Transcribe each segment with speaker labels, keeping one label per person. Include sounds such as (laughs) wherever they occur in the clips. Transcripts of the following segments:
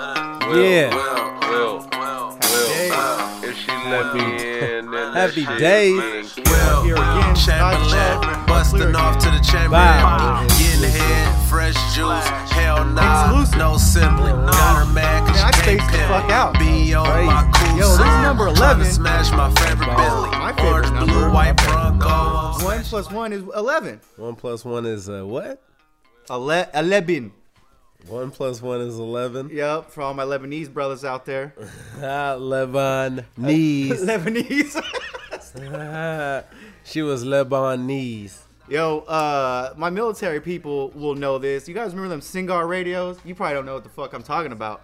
Speaker 1: Yeah.
Speaker 2: Will, Will, Will. If she let me in, then that
Speaker 1: Happy
Speaker 2: shit
Speaker 1: days.
Speaker 2: been
Speaker 3: Well,
Speaker 4: Here again,
Speaker 3: Chamberlain,
Speaker 4: Nigel,
Speaker 3: busting
Speaker 4: clear
Speaker 3: off to the chamber.
Speaker 1: Wow.
Speaker 3: Getting head, fresh juice. Hell nah,
Speaker 4: Exclusive.
Speaker 3: no sibling. Got her mad cause
Speaker 4: Man, I
Speaker 3: she can't
Speaker 4: spaced the
Speaker 3: pimp.
Speaker 4: fuck out.
Speaker 3: Be on my cool
Speaker 4: Yo, this
Speaker 3: side.
Speaker 4: number
Speaker 3: Tryna
Speaker 4: 11.
Speaker 3: smash my favorite Bentley.
Speaker 4: my favorite
Speaker 3: Orange,
Speaker 4: number.
Speaker 3: blue, white Bronco.
Speaker 4: One plus one is eleven.
Speaker 1: One plus one is uh, what?
Speaker 4: Ele- eleven.
Speaker 1: One plus one is
Speaker 4: (laughs)
Speaker 1: eleven.
Speaker 4: Yep, for all my Lebanese brothers out there. (laughs)
Speaker 1: Ah, Lebanese. (laughs)
Speaker 4: Lebanese. (laughs)
Speaker 1: she was Lebanese.
Speaker 4: Yo, uh, my military people will know this. You guys remember them Singar radios? You probably don't know what the fuck I'm talking about.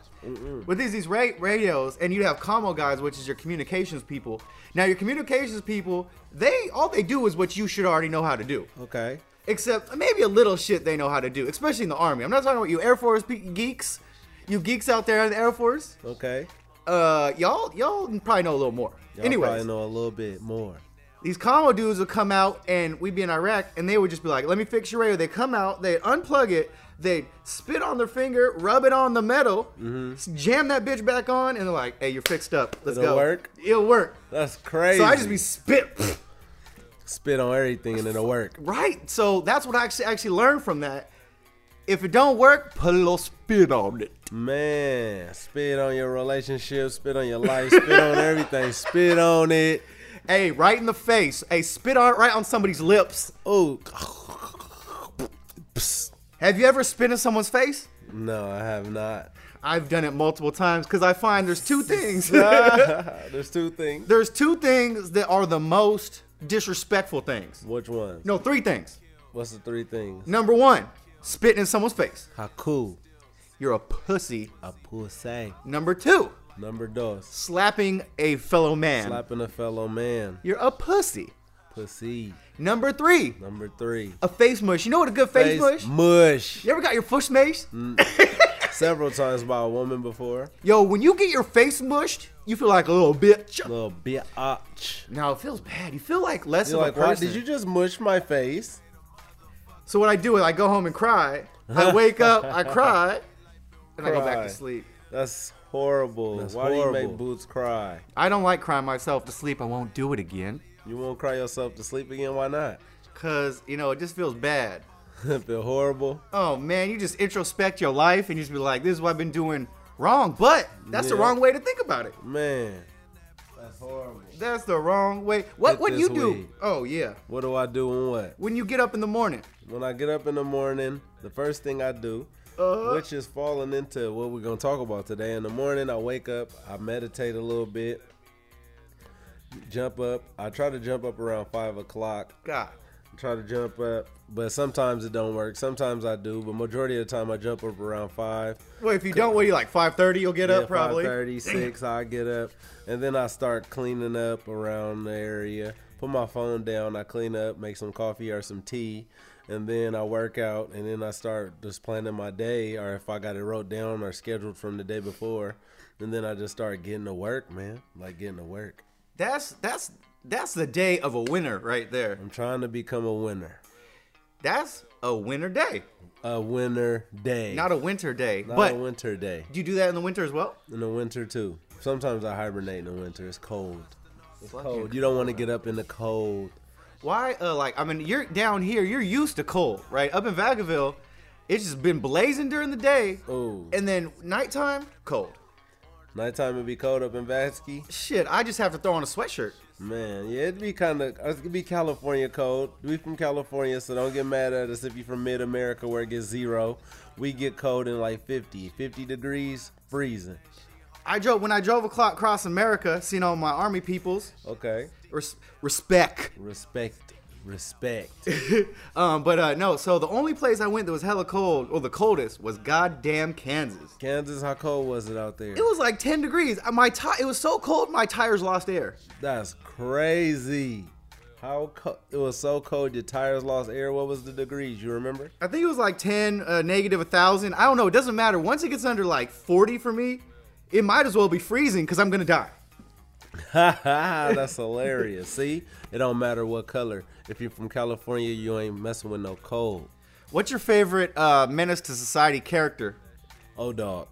Speaker 4: But these these ra- radios, and you have commo guys, which is your communications people. Now, your communications people, they all they do is what you should already know how to do.
Speaker 1: Okay.
Speaker 4: except maybe a little shit they know how to do, especially in the army. I'm not talking about you Air Force pe- geeks, you geeks out there in the Air Force.
Speaker 1: Okay.
Speaker 4: Uh, y'all, y'all probably know a little more.
Speaker 1: Y'all
Speaker 4: Anyways,
Speaker 1: probably know a little bit more.
Speaker 4: these combo dudes would come out and we'd be in Iraq, and they would just be like, "Let me fix your radio." They come out, they unplug it, they spit on their finger, rub it on the metal, s- jam that bitch back on, and they're like, "Hey, you're fixed up. Let's
Speaker 1: Mm-hmm. It'll
Speaker 4: go."
Speaker 1: work?
Speaker 4: It'll work.
Speaker 1: That's crazy.
Speaker 4: So I just be spit. (laughs)
Speaker 1: spit on everything and it'll work.
Speaker 4: Right. So that's what I actually actually learned from that. If it don't work, put a little spit on it.
Speaker 1: Man, spit on your relationship, spit on your life, spit
Speaker 4: (laughs)
Speaker 1: on everything, spit on it.
Speaker 4: Hey, right in the face. Hey, spit on right on somebody's lips.
Speaker 1: Oh,
Speaker 4: Have you ever spit in someone's face?
Speaker 1: no, I have
Speaker 4: (laughs)
Speaker 1: not.
Speaker 4: I've done it multiple times because I find there's
Speaker 1: (laughs)
Speaker 4: two things.
Speaker 1: There's two things.
Speaker 4: (laughs) there's two things that are the most disrespectful things.
Speaker 1: Which ones?
Speaker 4: No, three things.
Speaker 1: What's the three things?
Speaker 4: Number one, spitting in someone's face.
Speaker 1: Haku,
Speaker 4: You're a pussy.
Speaker 1: a pussy.
Speaker 4: Number two,
Speaker 1: Number dos,
Speaker 4: slapping a fellow man.
Speaker 1: slapping a fellow man.
Speaker 4: You're a pussy.
Speaker 1: Pussy.
Speaker 4: Number three,
Speaker 1: Number three,
Speaker 4: a face mush. You know what a good face, mush?
Speaker 1: mush. Mm.
Speaker 4: You ever got your fush mushed?
Speaker 1: Several times by a woman before.
Speaker 4: Yo, when you get your face mushed, you feel like a little bitch.
Speaker 1: Little bitch.
Speaker 4: No, it feels bad. You feel like less
Speaker 1: You're
Speaker 4: of
Speaker 1: like,
Speaker 4: a
Speaker 1: why
Speaker 4: person.
Speaker 1: did you just mush my face?
Speaker 4: so what I do is I go home and cry.
Speaker 1: (laughs)
Speaker 4: I wake up, I cry, and I go back
Speaker 1: Cry.
Speaker 4: to sleep.
Speaker 1: That's horrible.
Speaker 4: That's
Speaker 1: Why do you
Speaker 4: horrible.
Speaker 1: make Boots cry?
Speaker 4: I don't like crying myself to sleep. I won't do it again.
Speaker 1: You won't cry yourself to sleep again? Why not? (laughs)
Speaker 4: Cause, you know, it just feels bad.
Speaker 1: Feel horrible.
Speaker 4: Oh man, you just introspect your life and you just be like, this is what I've been doing wrong. But that's the
Speaker 1: Yeah.
Speaker 4: wrong way to think about it.
Speaker 1: Man. That's horrible.
Speaker 4: That's the wrong way. What
Speaker 1: Hit
Speaker 4: would
Speaker 1: this
Speaker 4: you do?
Speaker 1: weed.
Speaker 4: Oh yeah.
Speaker 1: What do I do and what?
Speaker 4: When you get up in the morning.
Speaker 1: When I get up in the morning, the first thing I do, which is falling into what we're going to talk about today. In the morning, I wake up, I meditate a little bit, jump up. I try to jump up around 5 o'clock.
Speaker 4: God.
Speaker 1: try to jump up, but sometimes it don't work. Sometimes I do, but majority of the time I jump up around five.
Speaker 4: Well, if you don't, what are you like five thirty? You'll get up probably.
Speaker 1: 36, I get up, and then I start cleaning up around the area. Put my phone down, I clean up, make some coffee or some tea, and then I work out, and then I start just planning my day, or if I got it wrote down or scheduled from the day before, and then I just start getting to work, man, like getting to work.
Speaker 4: That's that's that's the day of a winner right there.
Speaker 1: I'm trying to become a winner,
Speaker 4: That's a winter day,
Speaker 1: a winner day,
Speaker 4: not a winter day.
Speaker 1: not
Speaker 4: but
Speaker 1: a winter day.
Speaker 4: do you do that in the winter as well?
Speaker 1: In the winter too. Sometimes I hibernate in the winter. It's cold. It's cold. You don't want to get up in the cold.
Speaker 4: Why? Uh, like I mean, you're down here. You're used to cold, right? Up in Vacaville, it's just been blazing during the day,
Speaker 1: Oh.
Speaker 4: and then nighttime cold.
Speaker 1: Nighttime it be cold up in Vasquez.
Speaker 4: Shit, I just have to throw on a sweatshirt.
Speaker 1: Man, yeah, it'd be kind of it'd be California cold. We from California, so don't get mad at us if you from Mid America where it gets zero. We get cold in like 50, 50 degrees, freezing.
Speaker 4: I drove when I drove aclo- across America, seeing all my army peoples.
Speaker 1: Okay,
Speaker 4: Res- respect.
Speaker 1: respect, respect.
Speaker 4: Um, but uh, no, so the only place I went that was hella cold, or the coldest, was goddamn Kansas.
Speaker 1: (laughs) Kansas, how cold was it out there?
Speaker 4: It was like 10 degrees. Uh, My ti- it was so cold, my tires lost air.
Speaker 1: That's crazy. How co- it was so cold, your tires lost air. What was the degrees? You remember?
Speaker 4: I think it was like 10, uh, negative 1,000. I don't know. It doesn't matter. Once it gets under like 40 for me, it might as well be freezing because I'm going to die.
Speaker 1: (laughs) That's hilarious. See, it don't matter what color. If you're from California, you ain't messing with no cold.
Speaker 4: What's your favorite uh, Menace to Society character?
Speaker 1: Oh dog,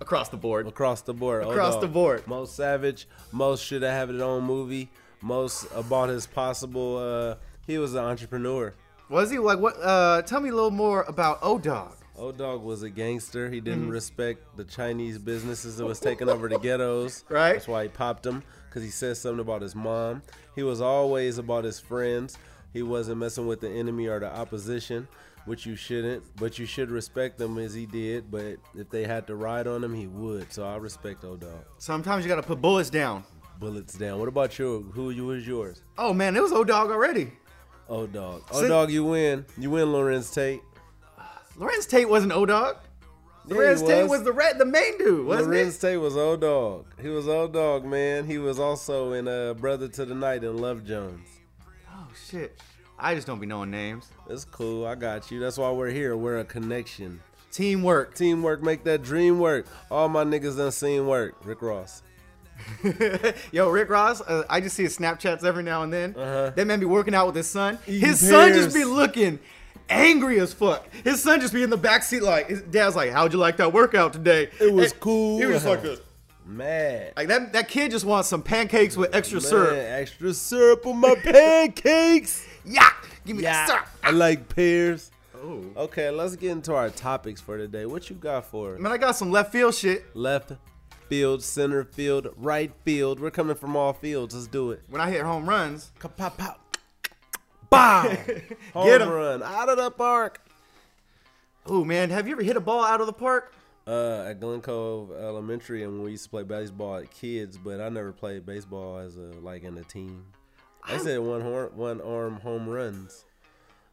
Speaker 4: across the board.
Speaker 1: Across the board. Hold
Speaker 4: Across
Speaker 1: on.
Speaker 4: the board.
Speaker 1: Most Savage. Most should have had his own movie. Most about his possible. Uh, he was an entrepreneur.
Speaker 4: Was he like what? Uh, tell me a little more about O Dog.
Speaker 1: Old dog was a gangster. He
Speaker 4: Mm-hmm.
Speaker 1: didn't respect the Chinese businesses that was taking over the ghettos.
Speaker 4: (laughs) Right.
Speaker 1: That's why he popped him because he said something about his mom. He was always about his friends. He wasn't messing with the enemy or the opposition, which you shouldn't. But you should respect them as he did. But if they had to ride on him, he would. So I respect old dog.
Speaker 4: Sometimes you gotta put bullets down.
Speaker 1: Bullets down. What about you? Who you was yours?
Speaker 4: Oh man, it was O Dog already.
Speaker 1: Old dog.
Speaker 4: So-
Speaker 1: Old dog, you win. You win, Lorenz Tate.
Speaker 4: Lorenz Tate wasn't O Dog.
Speaker 1: Yeah, he
Speaker 4: Lorenz Tate
Speaker 1: was.
Speaker 4: was the red, the main dude, wasn't
Speaker 1: Lorenz
Speaker 4: it?
Speaker 1: Tate was old dog. He was old dog, man. He was also in uh, Brother to the Night and Love Jones.
Speaker 4: Oh shit, I just don't be knowing names.
Speaker 1: It's cool. I got you. That's why we're here. We're a connection.
Speaker 4: Teamwork.
Speaker 1: Teamwork make that dream work. All my niggas done seen work. Rick Ross.
Speaker 4: (laughs) Yo, Rick Ross, uh, I just see his Snapchats every now and then.
Speaker 1: Uh-huh.
Speaker 4: That man be working out with his son.
Speaker 1: Eating
Speaker 4: his son
Speaker 1: pears.
Speaker 4: just be looking angry as fuck. His son just be in the backseat like, his dad's like, how'd you like that workout today?
Speaker 1: It was
Speaker 4: And
Speaker 1: cool.
Speaker 4: He was just like this.
Speaker 1: Mad.
Speaker 4: Like that, that kid just wants some pancakes with extra
Speaker 1: Man,
Speaker 4: syrup.
Speaker 1: Extra syrup on my (laughs) pancakes.
Speaker 4: Yeah, give me that syrup.
Speaker 1: I like pears.
Speaker 4: Oh.
Speaker 1: Okay, let's get into our topics for today. What you got for us?
Speaker 4: Man, I got some left field shit.
Speaker 1: Left field, center field, right field. We're coming from all fields. Let's do it.
Speaker 4: When I hit home runs,
Speaker 1: Pop, pop. Bow.
Speaker 4: (laughs)
Speaker 1: Home
Speaker 4: 'em.
Speaker 1: run. Out of the park.
Speaker 4: oh man, have you ever hit a ball out of the park?
Speaker 1: Uh, at Glen Cove Elementary, and we used to play baseball at kids, but I never played baseball as a like in a team. I said one horn, one arm home runs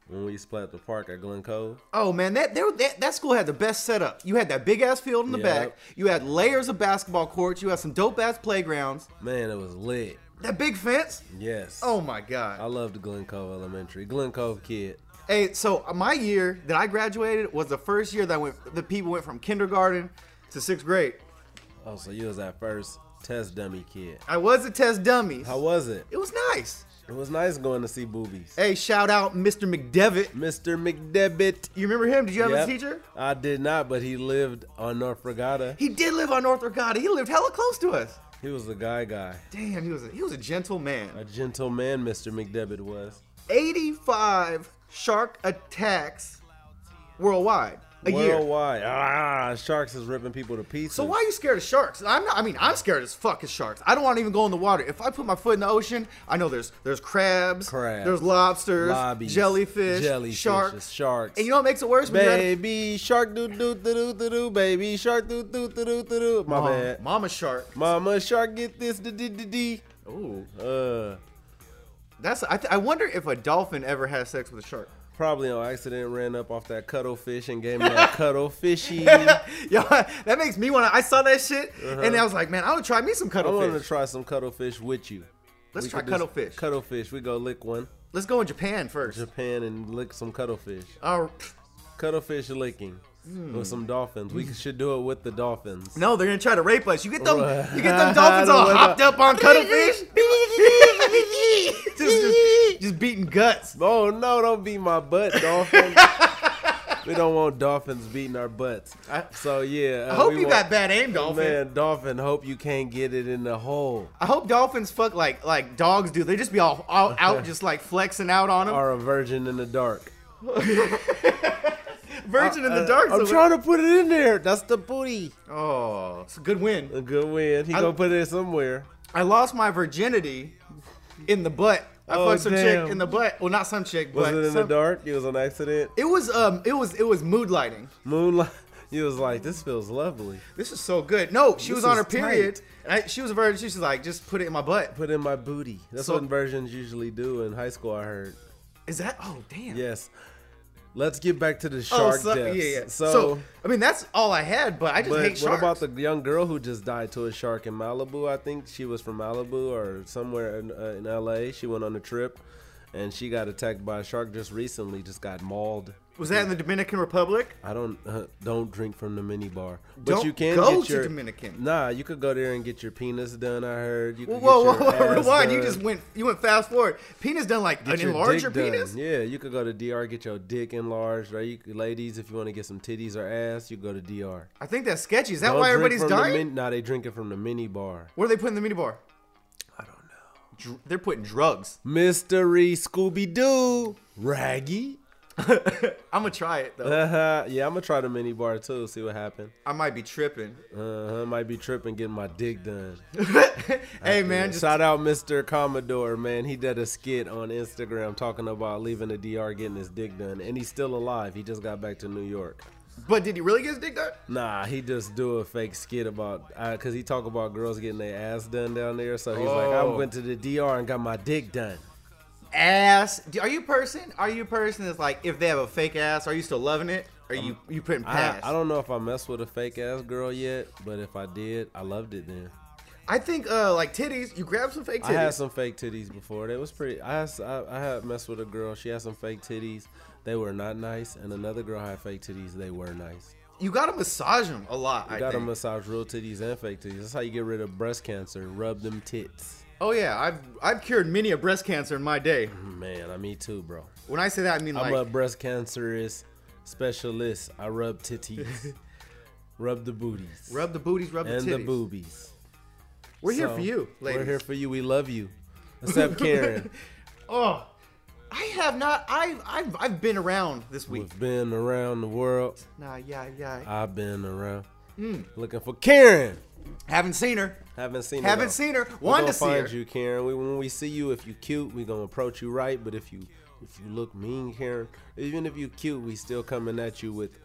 Speaker 1: when we used to play at the park at Glen Cove.
Speaker 4: Oh man, that there that, that school had the best setup. You had that big ass field in the
Speaker 1: Yep.
Speaker 4: back. You had layers of basketball courts. You had some dope ass playgrounds.
Speaker 1: Man, it was lit.
Speaker 4: That big fence.
Speaker 1: Yes.
Speaker 4: Oh my
Speaker 1: I
Speaker 4: god.
Speaker 1: loved Glen Cove Elementary. Glen Cove kid.
Speaker 4: Hey, so uh, my year that I graduated was the first year that went the people went from kindergarten to sixth grade.
Speaker 1: Oh, so you was that first test dummy kid.
Speaker 4: I was a test dummy.
Speaker 1: How was it?
Speaker 4: It was nice.
Speaker 1: It was nice going to see boobies.
Speaker 4: Hey, shout out Mr. McDevitt.
Speaker 1: Mr. McDevitt.
Speaker 4: You remember him? Did you have
Speaker 1: Yep.
Speaker 4: a teacher?
Speaker 1: I did not, but he lived on North Regatta.
Speaker 4: He did live on North Regatta. He lived hella close to us.
Speaker 1: He was the guy guy.
Speaker 4: Damn, he was a, he was a gentle
Speaker 1: A
Speaker 4: man.
Speaker 1: gentle man, Mr. McDevitt was.
Speaker 4: 85 shark attacks worldwide a year.
Speaker 1: Worldwide. Ah, sharks is ripping people to pieces.
Speaker 4: So why are you scared of sharks? I'm not, I mean, I'm scared as fuck of sharks. I don't want to even go in the water. If I put my foot in the ocean, I know there's there's crabs,
Speaker 1: Crabs.
Speaker 4: there's lobsters,
Speaker 1: Lobbies,
Speaker 4: jellyfish,
Speaker 1: jellyfishes,
Speaker 4: sharks,
Speaker 1: sharks.
Speaker 4: And you know what makes it worse? When you're at a-
Speaker 1: Baby shark doo doo doo doo doo doo baby shark doo doo doo doo doo doo. My
Speaker 4: Mom-
Speaker 1: bad.
Speaker 4: Mama shark.
Speaker 1: Mama shark, get this dee dee dee dee.
Speaker 4: Ooh,
Speaker 1: Uh,
Speaker 4: that's. I, th- I wonder if a dolphin ever has sex with a shark. (laughs)
Speaker 1: probably on accident ran up off that cuttlefish and gave me
Speaker 4: (laughs)
Speaker 1: that cuttlefishy.
Speaker 4: Yo, that makes me want to. I saw that shit and I was like, man, I would try me some
Speaker 1: Uh-huh. I want to
Speaker 4: cuttlefish.
Speaker 1: try some cuttlefish with you.
Speaker 4: Let's
Speaker 1: We
Speaker 4: try
Speaker 1: could just-
Speaker 4: cuttlefish.
Speaker 1: Cuttlefish. We go lick one.
Speaker 4: Let's go in Japan first.
Speaker 1: Japan and lick some cuttlefish.
Speaker 4: Oh,
Speaker 1: Cuttlefish licking with some dolphins. We should do it with the
Speaker 4: (laughs)
Speaker 1: dolphins.
Speaker 4: no, they're gonna try to rape us. You get them,
Speaker 1: Right.
Speaker 4: you
Speaker 1: (laughs)
Speaker 4: get them dolphins all
Speaker 1: What
Speaker 4: hopped
Speaker 1: the-
Speaker 4: up on
Speaker 1: (laughs)
Speaker 4: cuttlefish, (laughs) just, just, just beating guts.
Speaker 1: Oh no! Don't beat my
Speaker 4: (laughs)
Speaker 1: butt, dolphin. we don't want dolphins beating our butts.
Speaker 4: I-
Speaker 1: so yeah, uh,
Speaker 4: I hope you got bad aim, dolphin.
Speaker 1: Man, dolphin, hope you can't get it in the hole
Speaker 4: I hope dolphins fuck like like dogs do. They just be all, all
Speaker 1: (laughs)
Speaker 4: out, just like flexing out on them.
Speaker 1: or a virgin in the dark.
Speaker 4: Virgin in the dark.
Speaker 1: Uh, I'm
Speaker 4: so-
Speaker 1: trying to put it in there. That's the booty.
Speaker 4: oh, it's a good win.
Speaker 1: A good win. He
Speaker 4: I-
Speaker 1: gonna put it somewhere.
Speaker 4: I lost my virginity in the butt. I
Speaker 1: Oh,
Speaker 4: fucked some
Speaker 1: damn.
Speaker 4: chick in the butt. Well, not some chick,
Speaker 1: Was
Speaker 4: but
Speaker 1: it in
Speaker 4: some-
Speaker 1: the dark? It was an accident.
Speaker 4: It was um, it was it was mood lighting.
Speaker 1: Moonlight. (laughs) He was like, this feels lovely.
Speaker 4: This is so good. No, she
Speaker 1: This
Speaker 4: was on
Speaker 1: is
Speaker 4: her period. And I, she was a virgin. She was like, just put it in my butt.
Speaker 1: Put in my booty. That's
Speaker 4: So-
Speaker 1: what virgins usually do in high school. I heard.
Speaker 4: Is that? Oh damn.
Speaker 1: Yes. Let's get back to the
Speaker 4: Oh,
Speaker 1: shark
Speaker 4: so, yeah,
Speaker 1: deaths.
Speaker 4: yeah.
Speaker 1: So,
Speaker 4: So, I mean, that's all I had. But I just
Speaker 1: but
Speaker 4: hate
Speaker 1: what
Speaker 4: sharks.
Speaker 1: about the young girl who just died to a shark in Malibu? I think she was from Malibu or somewhere in, uh, in LA. She went on a trip and she got attacked by a shark just recently, just got mauled.
Speaker 4: Was that in the Dominican Republic?
Speaker 1: I don't uh, don't drink from the mini bar, but
Speaker 4: Don't
Speaker 1: you can
Speaker 4: go
Speaker 1: get
Speaker 4: to
Speaker 1: your
Speaker 4: Dominican.
Speaker 1: Nah, you could go there and get your penis done. I heard. You
Speaker 4: Whoa,
Speaker 1: could
Speaker 4: whoa,
Speaker 1: get
Speaker 4: whoa,
Speaker 1: your
Speaker 4: whoa! (laughs)
Speaker 1: ass
Speaker 4: Rewind. You
Speaker 1: done,
Speaker 4: just went you went fast forward. Penis done like
Speaker 1: get
Speaker 4: an
Speaker 1: your
Speaker 4: enlarger
Speaker 1: dick done.
Speaker 4: penis.
Speaker 1: Yeah, you could go to DR get your dick enlarged. Right, you, could- ladies, if you want to get some titties or ass, you go to DR.
Speaker 4: I think that's sketchy. Is that
Speaker 1: Don't
Speaker 4: why
Speaker 1: drink
Speaker 4: everybody's
Speaker 1: from the
Speaker 4: dying?
Speaker 1: Min- nah, they drink it from the mini bar.
Speaker 4: what are they putting in the mini bar?
Speaker 1: I don't know.
Speaker 4: Dr- they're putting drugs. (laughs)
Speaker 1: Mystery Scooby Doo, Raggy. (laughs)
Speaker 4: I'm gonna try it though.
Speaker 1: Uh-huh. Yeah, I'm gonna try the mini bar too. See what happens.
Speaker 4: I might be tripping.
Speaker 1: Uh huh. Might be tripping, getting my dick
Speaker 4: (laughs)
Speaker 1: done.
Speaker 4: hey man, just
Speaker 1: Shout out Mr. Commodore, man. He did a skit on Instagram talking about leaving the DR, getting his dick done, and he's still alive. He just got back to New York.
Speaker 4: but did he really get his dick done?
Speaker 1: Nah, he just do a fake skit about uh 'cause he talk about girls getting their ass done down there. So he's like, I
Speaker 4: Oh.
Speaker 1: went to the DR and got my dick done.
Speaker 4: Ass. Do- Are you a person? Are you a person that's like if they have a fake ass, are you still loving it? Are you you putting
Speaker 1: I,
Speaker 4: pass?
Speaker 1: I don't know if I messed with a fake ass girl yet, but if I did, I loved it then.
Speaker 4: I think uh like titties. You grab some fake
Speaker 1: I had
Speaker 4: titties.
Speaker 1: some fake titties before. They was pretty. I had, I, I had messed with a girl. She had some fake titties. They were not nice. And another girl had fake titties. They were nice.
Speaker 4: you gotta massage them a lot.
Speaker 1: You
Speaker 4: I
Speaker 1: gotta
Speaker 4: think.
Speaker 1: massage real titties and fake titties. That's how you get rid of breast cancer. Rub them tits.
Speaker 4: oh yeah, I've I've cured many a breast cancer in my day.
Speaker 1: Man, I me too, bro.
Speaker 4: When I say that, I mean
Speaker 1: Mm-hmm. I'm
Speaker 4: like
Speaker 1: a breast cancerist specialist. I rub
Speaker 4: (laughs)
Speaker 1: titties. rub the booties.
Speaker 4: rub the booties, rub
Speaker 1: and the
Speaker 4: the titties.
Speaker 1: boobies.
Speaker 4: We're here
Speaker 1: So,
Speaker 4: for you, ladies.
Speaker 1: We're here for you. We love you.
Speaker 4: (laughs)
Speaker 1: Except Karen.
Speaker 4: oh, I have not. I've I've I've been around this week.
Speaker 1: We've been around the world.
Speaker 4: Nah, yeah, yeah.
Speaker 1: I've been around
Speaker 4: Hmm.
Speaker 1: looking for Karen.
Speaker 4: haven't seen her.
Speaker 1: Haven't seen her.
Speaker 4: Haven't
Speaker 1: though.
Speaker 4: seen her.
Speaker 1: We're
Speaker 4: Wanted
Speaker 1: gonna
Speaker 4: to see
Speaker 1: find
Speaker 4: her.
Speaker 1: you, Karen. We, when we see you, if you cute, we gonna approach you right. But if you if you look mean, Karen, even if you cute, we still coming at you with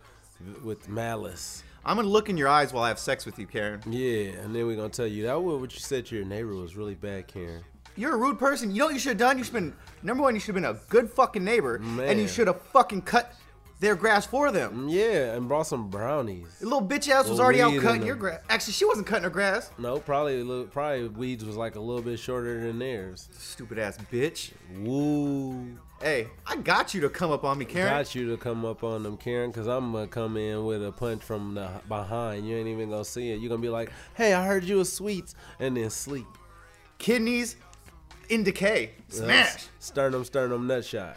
Speaker 1: with malice.
Speaker 4: I'm gonna look in your eyes while I have sex with you, Karen.
Speaker 1: Yeah, and then we gonna tell you that what what you said to your neighbor was really bad, Karen.
Speaker 4: You're a rude person. You know what you should have done? You should have been number one. You should have been a good fucking neighbor, and
Speaker 1: Man.
Speaker 4: you should have fucking cut their grass for them.
Speaker 1: Yeah, and brought some brownies.
Speaker 4: The little bitch ass was
Speaker 1: Well,
Speaker 4: already
Speaker 1: weed
Speaker 4: out
Speaker 1: in
Speaker 4: cutting
Speaker 1: them.
Speaker 4: your grass. Actually, she wasn't cutting her grass.
Speaker 1: No, probably a little, probably weeds was like a little bit shorter than theirs.
Speaker 4: Stupid ass bitch.
Speaker 1: Woo.
Speaker 4: Hey, I got you to come up on me, Karen.
Speaker 1: Got you to come up on them, Karen, because I'm gonna come in with a punch from the behind. You ain't even gonna see it. You're gonna be like, "Hey, I heard you was sweets," and then sleep.
Speaker 4: Kidneys in decay. Smash.
Speaker 1: That's Sternum, sternum, nut shot.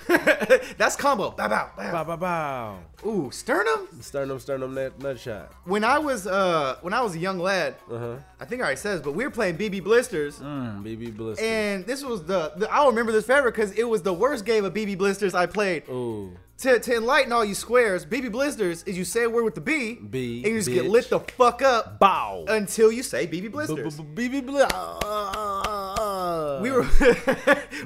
Speaker 4: That's combo. Bow, bow,
Speaker 1: bow,
Speaker 4: (laughs)
Speaker 1: bow,
Speaker 4: bow.
Speaker 1: bow.
Speaker 4: Ooh, sternum.
Speaker 1: Sternum, sternum, nut, nut shot.
Speaker 4: When I was uh when I was a young lad,
Speaker 1: Uh-huh.
Speaker 4: I think I already said this, but we were playing BB Blisters.
Speaker 1: Mm, BB blister.
Speaker 4: And this was the, the I'll remember this forever because it was the worst game of BB Blisters I played.
Speaker 1: Ooh,
Speaker 4: To, to enlighten all you squares, BB Blisters is you say a word with the B,
Speaker 1: B,
Speaker 4: and you just get
Speaker 1: bitch.
Speaker 4: lit the fuck up
Speaker 1: bow.
Speaker 4: until you say BB
Speaker 1: B-
Speaker 4: Blisters.
Speaker 1: b- BB blister.
Speaker 4: we were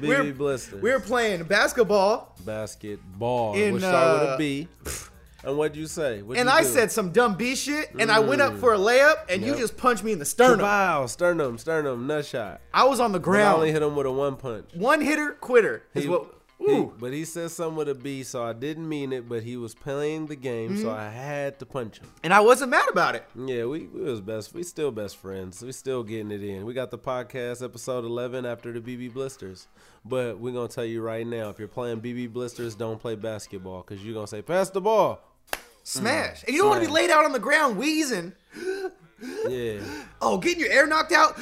Speaker 4: (laughs) we were,
Speaker 1: BB Blisters.
Speaker 4: we were playing basketball,
Speaker 1: basketball.
Speaker 4: In,
Speaker 1: which start with a
Speaker 4: uh,
Speaker 1: B. (sighs) And what'd you say? What'd
Speaker 4: and
Speaker 1: you
Speaker 4: I
Speaker 1: do?
Speaker 4: said some dumb B shit, and I went up for a layup, and
Speaker 1: Mm. Yep.
Speaker 4: you just punched me in the sternum.
Speaker 1: Bow, sternum, sternum, nut shot.
Speaker 4: I was on the
Speaker 1: But I
Speaker 4: ground.
Speaker 1: only hit him with a one punch.
Speaker 4: One hitter quitter is
Speaker 1: He-
Speaker 4: what.
Speaker 1: he-
Speaker 4: Ooh,
Speaker 1: but he said something with a B, so I didn't mean it. But he was playing the game, so
Speaker 4: Mm-hmm.
Speaker 1: I had to punch him.
Speaker 4: and I wasn't mad about it.
Speaker 1: Yeah, we, we was best. We still best friends. We still getting it in. We got the podcast episode eleven after the BB Blisters. But we're gonna tell you right now, if you're playing BB Blisters, don't play basketball because you're gonna say pass the
Speaker 4: (laughs)
Speaker 1: ball.
Speaker 4: Smash. And you don't want to be laid out on the ground wheezing.
Speaker 1: Yeah,
Speaker 4: Oh, getting your air knocked out.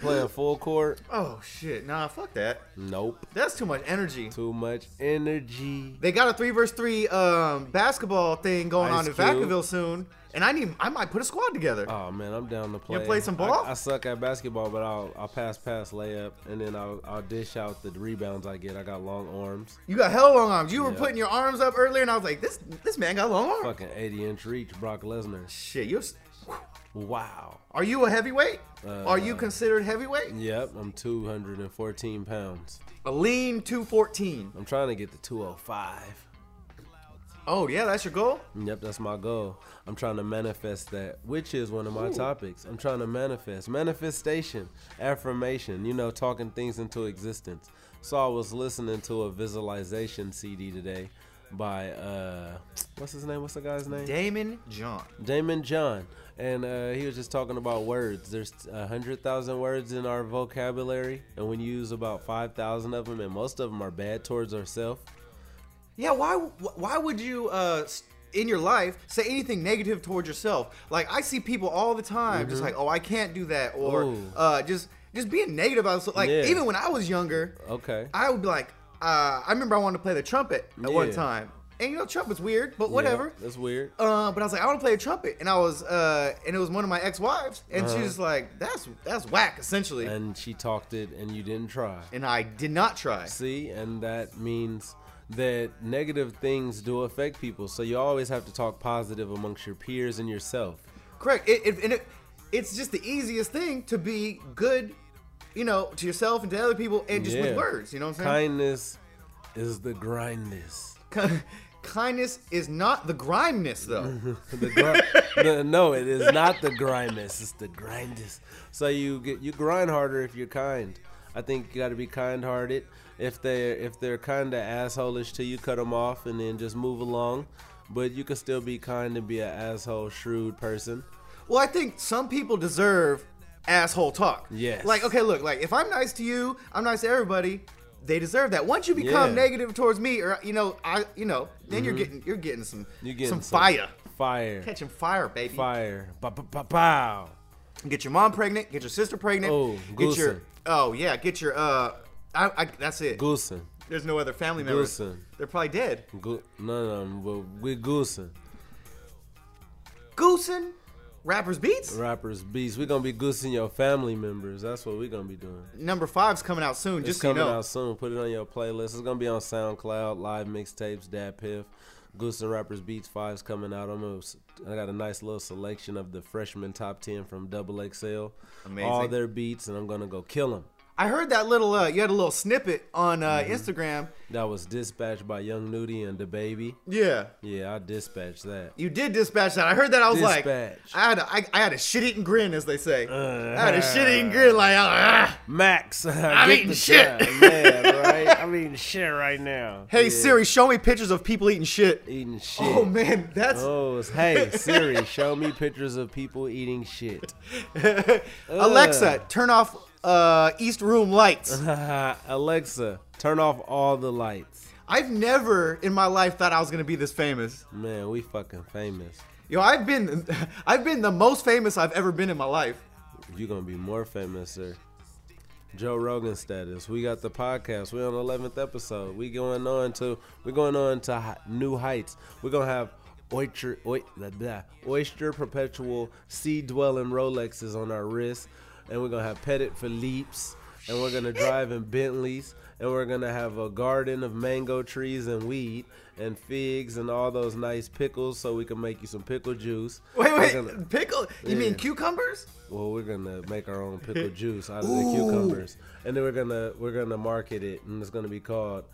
Speaker 1: playing full court.
Speaker 4: (gasps) oh shit. Nah, fuck that.
Speaker 1: Nope.
Speaker 4: That's too much energy.
Speaker 1: Too much energy.
Speaker 4: They got a three versus three um, basketball thing going
Speaker 1: Ice
Speaker 4: on in
Speaker 1: Cube.
Speaker 4: Vacaville soon, and I need. I might put a squad together.
Speaker 1: Oh man, I'm down to play.
Speaker 4: gonna play some ball?
Speaker 1: I, I suck at basketball, but I'll I'll pass, pass, layup, and then I'll I'll dish out the rebounds I get. I got long arms,
Speaker 4: you got hell long arms. You were
Speaker 1: Yeah.
Speaker 4: putting your arms up earlier, and I was like, this this man got long arms.
Speaker 1: fucking 80 inch reach. Brock Lesnar.
Speaker 4: Shit, you. s-
Speaker 1: Wow.
Speaker 4: Are you a heavyweight?
Speaker 1: Uh,
Speaker 4: Are you considered heavyweight?
Speaker 1: Yep, I'm 214 pounds.
Speaker 4: A lean 214.
Speaker 1: I'm trying to get to 205.
Speaker 4: Oh yeah, that's your goal.
Speaker 1: Yep, that's my goal. I'm trying to manifest that, which is one of my topics. I'm trying to manifest. Manifestation, affirmation, you know, talking things into existence. So I was listening to a visualization CD today by, uh, what's his name? What's the guy's name?
Speaker 4: Damon John.
Speaker 1: Damon John. And uh, he was just talking about words. There's a 100,000 words in our vocabulary, and we use about 5,000 of them, and most of them are bad towards ourselves.
Speaker 4: Yeah, why why would you uh s- in your life say anything negative towards yourself? Like I see people all the time just like, "Oh, I can't do that," or
Speaker 1: Mm-hmm. Ooh.
Speaker 4: uh just just being negative about so- like
Speaker 1: Yeah.
Speaker 4: even when I was younger,
Speaker 1: Okay.
Speaker 4: I would be like, uh, I remember I wanted to play the trumpet at one
Speaker 1: Yeah.
Speaker 4: time. And you know, trumpet's weird, but whatever.
Speaker 1: Yeah, that's weird.
Speaker 4: Uh, but I was like, I want to play a trumpet, and I was, uh, and it was one of my ex-wives, and
Speaker 1: Uh-huh.
Speaker 4: she was like, "That's that's whack," essentially, and,
Speaker 1: and she talked it, and you didn't try.
Speaker 4: I did not try.
Speaker 1: See, and that means that negative things do affect people. So you always have to talk positive amongst your peers and yourself.
Speaker 4: Correct, it, it, and it, it's just the easiest thing to be good, you know, to yourself and to other people, and just
Speaker 1: Yeah.
Speaker 4: with words. You know what I'm saying?
Speaker 1: Kindness is the grindness.
Speaker 4: Kind- (laughs) Kindness is not the grimeness, though.
Speaker 1: The gr- (laughs) the- no, it is not the grindness. It's the grindness. So you get you grind harder if you're kind. I think you got to be kind-hearted. If they if they're kind of assholish to you, cut them off and then just move along. But you can still be kind and be an asshole, shrewd person.
Speaker 4: well, I think some people deserve asshole talk.
Speaker 1: Yes.
Speaker 4: Like, okay, look, like if I'm nice to you, I'm nice to everybody. They deserve that. Once you become
Speaker 1: Yeah. Mm-hmm.
Speaker 4: negative towards me, or you know, I, you know, then you're getting, you're getting some,
Speaker 1: You get
Speaker 4: some, fire,
Speaker 1: fire,
Speaker 4: catching fire, baby.
Speaker 1: fire, ba ba ba pow.
Speaker 4: Get your mom pregnant. Get your sister pregnant.
Speaker 1: Oh,
Speaker 4: get your,
Speaker 1: Goosen.
Speaker 4: oh yeah, get your, uh, I, I that's it.
Speaker 1: Goosin,
Speaker 4: There's no other family members.
Speaker 1: Goosen.
Speaker 4: They're probably dead.
Speaker 1: Go- no, no, but we're goosing.
Speaker 4: Goosen, rappers beats.
Speaker 1: Rappers, beast. We're gonna be goosing your family members. That's what we're gonna be doing.
Speaker 4: Number five's coming out soon.
Speaker 1: It's
Speaker 4: Just so you
Speaker 1: coming
Speaker 4: know.
Speaker 1: out soon. Put it on your playlist. It's gonna be on SoundCloud, live mixtapes, Dad Piff, Goose and Rappers Beats Five's coming out. I'm gonna, s- I got a nice little selection of the freshman top ten from Double XL.
Speaker 4: Amazing.
Speaker 1: All their beats, and I'm gonna go kill them.
Speaker 4: I heard that little. Uh, you had a little snippet on uh,
Speaker 1: Mm-hmm.
Speaker 4: Instagram.
Speaker 1: That was dispatched by Young Nudie and the Baby.
Speaker 4: Yeah.
Speaker 1: Yeah, I dispatched that.
Speaker 4: You did dispatch that. I heard that. I was
Speaker 1: Dispatch.
Speaker 4: like, I had a, I, I had a shit eating grin, as they say. I
Speaker 1: Uh-huh.
Speaker 4: had a shit eating grin, like, ah.
Speaker 1: Max, (laughs) I'm
Speaker 4: eating shit.
Speaker 1: man. Right, I'm eating shit right now.
Speaker 4: (laughs) hey
Speaker 1: Yeah,
Speaker 4: Siri, show me pictures of people eating shit.
Speaker 1: eating shit.
Speaker 4: Oh man, that's
Speaker 1: Oh, it's- hey Siri, show me pictures of people eating shit.
Speaker 4: (laughs)
Speaker 1: (laughs)
Speaker 4: Alexa. Turn off uh, East Room lights.
Speaker 1: Uh-huh. Alexa, turn off all the lights.
Speaker 4: I've never in my life thought I was gonna be this famous.
Speaker 1: Man, we fucking famous.
Speaker 4: Yo, I've been, (laughs) I've been the most famous I've ever been in my life.
Speaker 1: You're gonna be more famous, sir. Joe Rogan status. We got the podcast. We're on the eleventh episode. We going on to we're going on to hi- new heights. We're gonna have oyster oy, blah, blah, oyster perpetual sea dwelling Rolexes on our wrists, and we're gonna have Petit Philippe's, and we're gonna drive in Bentleys, and we're gonna have a garden of mango trees and weed and figs and all those nice pickles, so we can make you some pickle juice.
Speaker 4: Wait,
Speaker 1: We're
Speaker 4: wait,
Speaker 1: gonna-
Speaker 4: pickle? You mean
Speaker 1: Yeah.
Speaker 4: cucumbers?
Speaker 1: well, we're gonna make our own
Speaker 4: (laughs)
Speaker 1: pickle juice out of the cucumbers, and then we're gonna we're gonna market it, and it's gonna be called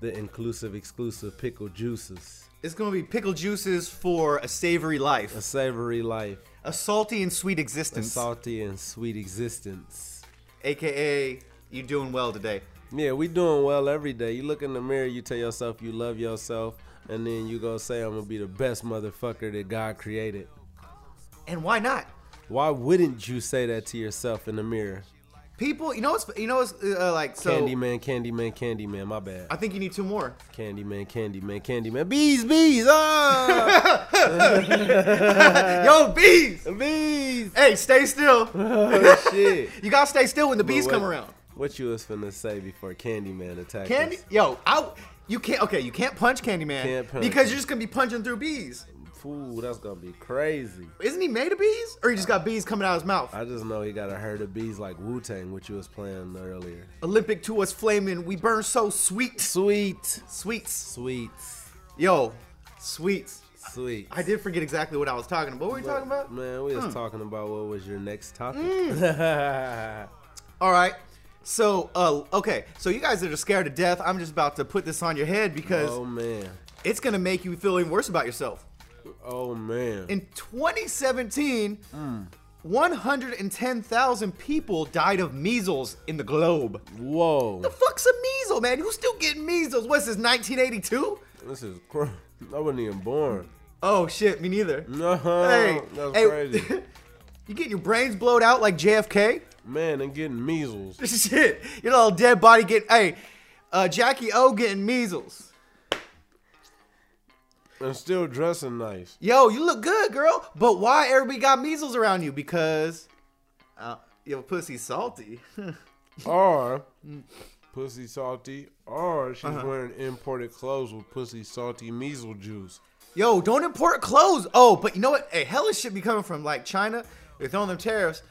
Speaker 1: the Inclusive Exclusive Pickle Juices,
Speaker 4: It's gonna be pickle juices for a savory
Speaker 1: a
Speaker 4: life,
Speaker 1: savory life,
Speaker 4: a salty and sweet
Speaker 1: a
Speaker 4: existence,
Speaker 1: salty and sweet existence.
Speaker 4: aka you doing well today.
Speaker 1: Yeah, we doing well every day. You look in the mirror, you tell yourself you love yourself, and then you go say, "I'm gonna be the best motherfucker that God created."
Speaker 4: And why not?
Speaker 1: Why wouldn't you say that to yourself in the mirror?
Speaker 4: People, you know what's you know what's uh, like so.
Speaker 1: Candyman, Candyman, Candyman. My bad.
Speaker 4: I think you need two more.
Speaker 1: Candyman, Candyman, Candyman. Bees, bees. Ah! Uh,
Speaker 4: Yo, bees!
Speaker 1: bees.
Speaker 4: Hey, stay still.
Speaker 1: (laughs) Oh shit.
Speaker 4: You gotta stay still when the bees
Speaker 1: But
Speaker 4: come
Speaker 1: what-
Speaker 4: around.
Speaker 1: What you was finna say before Candyman attacked
Speaker 4: Candy,
Speaker 1: us?
Speaker 4: yo, I, you can't. Okay, you can't punch Candyman
Speaker 1: Can't punch.
Speaker 4: because you're just gonna be punching through bees.
Speaker 1: Fool, that's gonna be crazy.
Speaker 4: Isn't he made of bees, or he just got bees coming out of his mouth?
Speaker 1: I just know he got a herd of bees like Wu Tang, which you was playing earlier.
Speaker 4: Olympic to us flaming, we burn so sweet,
Speaker 1: Sweet,
Speaker 4: sweets.
Speaker 1: sweets,
Speaker 4: Yo, sweets.
Speaker 1: sweet.
Speaker 4: I Mm. did forget exactly what I was talking about. What were you talking about?
Speaker 1: Man, we was talking about what was your next topic.
Speaker 4: Mm,
Speaker 1: (laughs)
Speaker 4: All right. So, uh, okay. So you guys that are scared to death, I'm just about to put this on your head because
Speaker 1: oh man,
Speaker 4: it's gonna make you feel even worse about yourself.
Speaker 1: oh man.
Speaker 4: In 2017,
Speaker 1: Hmm.
Speaker 4: 110,000 people died of measles in the globe.
Speaker 1: Whoa,
Speaker 4: The fuck's a measles, man? Who's still getting measles? What's this, 1982?
Speaker 1: this is cr- I wasn't even born.
Speaker 4: Oh shit, me neither.
Speaker 1: No,
Speaker 4: Hey,
Speaker 1: that's
Speaker 4: hey,
Speaker 1: crazy.
Speaker 4: (laughs) you getting your brains blowed out like (laughs) JFK?
Speaker 1: Man, and getting measles.
Speaker 4: Shit, your little dead body getting. Hey, uh, Jackie O getting measles.
Speaker 1: I'm still dressing nice.
Speaker 4: Yo, you look good, girl. But why everybody got measles around you? Because uh, your pussy's salty. (laughs)
Speaker 1: Or pussy salty. Or she's
Speaker 4: Uh-huh.
Speaker 1: wearing imported clothes with pussy salty measles juice.
Speaker 4: Yo, don't import clothes. Oh, but you know what? Hey, hella shit be coming from like China. They're throwing them tariffs.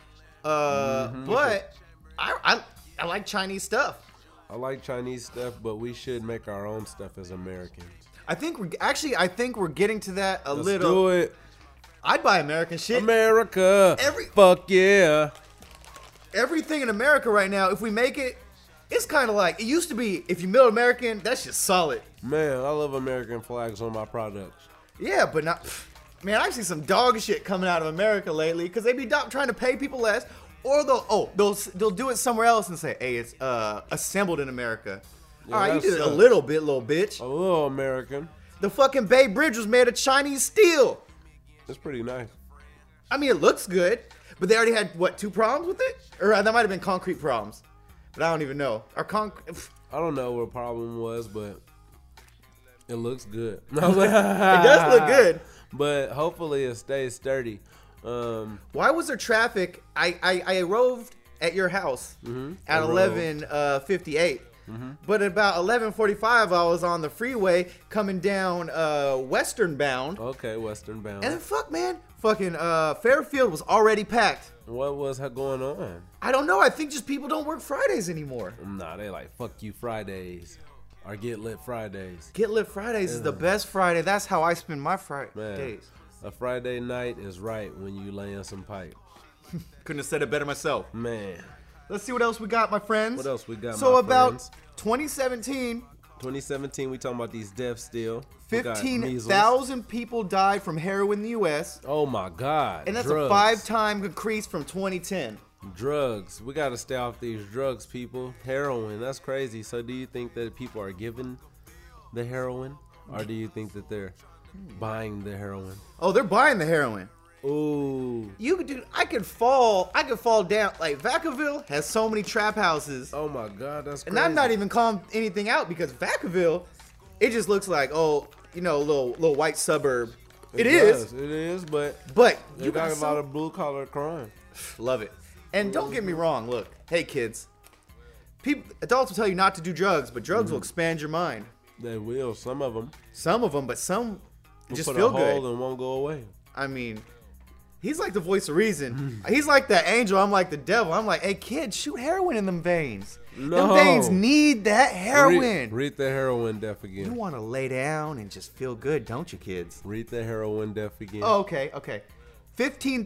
Speaker 4: Uh,
Speaker 1: Mm-hmm.
Speaker 4: but I, I I like Chinese stuff.
Speaker 1: I like Chinese stuff, but we should make our own stuff as Americans.
Speaker 4: I think we're actually I think we're getting to that a
Speaker 1: Let's
Speaker 4: little.
Speaker 1: do it,
Speaker 4: I'd buy American shit.
Speaker 1: America.
Speaker 4: Every-
Speaker 1: fuck yeah.
Speaker 4: Everything in America right now, if we make it, it's kind of like it used to be. If you middle American, that's just solid.
Speaker 1: Man, I love American flags on my products.
Speaker 4: Yeah, but not. Man, I've seen some dog shit coming out of America lately because they be do- trying to pay people less, or they'll oh they'll s- they'll do it somewhere else and say, hey, it's uh assembled in America. All right,
Speaker 1: that
Speaker 4: you did it a
Speaker 1: sucks.
Speaker 4: little bit, little bitch.
Speaker 1: A little American.
Speaker 4: The fucking Bay Bridge was made of Chinese steel.
Speaker 1: That's pretty nice.
Speaker 4: I mean, it looks good, but they already had what two problems with it, or uh, that might have been concrete problems, but I don't even know. Our (sighs) concrete.
Speaker 1: I don't know what the problem was, but it looks good. (laughs) it
Speaker 4: It does look good.
Speaker 1: But hopefully it stays sturdy. Um,
Speaker 4: Why was there traffic? I I, I roved at your house at
Speaker 1: Mm-hmm. I Mm-hmm.
Speaker 4: eleven uh, fifty eight. But at about 11:45, I was on the freeway coming down uh, western bound,
Speaker 1: okay, Western bound.
Speaker 4: and fuck, man, fucking uh, Fairfield was already packed.
Speaker 1: what was ha- going on?
Speaker 4: I don't know. I think just people don't work Fridays anymore.
Speaker 1: Nah, they like fuck you Fridays or get lit Fridays.
Speaker 4: Get Lit Fridays is the best Friday. That's how I spend my Fridays.
Speaker 1: Man,
Speaker 4: days.
Speaker 1: a Friday night is right when you laying some pipe.
Speaker 4: Couldn't have said it better myself.
Speaker 1: Man,
Speaker 4: Let's see what else we got, my friends.
Speaker 1: What else we got,
Speaker 4: So
Speaker 1: my
Speaker 4: about
Speaker 1: friends?
Speaker 4: 2017,
Speaker 1: 2017, we talking about these deaths still. We got measles.
Speaker 4: 15,000 people died from heroin in the U.S.,
Speaker 1: Oh my God!
Speaker 4: and that's a
Speaker 1: drugs.
Speaker 4: five-time increase from 2010.
Speaker 1: Drugs. We gotta stay off these drugs, people. Heroin. That's crazy. So, do you think that people are given the heroin, or do you think that they're buying the heroin?
Speaker 4: Oh, they're buying the heroin.
Speaker 1: Ooh.
Speaker 4: You could do. I could fall. I could fall down. Like Vacaville has so many trap houses,
Speaker 1: Oh my God. That's crazy.
Speaker 4: and I'm not even calling anything out because Vacaville, it just looks like oh, you know, little little white suburb. it is,
Speaker 1: does. It is. But
Speaker 4: but
Speaker 1: you
Speaker 4: you
Speaker 1: got
Speaker 4: got
Speaker 1: a
Speaker 4: so-
Speaker 1: lot of blue collar crime.
Speaker 4: Love it. And don't get me wrong. Look, hey kids, people, adults will tell you not to do drugs, but drugs
Speaker 1: Mm-hmm.
Speaker 4: will expand your mind.
Speaker 1: They will. Some of them
Speaker 4: Some of them, but some just
Speaker 1: put
Speaker 4: feel
Speaker 1: a hole
Speaker 4: good.
Speaker 1: and won't go away.
Speaker 4: I mean, he's like the voice of reason.
Speaker 1: Mm.
Speaker 4: he's like the angel. I'm like the devil. I'm like, hey kid, shoot heroin in them veins. Them
Speaker 1: No.
Speaker 4: veins need that
Speaker 1: Read-
Speaker 4: heroin.
Speaker 1: Read, the heroin death
Speaker 4: you
Speaker 1: again.
Speaker 4: want to lay down and just feel good, don't you, kids?
Speaker 1: Read the heroin death again.
Speaker 4: Oh, okay, okay. Fifteen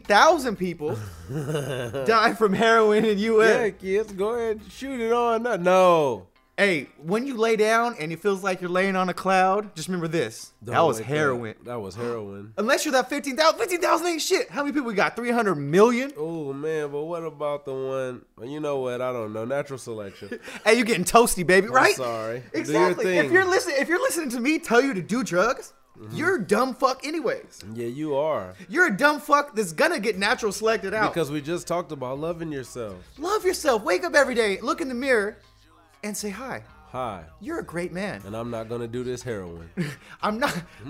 Speaker 1: (laughs)
Speaker 4: thousand people died from heroin in U.S.
Speaker 1: yeah, kids, go ahead, shoot it on. No, no.
Speaker 4: Hey, when you lay down and it feels like you're laying on a cloud, just remember this. that
Speaker 1: Don't
Speaker 4: was
Speaker 1: like
Speaker 4: heroin.
Speaker 1: That was heroin.
Speaker 4: Unless you're that 15,000, 15,000 ain't shit. How many people we got? 300 million?
Speaker 1: Oh man, but what about the one? well, You know what? I don't know. Natural
Speaker 4: (laughs)
Speaker 1: selection.
Speaker 4: Hey, you're getting toasty, baby, right?
Speaker 1: sorry. Do your
Speaker 4: Exactly. If
Speaker 1: thing. Mm-hmm.
Speaker 4: you're listening, if you're listening to me tell you to do drugs, you're a dumb fuck anyways.
Speaker 1: yeah, you are
Speaker 4: You're a dumb fuck that's gonna get natural selected out.
Speaker 1: because we just talked about loving yourself.
Speaker 4: Love yourself. Wake up every day, look in the mirror, and say hi.
Speaker 1: Hi,
Speaker 4: You're a great man.
Speaker 1: and I'm not gonna do this heroin.
Speaker 4: I'm not.
Speaker 1: (laughs)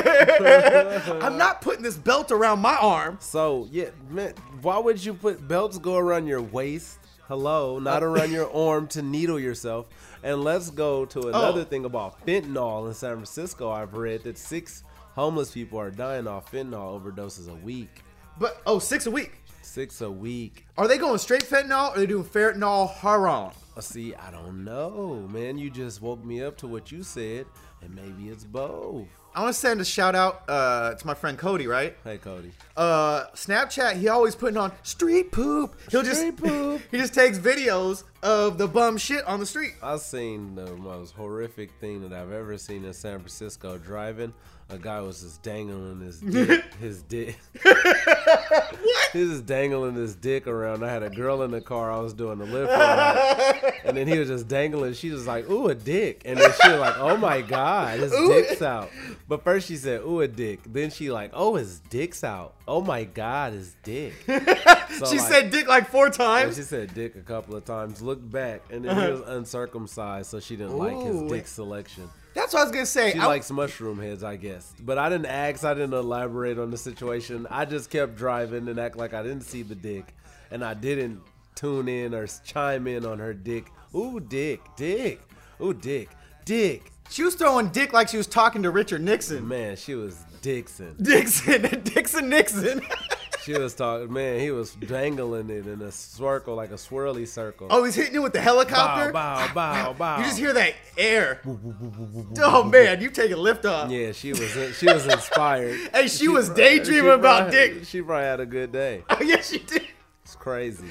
Speaker 4: I'm not putting this belt around my arm.
Speaker 1: so yeah, man, why would you put belts go around your waist? Hello, not around your arm to needle yourself. And let's go to another thing about fentanyl in San Francisco. I've read that six homeless people are dying off fentanyl overdoses a week.
Speaker 4: But oh, six a week.
Speaker 1: Six a week.
Speaker 4: Are they going straight fentanyl or are they doing fentanyl haram?
Speaker 1: Uh, See, I don't know, man. You just woke me up to what you said, and maybe it's both.
Speaker 4: I want to send a shout out uh, to my friend Cody, right?
Speaker 1: Hey, Cody.
Speaker 4: Uh, Snapchat, he always putting on street poop. He'll
Speaker 1: Street
Speaker 4: just
Speaker 1: poop.
Speaker 4: (laughs) he just takes videos of the bum shit on the street.
Speaker 1: I've seen the most horrific thing that I've ever seen in San Francisco driving. A guy was just dangling
Speaker 4: (laughs)
Speaker 1: his dick. his dick. He was just dangling his dick around. I had a girl in the car. I was doing the lift for her. And then he was just dangling. She was like, ooh, a dick. And then she was like, oh my God, his dick's out. But first she said, ooh, a dick. Then she like, oh, his dick's out. Oh my God, his
Speaker 4: (laughs)
Speaker 1: dick. So,
Speaker 4: she
Speaker 1: like,
Speaker 4: said dick like four
Speaker 1: and
Speaker 4: (laughs) times.
Speaker 1: she said dick a couple of times, looked back, and then he was uncircumcised, so she didn't like his
Speaker 4: Uh-huh. Ooh.
Speaker 1: dick selection.
Speaker 4: That's what I was gonna say.
Speaker 1: She
Speaker 4: I-
Speaker 1: likes mushroom heads, I guess. But I didn't ask. I didn't elaborate on the situation. I just kept driving and act like I didn't see the dick, and I didn't tune in or chime in on her dick. Ooh, dick, dick. Ooh, dick, dick.
Speaker 4: she was throwing dick like she was talking to Richard Nixon.
Speaker 1: Man, she was Dixon.
Speaker 4: Dixon, (laughs) Dixon, Nixon.
Speaker 1: She was talking. Man, he was dangling it in a circle like a swirly circle.
Speaker 4: oh, he's hitting it with the helicopter.
Speaker 1: bow, bow, bow, bow.
Speaker 4: You just hear that air. oh man, you take a lift off.
Speaker 1: Yeah, she was she was
Speaker 4: (laughs)
Speaker 1: inspired.
Speaker 4: Hey, she, was
Speaker 1: probably-
Speaker 4: daydreaming
Speaker 1: she
Speaker 4: about
Speaker 1: probably-
Speaker 4: dick. (laughs)
Speaker 1: She probably had a good day.
Speaker 4: yes, she did.
Speaker 1: It's crazy.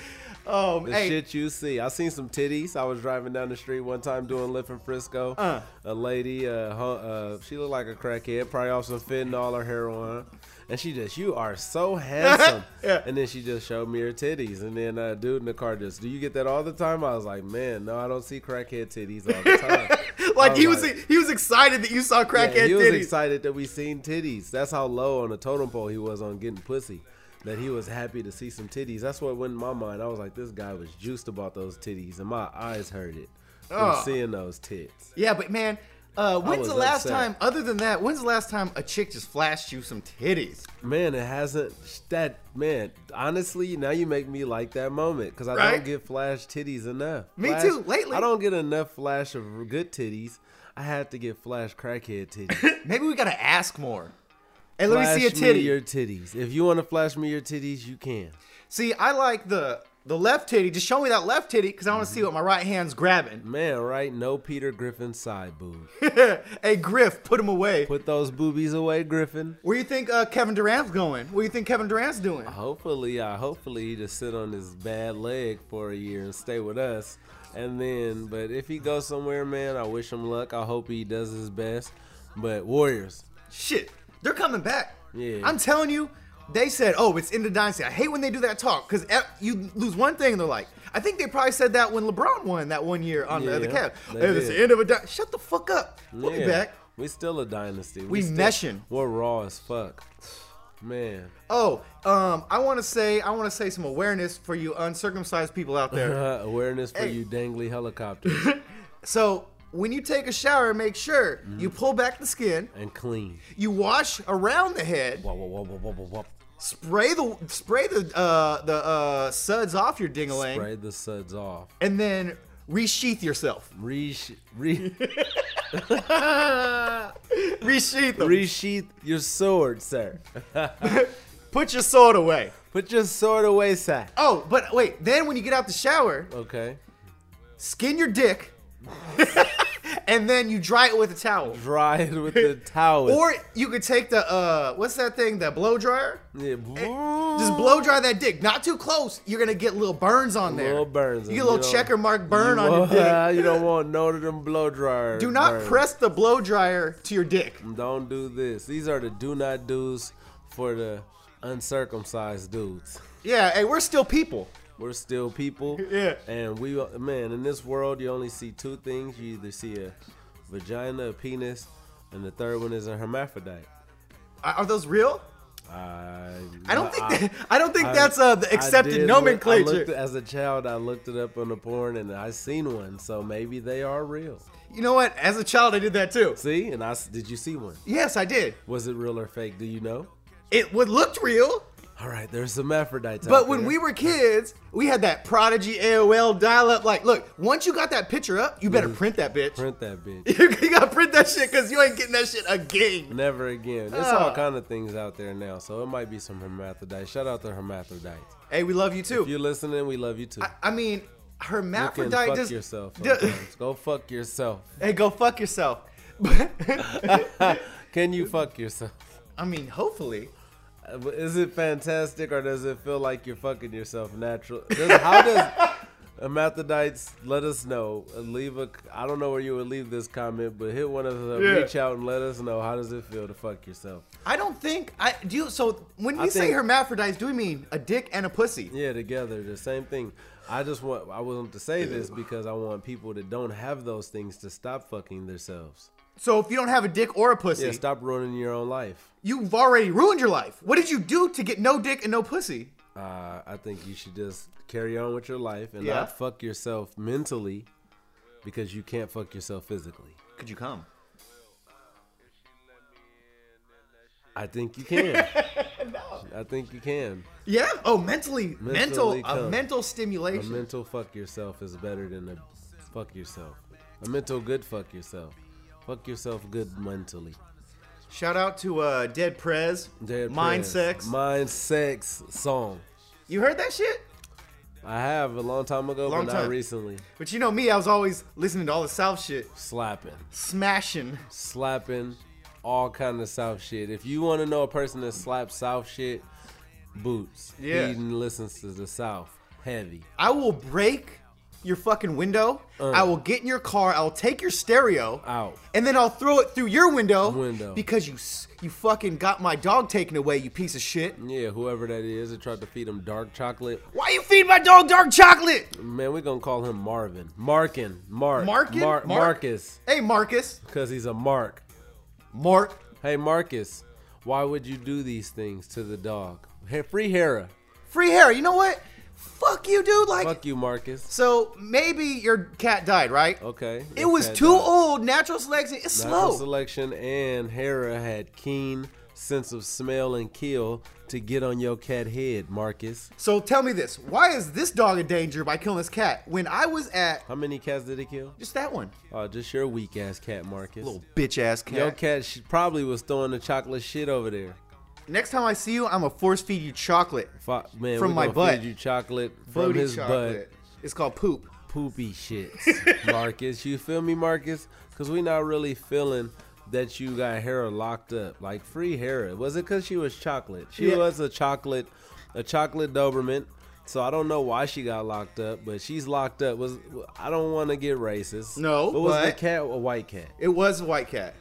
Speaker 4: Oh,
Speaker 1: The
Speaker 4: hey,
Speaker 1: shit you see. I seen some titties. I was driving down the street one time doing lift in Frisco.
Speaker 4: Uh.
Speaker 1: A lady, uh, hu- uh, she looked like a crackhead, probably off some fentanyl or heroin. And she just, you are so handsome.
Speaker 4: (laughs) Yeah.
Speaker 1: And then she just showed me her titties. And then uh, dude in the car just, do you get that all the time? I was like, man, no, I don't see crackhead titties all the
Speaker 4: (laughs)
Speaker 1: time.
Speaker 4: like
Speaker 1: I
Speaker 4: he was
Speaker 1: like-
Speaker 4: he was excited that you saw crackhead
Speaker 1: Yeah, he was
Speaker 4: titties.
Speaker 1: excited that we seen titties. That's how low on the totem pole he was on getting pussy. That he was happy to see some titties. That's what went in my mind. I was like, this guy was juiced about those titties, and my eyes hurt it from
Speaker 4: Ugh.
Speaker 1: seeing those tits.
Speaker 4: Yeah, but man, uh, when's
Speaker 1: was
Speaker 4: the last
Speaker 1: upset.
Speaker 4: time? Other than that, when's the last time a chick just flashed you some titties?
Speaker 1: Man, it hasn't that man. Honestly, now you make me like that moment because I
Speaker 4: Right?
Speaker 1: don't get flash titties enough.
Speaker 4: Me
Speaker 1: Flash-
Speaker 4: too, lately.
Speaker 1: I don't get enough flash of good titties. I have to get flash crackhead titties.
Speaker 4: Maybe we gotta ask more. Hey, (laughs) let
Speaker 1: flash
Speaker 4: me see a titty.
Speaker 1: Me your titties. If you want to flash me your titties, you can.
Speaker 4: See, I like the the left titty. Just show me that left titty because I want to see what my right hand's grabbing. (laughs)
Speaker 1: Man, right? No Peter Griffin side boob.
Speaker 4: hey, Griff, put him away.
Speaker 1: Put those boobies away, Griffin.
Speaker 4: Where you think uh, Kevin Durant's going? What do you think Kevin Durant's doing?
Speaker 1: Hopefully, I hopefully he just sit on his bad leg for a year and stay with us. And then, but if he goes somewhere, man, I wish him luck. I hope he does his best. But Warriors,
Speaker 4: Shit, they're coming back.
Speaker 1: Yeah.
Speaker 4: I'm telling you, they said, "Oh, it's in the dynasty." I hate when they do that talk because you lose one thing, and they're like, "I think they probably said that when LeBron won that one year on the, the
Speaker 1: Yeah,
Speaker 4: Cavs."
Speaker 1: they
Speaker 4: Hey, It's
Speaker 1: did.
Speaker 4: the end of a di- Shut the fuck up. We'll
Speaker 1: yeah,
Speaker 4: be back.
Speaker 1: We still a dynasty.
Speaker 4: We
Speaker 1: still-
Speaker 4: meshing.
Speaker 1: We're raw as fuck, man. (laughs)
Speaker 4: Oh, um, I want to say, I want to say some awareness for you uncircumcised people out
Speaker 1: (laughs)
Speaker 4: there.
Speaker 1: Awareness for
Speaker 4: Hey.
Speaker 1: you dangly helicopters
Speaker 4: (laughs) so. When you take a shower, make sure
Speaker 1: Mm-hmm.
Speaker 4: you pull back the skin,
Speaker 1: and clean.
Speaker 4: you wash around the head,
Speaker 1: Wah, wah, wah, wah, wah, wah, wah.
Speaker 4: spray the spray the uh, the uh, suds off your dingaling,
Speaker 1: Spray the suds off.
Speaker 4: and then resheath yourself.
Speaker 1: Re, re,
Speaker 4: Resheath them.
Speaker 1: resheath your sword, sir.
Speaker 4: Put your sword away.
Speaker 1: Put your sword away, sir.
Speaker 4: Oh, but wait. Then when you get out the shower,
Speaker 1: Okay.
Speaker 4: skin your dick, (laughs) and then you dry it with a towel.
Speaker 1: Dry it with
Speaker 4: (laughs)
Speaker 1: the towel.
Speaker 4: Or you could take the uh, what's that thing? The blow dryer.
Speaker 1: yeah.
Speaker 4: Just blow dry that dick. Not too close. You're gonna get little burns on there.
Speaker 1: Little burns,
Speaker 4: You get
Speaker 1: you
Speaker 4: a little
Speaker 1: know.
Speaker 4: checker mark burn
Speaker 1: You
Speaker 4: on your
Speaker 1: (laughs) want-
Speaker 4: dick.
Speaker 1: You don't want none of them blow dryer.
Speaker 4: Do not
Speaker 1: burns.
Speaker 4: press the blow dryer to your dick.
Speaker 1: Don't do this. These are the do not do's for the uncircumcised dudes.
Speaker 4: Yeah. Hey, we're still people.
Speaker 1: We're still people.
Speaker 4: (laughs) Yeah.
Speaker 1: And we, man, in this world, you only see two things. You either see a vagina, a penis, and the third one is a hermaphrodite.
Speaker 4: Are are those real?
Speaker 1: I, uh-uh.
Speaker 4: I don't
Speaker 1: I-
Speaker 4: think that, I don't think
Speaker 1: I-
Speaker 4: that's uh, the
Speaker 1: I
Speaker 4: accepted
Speaker 1: did look- I
Speaker 4: nomenclature.
Speaker 1: looked- as a child, I looked it up on the porn and I seen one, so maybe they are real.
Speaker 4: You know what? As a child, I did that too.
Speaker 1: See, and I s- did you see one?
Speaker 4: Yes, I did.
Speaker 1: Was it real or fake? Do you know?
Speaker 4: It would looked real,
Speaker 1: All right, there's some Aphrodite.
Speaker 4: but when we were kids, we had that Prodigy AOL dial-up. Like, look, once you got that picture up, you better print that bitch.
Speaker 1: Mm. print that bitch,
Speaker 4: (laughs) you gotta print that shit because you ain't getting that shit again.
Speaker 1: never again. There's
Speaker 4: Ah.
Speaker 1: all kind of things out there now, so it might be some hermaphrodite. Shout out to hermaphrodites.
Speaker 4: Hey, we love you
Speaker 1: If
Speaker 4: too.
Speaker 1: you're listening, we love you too.
Speaker 4: I mean,
Speaker 1: you can
Speaker 4: hermaphrodite
Speaker 1: fuck
Speaker 4: just
Speaker 1: yourself.
Speaker 4: d-
Speaker 1: sometimes. Go fuck yourself. (laughs)
Speaker 4: hey, go fuck yourself. (laughs)
Speaker 1: Can you fuck yourself?
Speaker 4: I mean, hopefully.
Speaker 1: Uh, but Is it fantastic or does it feel like you're fucking yourself natural? Does, how
Speaker 4: (laughs)
Speaker 1: does hermaphrodites let us know? Uh, Leave a I don't know where you would leave this comment, but hit one of them.
Speaker 4: Yeah.
Speaker 1: Reach out and let us know how does it feel to fuck yourself?
Speaker 4: I don't think I do. You, so when we
Speaker 1: I
Speaker 4: say
Speaker 1: think-
Speaker 4: hermaphrodites, do we mean a dick and a pussy?
Speaker 1: Yeah, together the same thing. I just want I want to say this because I want people that don't have those things to stop fucking themselves.
Speaker 4: So if you don't have a dick or a pussy,
Speaker 1: Yeah, stop ruining your own life.
Speaker 4: You've already ruined your life. What did you do to get no dick and no pussy?
Speaker 1: Uh, I think you should just carry on with your life and
Speaker 4: Yeah.
Speaker 1: not fuck yourself mentally because you can't fuck yourself physically.
Speaker 4: Could you come?
Speaker 1: I think you
Speaker 4: (laughs)
Speaker 1: can. I think you can.
Speaker 4: Yeah. Oh, mentally,
Speaker 1: Mentally
Speaker 4: mental, a
Speaker 1: come.
Speaker 4: mental
Speaker 1: A
Speaker 4: stimulation.
Speaker 1: mental fuck yourself is better than a fuck yourself. A mental good fuck yourself. Fuck yourself good mentally.
Speaker 4: Shout out to uh, Dead Prez.
Speaker 1: Dead
Speaker 4: Mind
Speaker 1: Prez.
Speaker 4: sex.
Speaker 1: Mind sex song.
Speaker 4: you heard that shit?
Speaker 1: I have a long time ago,
Speaker 4: Long
Speaker 1: but
Speaker 4: time.
Speaker 1: not recently.
Speaker 4: But you know me, I was always listening to all the South shit,
Speaker 1: Slapping,
Speaker 4: smashing.
Speaker 1: slapping, all kind of South shit. If you want to know a person that slaps South shit, Boots.
Speaker 4: Yeah.
Speaker 1: He listens to the South heavy.
Speaker 4: I will break your fucking window. I will get in your car. I'll take your stereo
Speaker 1: Uh. Out.
Speaker 4: and then I'll throw it through your window.
Speaker 1: Window.
Speaker 4: Because you s- you fucking got my dog taken away, you piece of shit.
Speaker 1: Yeah, whoever that is that tried to feed him dark chocolate.
Speaker 4: Why you feed my dog dark chocolate?
Speaker 1: Man, we're gonna call him Marvin. Markin. Mark.
Speaker 4: Markin?
Speaker 1: Mar-
Speaker 4: Mark?
Speaker 1: Marcus.
Speaker 4: Hey, Marcus.
Speaker 1: Because he's a Mark.
Speaker 4: Mark.
Speaker 1: Hey, Marcus, why would you do these things to the dog? Hey, free Hera.
Speaker 4: Free hair. You know what? Fuck you, dude. Like,
Speaker 1: Fuck you, Marcus.
Speaker 4: so maybe your cat died, right?
Speaker 1: Okay.
Speaker 4: It was
Speaker 1: Okay,
Speaker 4: too
Speaker 1: dog.
Speaker 4: old. Natural selection. It's
Speaker 1: Natural
Speaker 4: slow.
Speaker 1: selection and Hera had keen sense of smell and kill to get on your cat head, Marcus.
Speaker 4: so tell me this: Why is this dog in danger by killing this cat? When I was at
Speaker 1: How many cats did he kill?
Speaker 4: just that one,
Speaker 1: Oh, just your weak ass cat, Marcus.
Speaker 4: little bitch ass cat.
Speaker 1: Your cat she probably was throwing the chocolate shit over there.
Speaker 4: Next time I see you, I'm gonna force feed you chocolate.
Speaker 1: Fu- man,
Speaker 4: From
Speaker 1: we
Speaker 4: my
Speaker 1: gonna
Speaker 4: butt.
Speaker 1: Feed you chocolate from
Speaker 4: Booty
Speaker 1: his
Speaker 4: chocolate. It's called poop.
Speaker 1: butt.
Speaker 4: (laughs)
Speaker 1: Poopy shits, Marcus. You feel me, Marcus? Because we not really feeling that you got Hera locked up. Like free Hera. Was it because she was chocolate? She
Speaker 4: Yeah.
Speaker 1: was a chocolate, a chocolate Doberman. So I don't know why she got locked up, but she's locked up. Was I don't want to get racist.
Speaker 4: No,
Speaker 1: but was the
Speaker 4: but-
Speaker 1: cat a white cat?
Speaker 4: It was a white cat.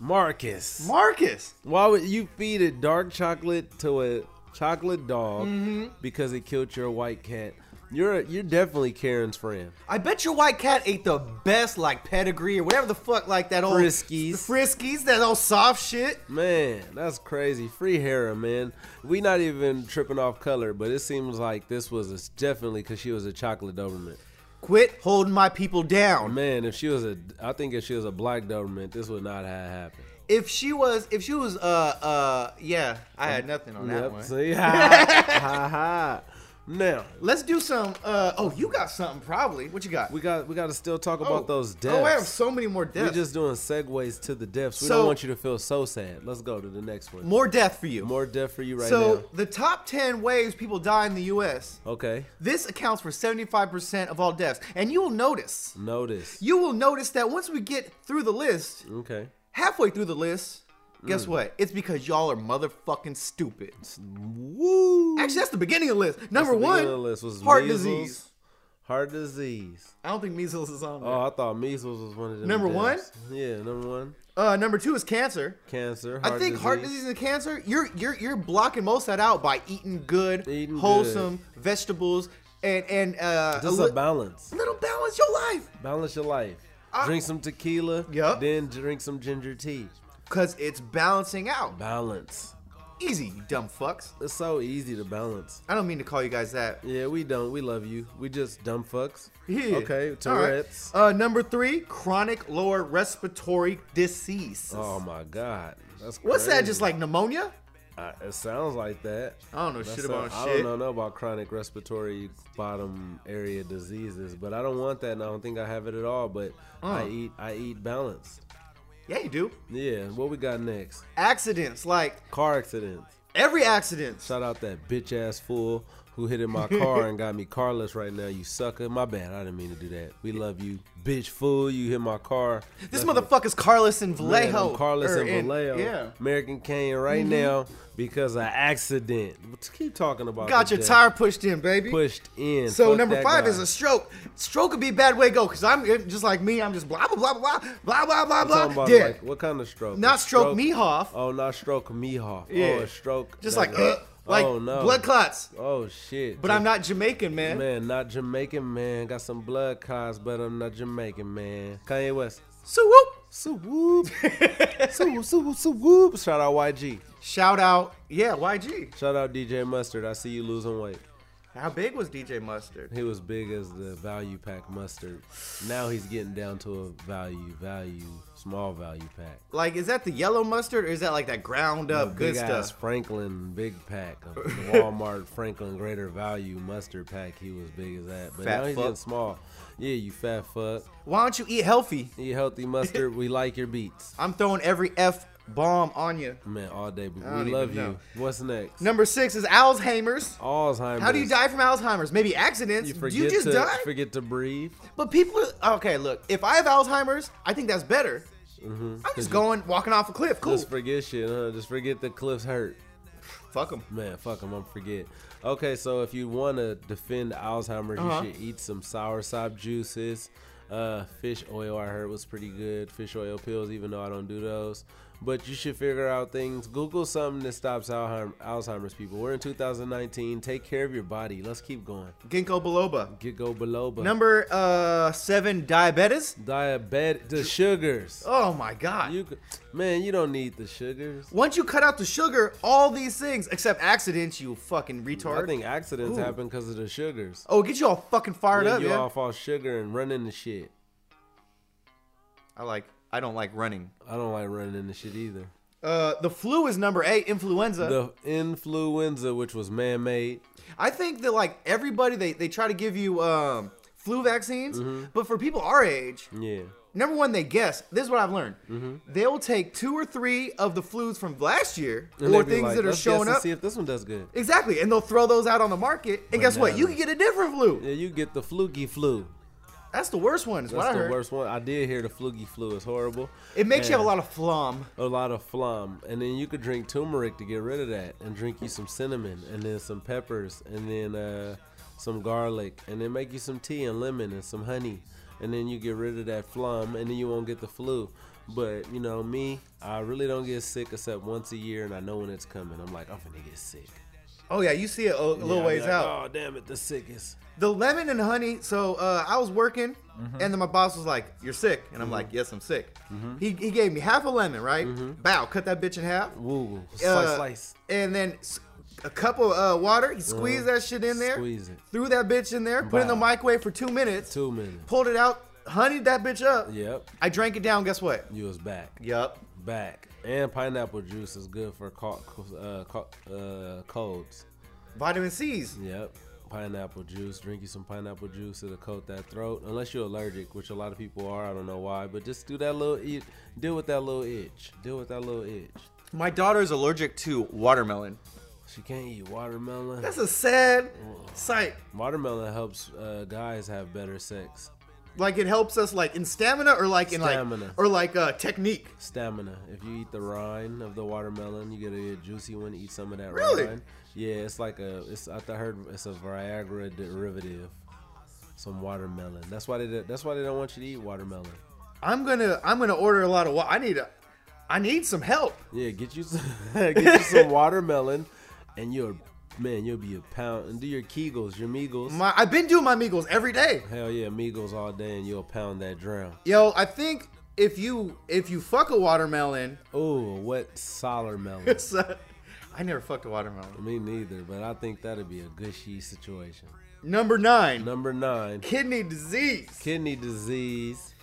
Speaker 1: Marcus.
Speaker 4: Marcus.
Speaker 1: Why would you feed a dark chocolate to a chocolate dog
Speaker 4: Mm-hmm.
Speaker 1: because it killed your white cat? You're you're definitely Karen's friend.
Speaker 4: I bet your white cat ate the best like pedigree or whatever the fuck like that old
Speaker 1: Friskies.
Speaker 4: the friskies, that old soft shit.
Speaker 1: Man, that's crazy. Free Hera, man. We not even tripping off color, but it seems like this was a, definitely because she was a chocolate Doberman.
Speaker 4: Quit holding my people down.
Speaker 1: Man, if she was a, I think if she was a black Doberman, this would not have happened.
Speaker 4: If she was, if she was, uh, uh, yeah, I had nothing on that
Speaker 1: Um, Yep.
Speaker 4: one.
Speaker 1: See, ha
Speaker 4: (laughs)
Speaker 1: ha ha. Now
Speaker 4: Let's do some. Uh, oh, you got something probably. What you got?
Speaker 1: we got we got to still talk
Speaker 4: oh,
Speaker 1: about those deaths.
Speaker 4: Oh, I have so many more deaths.
Speaker 1: We're just doing segues to the depths. We
Speaker 4: So-
Speaker 1: don't want you to feel so sad. Let's go to the next one. More,
Speaker 4: more death for you.
Speaker 1: death for you right
Speaker 4: so the top ten ways people die in the U.S.
Speaker 1: now. Okay.
Speaker 4: This accounts for 75% of all deaths, and you will notice.
Speaker 1: Notice.
Speaker 4: You will notice that once we get through the list,
Speaker 1: Okay.
Speaker 4: halfway through the list, guess
Speaker 1: Mm.
Speaker 4: what? It's because y'all are motherfucking stupid.
Speaker 1: Woo.
Speaker 4: Actually, that's the beginning of the list.
Speaker 1: That's
Speaker 4: Number
Speaker 1: the
Speaker 4: one,
Speaker 1: beginning of the list was
Speaker 4: heart
Speaker 1: measles.
Speaker 4: disease.
Speaker 1: Heart disease.
Speaker 4: I don't think measles is on there.
Speaker 1: Oh, I thought measles was one of them.
Speaker 4: Number one?
Speaker 1: deaths. Yeah, number one.
Speaker 4: Uh, number two is cancer.
Speaker 1: Cancer.
Speaker 4: I think heart disease and cancer, you're you're you're blocking most of that out by eating good,
Speaker 1: Eating
Speaker 4: wholesome vegetables, and and uh,
Speaker 1: Just
Speaker 4: a
Speaker 1: a
Speaker 4: li-
Speaker 1: balance.
Speaker 4: little balance your life,
Speaker 1: Balance your life.
Speaker 4: I-
Speaker 1: drink some tequila.
Speaker 4: Yup.
Speaker 1: Then drink some ginger tea.
Speaker 4: cause it's balancing out.
Speaker 1: Balance.
Speaker 4: Easy, you dumb fucks.
Speaker 1: It's so easy to balance.
Speaker 4: I don't mean to call you guys that.
Speaker 1: Yeah, we don't. We love you. We just dumb fucks.
Speaker 4: Yeah.
Speaker 1: Okay,
Speaker 4: All right.
Speaker 1: Tourette's.
Speaker 4: Uh, number three, chronic lower respiratory disease.
Speaker 1: Oh my god, that's
Speaker 4: What's that?
Speaker 1: crazy.
Speaker 4: Just like pneumonia?
Speaker 1: I, it sounds like that.
Speaker 4: I don't know
Speaker 1: That's
Speaker 4: shit
Speaker 1: so-
Speaker 4: about
Speaker 1: I
Speaker 4: shit.
Speaker 1: don't know about chronic respiratory bottom area diseases, but I don't want that, and I don't think I have it at all. But
Speaker 4: Uh.
Speaker 1: I eat, I eat balanced.
Speaker 4: Yeah, you do.
Speaker 1: Yeah. What we got next?
Speaker 4: Accidents, like
Speaker 1: Car accidents.
Speaker 4: every accident.
Speaker 1: Shout out that bitch ass fool who hit in my
Speaker 4: (laughs)
Speaker 1: car and got me carless right now. You sucker. My bad. I didn't mean to do that. We love you, bitch fool. You hit my car.
Speaker 4: This
Speaker 1: Left me
Speaker 4: motherfucker's Carlos and
Speaker 1: Man,
Speaker 4: Vallejo.
Speaker 1: I'm Carlos
Speaker 4: or
Speaker 1: and
Speaker 4: in-
Speaker 1: Vallejo.
Speaker 4: Yeah. Mm-hmm.
Speaker 1: American Kane right now because of accident. Keep talking about
Speaker 4: Got
Speaker 1: the
Speaker 4: your
Speaker 1: death.
Speaker 4: tire pushed in, baby.
Speaker 1: pushed in.
Speaker 4: So
Speaker 1: Fuck
Speaker 4: number
Speaker 1: that
Speaker 4: five
Speaker 1: guy.
Speaker 4: is a stroke. Stroke could be a bad way to go because I'm just like me. I'm just blah blah blah blah blah blah blah
Speaker 1: I'm talking
Speaker 4: blah.
Speaker 1: about,
Speaker 4: Dead.
Speaker 1: like, what kind of stroke?
Speaker 4: Not
Speaker 1: A
Speaker 4: stroke me off.
Speaker 1: Oh, not stroke me off.
Speaker 4: Yeah.
Speaker 1: Oh, a stroke.
Speaker 4: just
Speaker 1: that
Speaker 4: like
Speaker 1: is-
Speaker 4: uh, like
Speaker 1: oh, no.
Speaker 4: blood clots.
Speaker 1: Oh shit.
Speaker 4: But I'm not Jamaican, man.
Speaker 1: Man, not Jamaican man. Got some blood clots, but I'm not Jamaican man. Kanye West.
Speaker 4: So whoop. (laughs)
Speaker 1: Swoop. swoop, swoop, swoop. Shout out YG.
Speaker 4: Shout out, yeah, YG.
Speaker 1: Shout out DJ Mustard. I see you losing weight.
Speaker 4: How big was DJ Mustard?
Speaker 1: He was big as the value pack mustard. Now he's getting down to a value, value, small value pack.
Speaker 4: Like, is that the yellow mustard or is that like that ground up good
Speaker 1: big ass
Speaker 4: stuff?
Speaker 1: Franklin big pack of the Walmart Franklin Greater Value mustard pack. He was big as that, but
Speaker 4: Fat
Speaker 1: now he's
Speaker 4: fuck.
Speaker 1: getting small. Yeah, you fat fuck.
Speaker 4: Why don't you eat healthy?
Speaker 1: Eat healthy mustard.
Speaker 4: (laughs)
Speaker 1: we like your beats,
Speaker 4: I'm throwing every F bomb on you.
Speaker 1: man, all day. But
Speaker 4: I don't
Speaker 1: we love you.
Speaker 4: even
Speaker 1: What's next?
Speaker 4: Number six is Alzheimer's.
Speaker 1: Alzheimer's.
Speaker 4: How do you die from Alzheimer's? Maybe accidents.
Speaker 1: You
Speaker 4: Do
Speaker 1: forget
Speaker 4: you just
Speaker 1: to
Speaker 4: die?
Speaker 1: forget to breathe.
Speaker 4: But people, okay, look, if I have Alzheimer's, I think that's better.
Speaker 1: Mm-hmm.
Speaker 4: I'm just going, walking off a cliff. Cool.
Speaker 1: Just forget shit. Huh? Just forget the cliffs hurt.
Speaker 4: Fuck them.
Speaker 1: Man, fuck them. I'm forget. Okay, so if you want to defend Alzheimer's,
Speaker 4: Uh-huh.
Speaker 1: you should eat some sour sop juices. Uh, fish oil I heard was pretty good. Fish oil pills, even though I don't do those. But you should figure out things. Google something that stops Alzheimer- Alzheimer's people. We're in 2019. Take care of your body. Let's keep going.
Speaker 4: Ginkgo biloba.
Speaker 1: Get go below, but
Speaker 4: Number uh, seven, diabetes.
Speaker 1: diabetic the sugars.
Speaker 4: Oh my God.
Speaker 1: You could, man, you don't need the sugars.
Speaker 4: Once you cut out the sugar, all these things, except accidents, you fucking retard.
Speaker 1: I think accidents
Speaker 4: Ooh.
Speaker 1: happen because of the sugars.
Speaker 4: oh, get you all fucking fired
Speaker 1: Yeah,
Speaker 4: up,
Speaker 1: you
Speaker 4: man.
Speaker 1: off all sugar and running the shit.
Speaker 4: I like. I don't like running.
Speaker 1: I don't like running into shit either.
Speaker 4: Uh, the flu is number eight, influenza.
Speaker 1: The influenza, which was man made,
Speaker 4: I think that like everybody, they they try to give you um flu vaccines,
Speaker 1: Mm-hmm.
Speaker 4: but for people our age,
Speaker 1: yeah.
Speaker 4: number one, they guess. This is what I've learned.
Speaker 1: Mm-hmm.
Speaker 4: They'll take two or three of the flus from last year
Speaker 1: And
Speaker 4: or
Speaker 1: they be
Speaker 4: things
Speaker 1: like,
Speaker 4: that are
Speaker 1: "Let's guess
Speaker 4: showing
Speaker 1: and
Speaker 4: up.
Speaker 1: See if this one does good.
Speaker 4: Exactly, and they'll throw those out on the market, and guess what?
Speaker 1: now-
Speaker 4: You can get a different flu.
Speaker 1: Yeah, you get the fluky flu.
Speaker 4: That's the worst one. Is
Speaker 1: That's
Speaker 4: what I
Speaker 1: the
Speaker 4: heard.
Speaker 1: worst one. I did hear the fluky flu is horrible.
Speaker 4: It makes you have
Speaker 1: And
Speaker 4: a lot of phlegm.
Speaker 1: a lot of phlegm, and then you could drink turmeric to get rid of that, and drink you some cinnamon, and then some peppers, and then uh, some garlic, and then make you some tea and lemon and some honey, and then you get rid of that phlegm, and then you won't get the flu. But you know me, I really don't get sick except once a year, and I know when it's coming. I'm like, I'm gonna get sick.
Speaker 4: Oh yeah, you see it a, a little
Speaker 1: Yeah, I'd be
Speaker 4: ways
Speaker 1: like,
Speaker 4: out.
Speaker 1: Oh damn it, the sickest.
Speaker 4: The lemon and honey. So uh, I was working,
Speaker 1: Mm-hmm.
Speaker 4: and then my boss was like, "You're sick," and I'm like, "Yes, I'm sick." He, he gave me half a lemon, right?
Speaker 1: Mm-hmm.
Speaker 4: Bow, cut that bitch in half.
Speaker 1: Woo, slice,
Speaker 4: Uh,
Speaker 1: slice.
Speaker 4: And then s- a cup of uh, water. He squeezed that shit in there.
Speaker 1: Squeeze it.
Speaker 4: Threw that bitch in there. Put it in the
Speaker 1: Wow.
Speaker 4: microwave for two minutes.
Speaker 1: Two minutes.
Speaker 4: Pulled it out. Honeyed that bitch up.
Speaker 1: Yep,
Speaker 4: I drank it down. Guess what?
Speaker 1: you was back,
Speaker 4: Yup.
Speaker 1: back. And pineapple juice is good for co- uh, co- uh, colds.
Speaker 4: Vitamin C's.
Speaker 1: Yep. Pineapple juice. Drink you some pineapple juice. It'll coat that throat. Unless you're allergic, which a lot of people are. I don't know why, but just do that little it. Deal with that little itch. Deal with that little itch.
Speaker 4: My daughter is allergic to watermelon.
Speaker 1: She can't eat watermelon.
Speaker 4: That's a sad sight.
Speaker 1: watermelon helps uh, guys have better sex
Speaker 4: Like it helps us like in stamina or like in
Speaker 1: Stamina.
Speaker 4: like or like uh technique.
Speaker 1: stamina. If you eat the rind of the watermelon, you get a juicy one. Eat some of that
Speaker 4: Really?
Speaker 1: rind. Yeah, it's like a. It's I th- heard it's a Viagra derivative. Some watermelon. That's why they. That's why they don't want you to eat watermelon.
Speaker 4: I'm gonna I'm gonna order a lot of water. I need a I need some help.
Speaker 1: Yeah, get you some, (laughs) get you
Speaker 4: (laughs)
Speaker 1: some watermelon, and you'll man, you'll be a pound and do your Kegels, your Meagles.
Speaker 4: My I've been doing my Migos every day.
Speaker 1: Hell yeah, Meagles all day, and you'll pound that drown.
Speaker 4: Yo, I think if you if you fuck a watermelon, (laughs)
Speaker 1: Oh, what solar melon.
Speaker 4: it's uh, I never fucked a watermelon.
Speaker 1: Me neither, but I think that'd be a gushy situation.
Speaker 4: Number nine,
Speaker 1: Number nine,
Speaker 4: kidney disease.
Speaker 1: kidney disease.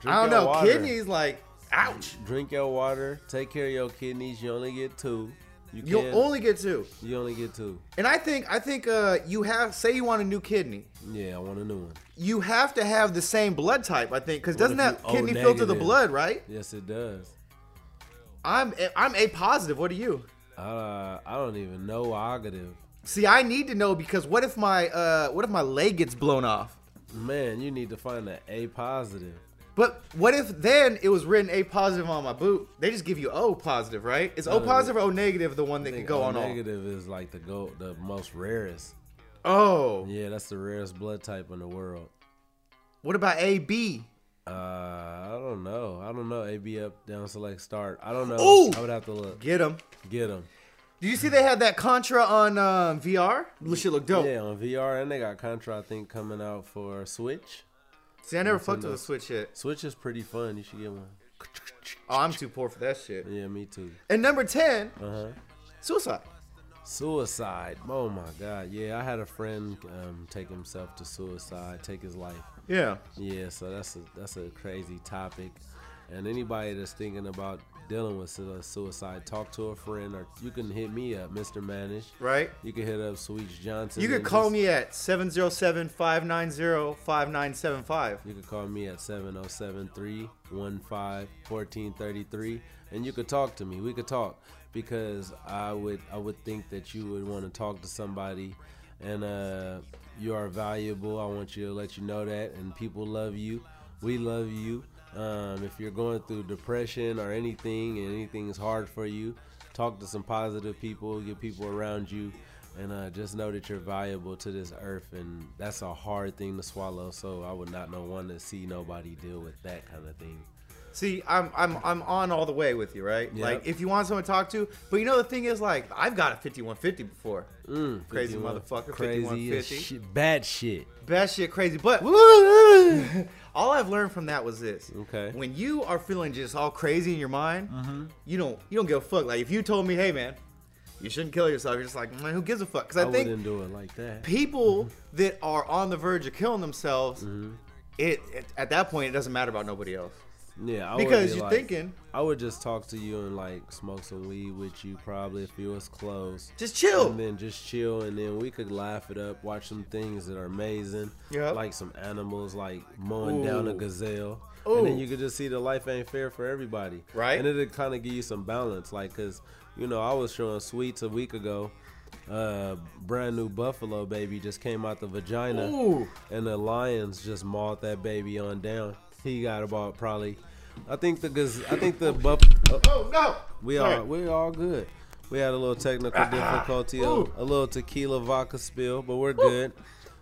Speaker 1: Drink
Speaker 4: I don't
Speaker 1: your
Speaker 4: know,
Speaker 1: water.
Speaker 4: kidneys like ouch.
Speaker 1: Drink your water. Take care of your kidneys. You only get two. You
Speaker 4: You'll
Speaker 1: can
Speaker 4: only get two.
Speaker 1: you only get two.
Speaker 4: And I think I think uh you have say you want a new kidney.
Speaker 1: Yeah, I want a new one.
Speaker 4: You have to have the same blood type, I think, because doesn't
Speaker 1: if
Speaker 4: that
Speaker 1: you O
Speaker 4: kidney filter the
Speaker 1: negative?
Speaker 4: blood, right?
Speaker 1: Yes, it does.
Speaker 4: I'm I'm A positive. What are you?
Speaker 1: Uh, I don't even know ogative.
Speaker 4: See, I need to know because what if my uh what if my leg gets blown off?
Speaker 1: Man, you need to find an A positive.
Speaker 4: But what if then it was written A positive on my boot? They just give you O positive, right? Is O
Speaker 1: No,
Speaker 4: positive or O negative the one that
Speaker 1: Uh, I
Speaker 4: can
Speaker 1: think
Speaker 4: go
Speaker 1: O
Speaker 4: on all?
Speaker 1: negative is like the go the most rarest.
Speaker 4: Oh,
Speaker 1: Yeah, that's the rarest blood type in the world.
Speaker 4: what about AB?
Speaker 1: Uh, I don't know. I don't know. A B up down select start. I don't know.
Speaker 4: Ooh!
Speaker 1: I would have to look.
Speaker 4: Get him.
Speaker 1: Get them.
Speaker 4: Do you see they had that Contra on um, VR? This shit look dope.
Speaker 1: Yeah, on VR and they got Contra I think coming out for Switch.
Speaker 4: See, I never fucked with the Switch shit.
Speaker 1: Switch is pretty fun. You should get one.
Speaker 4: Oh, I'm too poor for that shit.
Speaker 1: Yeah, me too.
Speaker 4: And number 10,
Speaker 1: Uh huh.
Speaker 4: suicide.
Speaker 1: Suicide. Oh my God. Yeah, I had a friend um, take himself to suicide, take his life.
Speaker 4: Yeah.
Speaker 1: Yeah, so that's a that's a crazy topic. And anybody that's thinking about dealing with su- suicide, talk to a friend, or you can hit me up, Mr. Manish.
Speaker 4: Right.
Speaker 1: You can hit up Sweets Johnson.
Speaker 4: You could
Speaker 1: and
Speaker 4: call
Speaker 1: just-
Speaker 4: me at 707-590-5975.
Speaker 1: You can call me at 707-315-1433 and you could talk to me. We could talk because I would I would think that you would want to talk to somebody and uh, you are valuable. I want you to let you know that and people love you. We love you. Um, if you're going through depression or anything and anything is hard for you, talk to some positive people, get people around you and uh, just know that you're valuable to this earth, and that's a hard thing to swallow. So I would not know want to see nobody deal with that kind of thing.
Speaker 4: See, I'm I'm I'm on all the way with you, right?
Speaker 1: Yeah.
Speaker 4: Like if you want someone to talk to, but you know the thing is like I've got a 5150 before. Hmm, crazy
Speaker 1: 51
Speaker 4: motherfucker,
Speaker 1: Mm, crazy
Speaker 4: 5150.
Speaker 1: as shit, bad
Speaker 4: (laughs)
Speaker 1: shit.
Speaker 4: Bad shit crazy, but all I've learned from that was this.
Speaker 1: Okay. Mm-hmm.
Speaker 4: When you are feeling just all crazy in your mind, you don't you don't give a fuck. Like if you told me, "Hey man, you shouldn't kill yourself." You're just like, "Man, who gives a fuck?" Cuz
Speaker 1: I,
Speaker 4: I, think
Speaker 1: wouldn't Mm-hmm. do it like that.
Speaker 4: people that are on the verge of killing themselves,
Speaker 1: Mm-hmm.
Speaker 4: it, it at that point it doesn't matter about nobody else.
Speaker 1: Yeah, I would
Speaker 4: Because
Speaker 1: be
Speaker 4: you're
Speaker 1: like-
Speaker 4: thinking,
Speaker 1: I would just talk to you and like smoke some weed with you, probably if you was close.
Speaker 4: just chill.
Speaker 1: and then just chill and then we could laugh it up watch some things that are amazing
Speaker 4: Yep.
Speaker 1: like some animals like mowing down a
Speaker 4: Ooh.
Speaker 1: gazelle and then
Speaker 4: Ooh.
Speaker 1: you could just see the life ain't fair for everybody
Speaker 4: Right.
Speaker 1: and it'll kind of give you some balance like because you know i was showing sweets a week ago uh brand new buffalo baby just came out the vagina
Speaker 4: Ooh.
Speaker 1: and the lions just mauled that baby on down he got about probably i think the gaz- i think the buff
Speaker 4: Oh no.
Speaker 1: we
Speaker 4: Sorry.
Speaker 1: are we all good. We had a little technical difficulty, a,
Speaker 4: Ah, Ooh.
Speaker 1: a little tequila vodka spill, but we're good.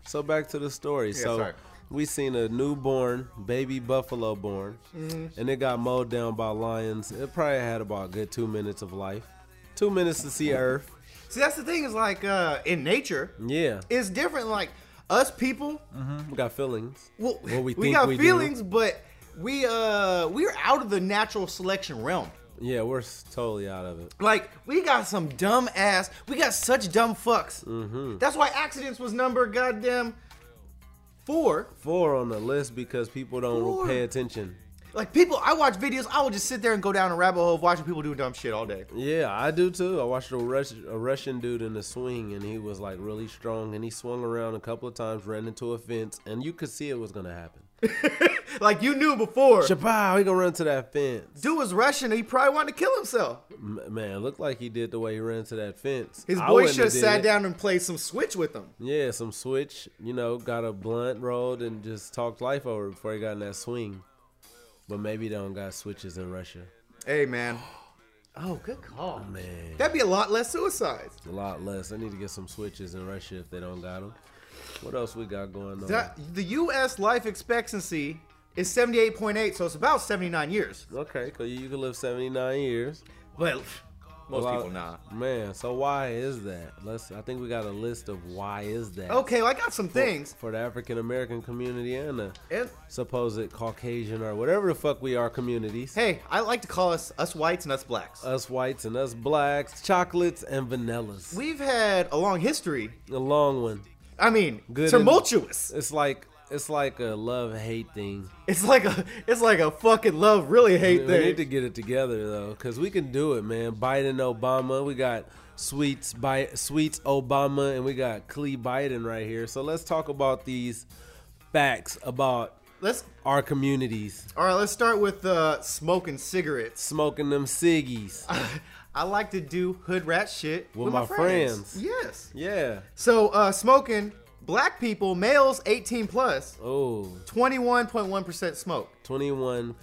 Speaker 1: So back to the story. so
Speaker 4: sorry.
Speaker 1: we seen a newborn baby buffalo born,
Speaker 4: Mm-hmm.
Speaker 1: and it got mowed down by lions. It probably had about a good two minutes of life, two minutes to see Earth.
Speaker 4: See, that's the thing is like uh, in nature,
Speaker 1: Yeah,
Speaker 4: it's different. Like us people,
Speaker 1: we got feelings.
Speaker 4: well,
Speaker 1: Mm. What we
Speaker 4: (laughs) we,
Speaker 1: think
Speaker 4: got
Speaker 1: we do.
Speaker 4: feelings, but we uh we're out of the natural selection realm.
Speaker 1: Yeah, we're s- totally out of it.
Speaker 4: Like we got some dumb ass. We got such dumb fucks.
Speaker 1: Mm-hmm.
Speaker 4: That's why accidents was number goddamn four.
Speaker 1: Four on the list because people don't
Speaker 4: Four.
Speaker 1: pay attention.
Speaker 4: Like people, I watch videos. I will just sit there and go down a rabbit hole of watching people do dumb shit all day.
Speaker 1: Yeah, I do too. I watched a, Rush, a Russian dude in the swing, and he was like really strong, and he swung around a couple of times, ran into a fence, and you could see it was gonna happen.
Speaker 4: Like you knew before.
Speaker 1: Chapow, he gonna run to that fence.
Speaker 4: Dude was Russian. He probably wanted to kill himself.
Speaker 1: M- man, it looked like he did the way he ran to that fence.
Speaker 4: His
Speaker 1: I
Speaker 4: boy
Speaker 1: wouldn't
Speaker 4: should have
Speaker 1: did
Speaker 4: sat
Speaker 1: it.
Speaker 4: down and played some Switch with him.
Speaker 1: Yeah, some switch, you know, got a blunt rolled and just talked life over before he got in that swing. But maybe they don't got switches in Russia.
Speaker 4: Hey man. Oh, good call.
Speaker 1: Man, Oh.
Speaker 4: That'd be a lot less suicides.
Speaker 1: a lot less. I need to get some switches in Russia if they don't got them. What else we got going on?
Speaker 4: That- the U.S. life expectancy is 78.8, so it's about 79 years.
Speaker 1: Okay, cause you can live seventy nine years.
Speaker 4: Well, most
Speaker 1: Well, I-
Speaker 4: people not.
Speaker 1: Man, so why is that? Let's. I think we got a list of why is that.
Speaker 4: Okay, well, I got some things.
Speaker 1: For the African American community and the
Speaker 4: And
Speaker 1: supposed Caucasian or whatever the fuck we are communities.
Speaker 4: hey, I like to call us us whites and us blacks.
Speaker 1: Us whites and us blacks, chocolates and vanillas.
Speaker 4: We've had a long history.
Speaker 1: a long one.
Speaker 4: I mean,
Speaker 1: Good
Speaker 4: tumultuous.
Speaker 1: It's like it's like a love hate thing.
Speaker 4: it's like a it's like a fucking love really hate
Speaker 1: We need to
Speaker 4: thing.
Speaker 1: get it together though, because we can do it, man. Biden, Obama, we got sweets by sweets Obama, and we got Clee Biden right here. So let's talk about these facts about
Speaker 4: Let's
Speaker 1: our communities
Speaker 4: all right. Let's start with uh, smoking cigarettes.
Speaker 1: smoking them ciggies.
Speaker 4: I like to do hood rat shit
Speaker 1: With
Speaker 4: with,
Speaker 1: my
Speaker 4: my, friends.
Speaker 1: friends.
Speaker 4: Yes.
Speaker 1: (laughs) Yeah.
Speaker 4: So uh, smoking, black people, males 18 plus,
Speaker 1: Oh,
Speaker 4: 21.1% smoke.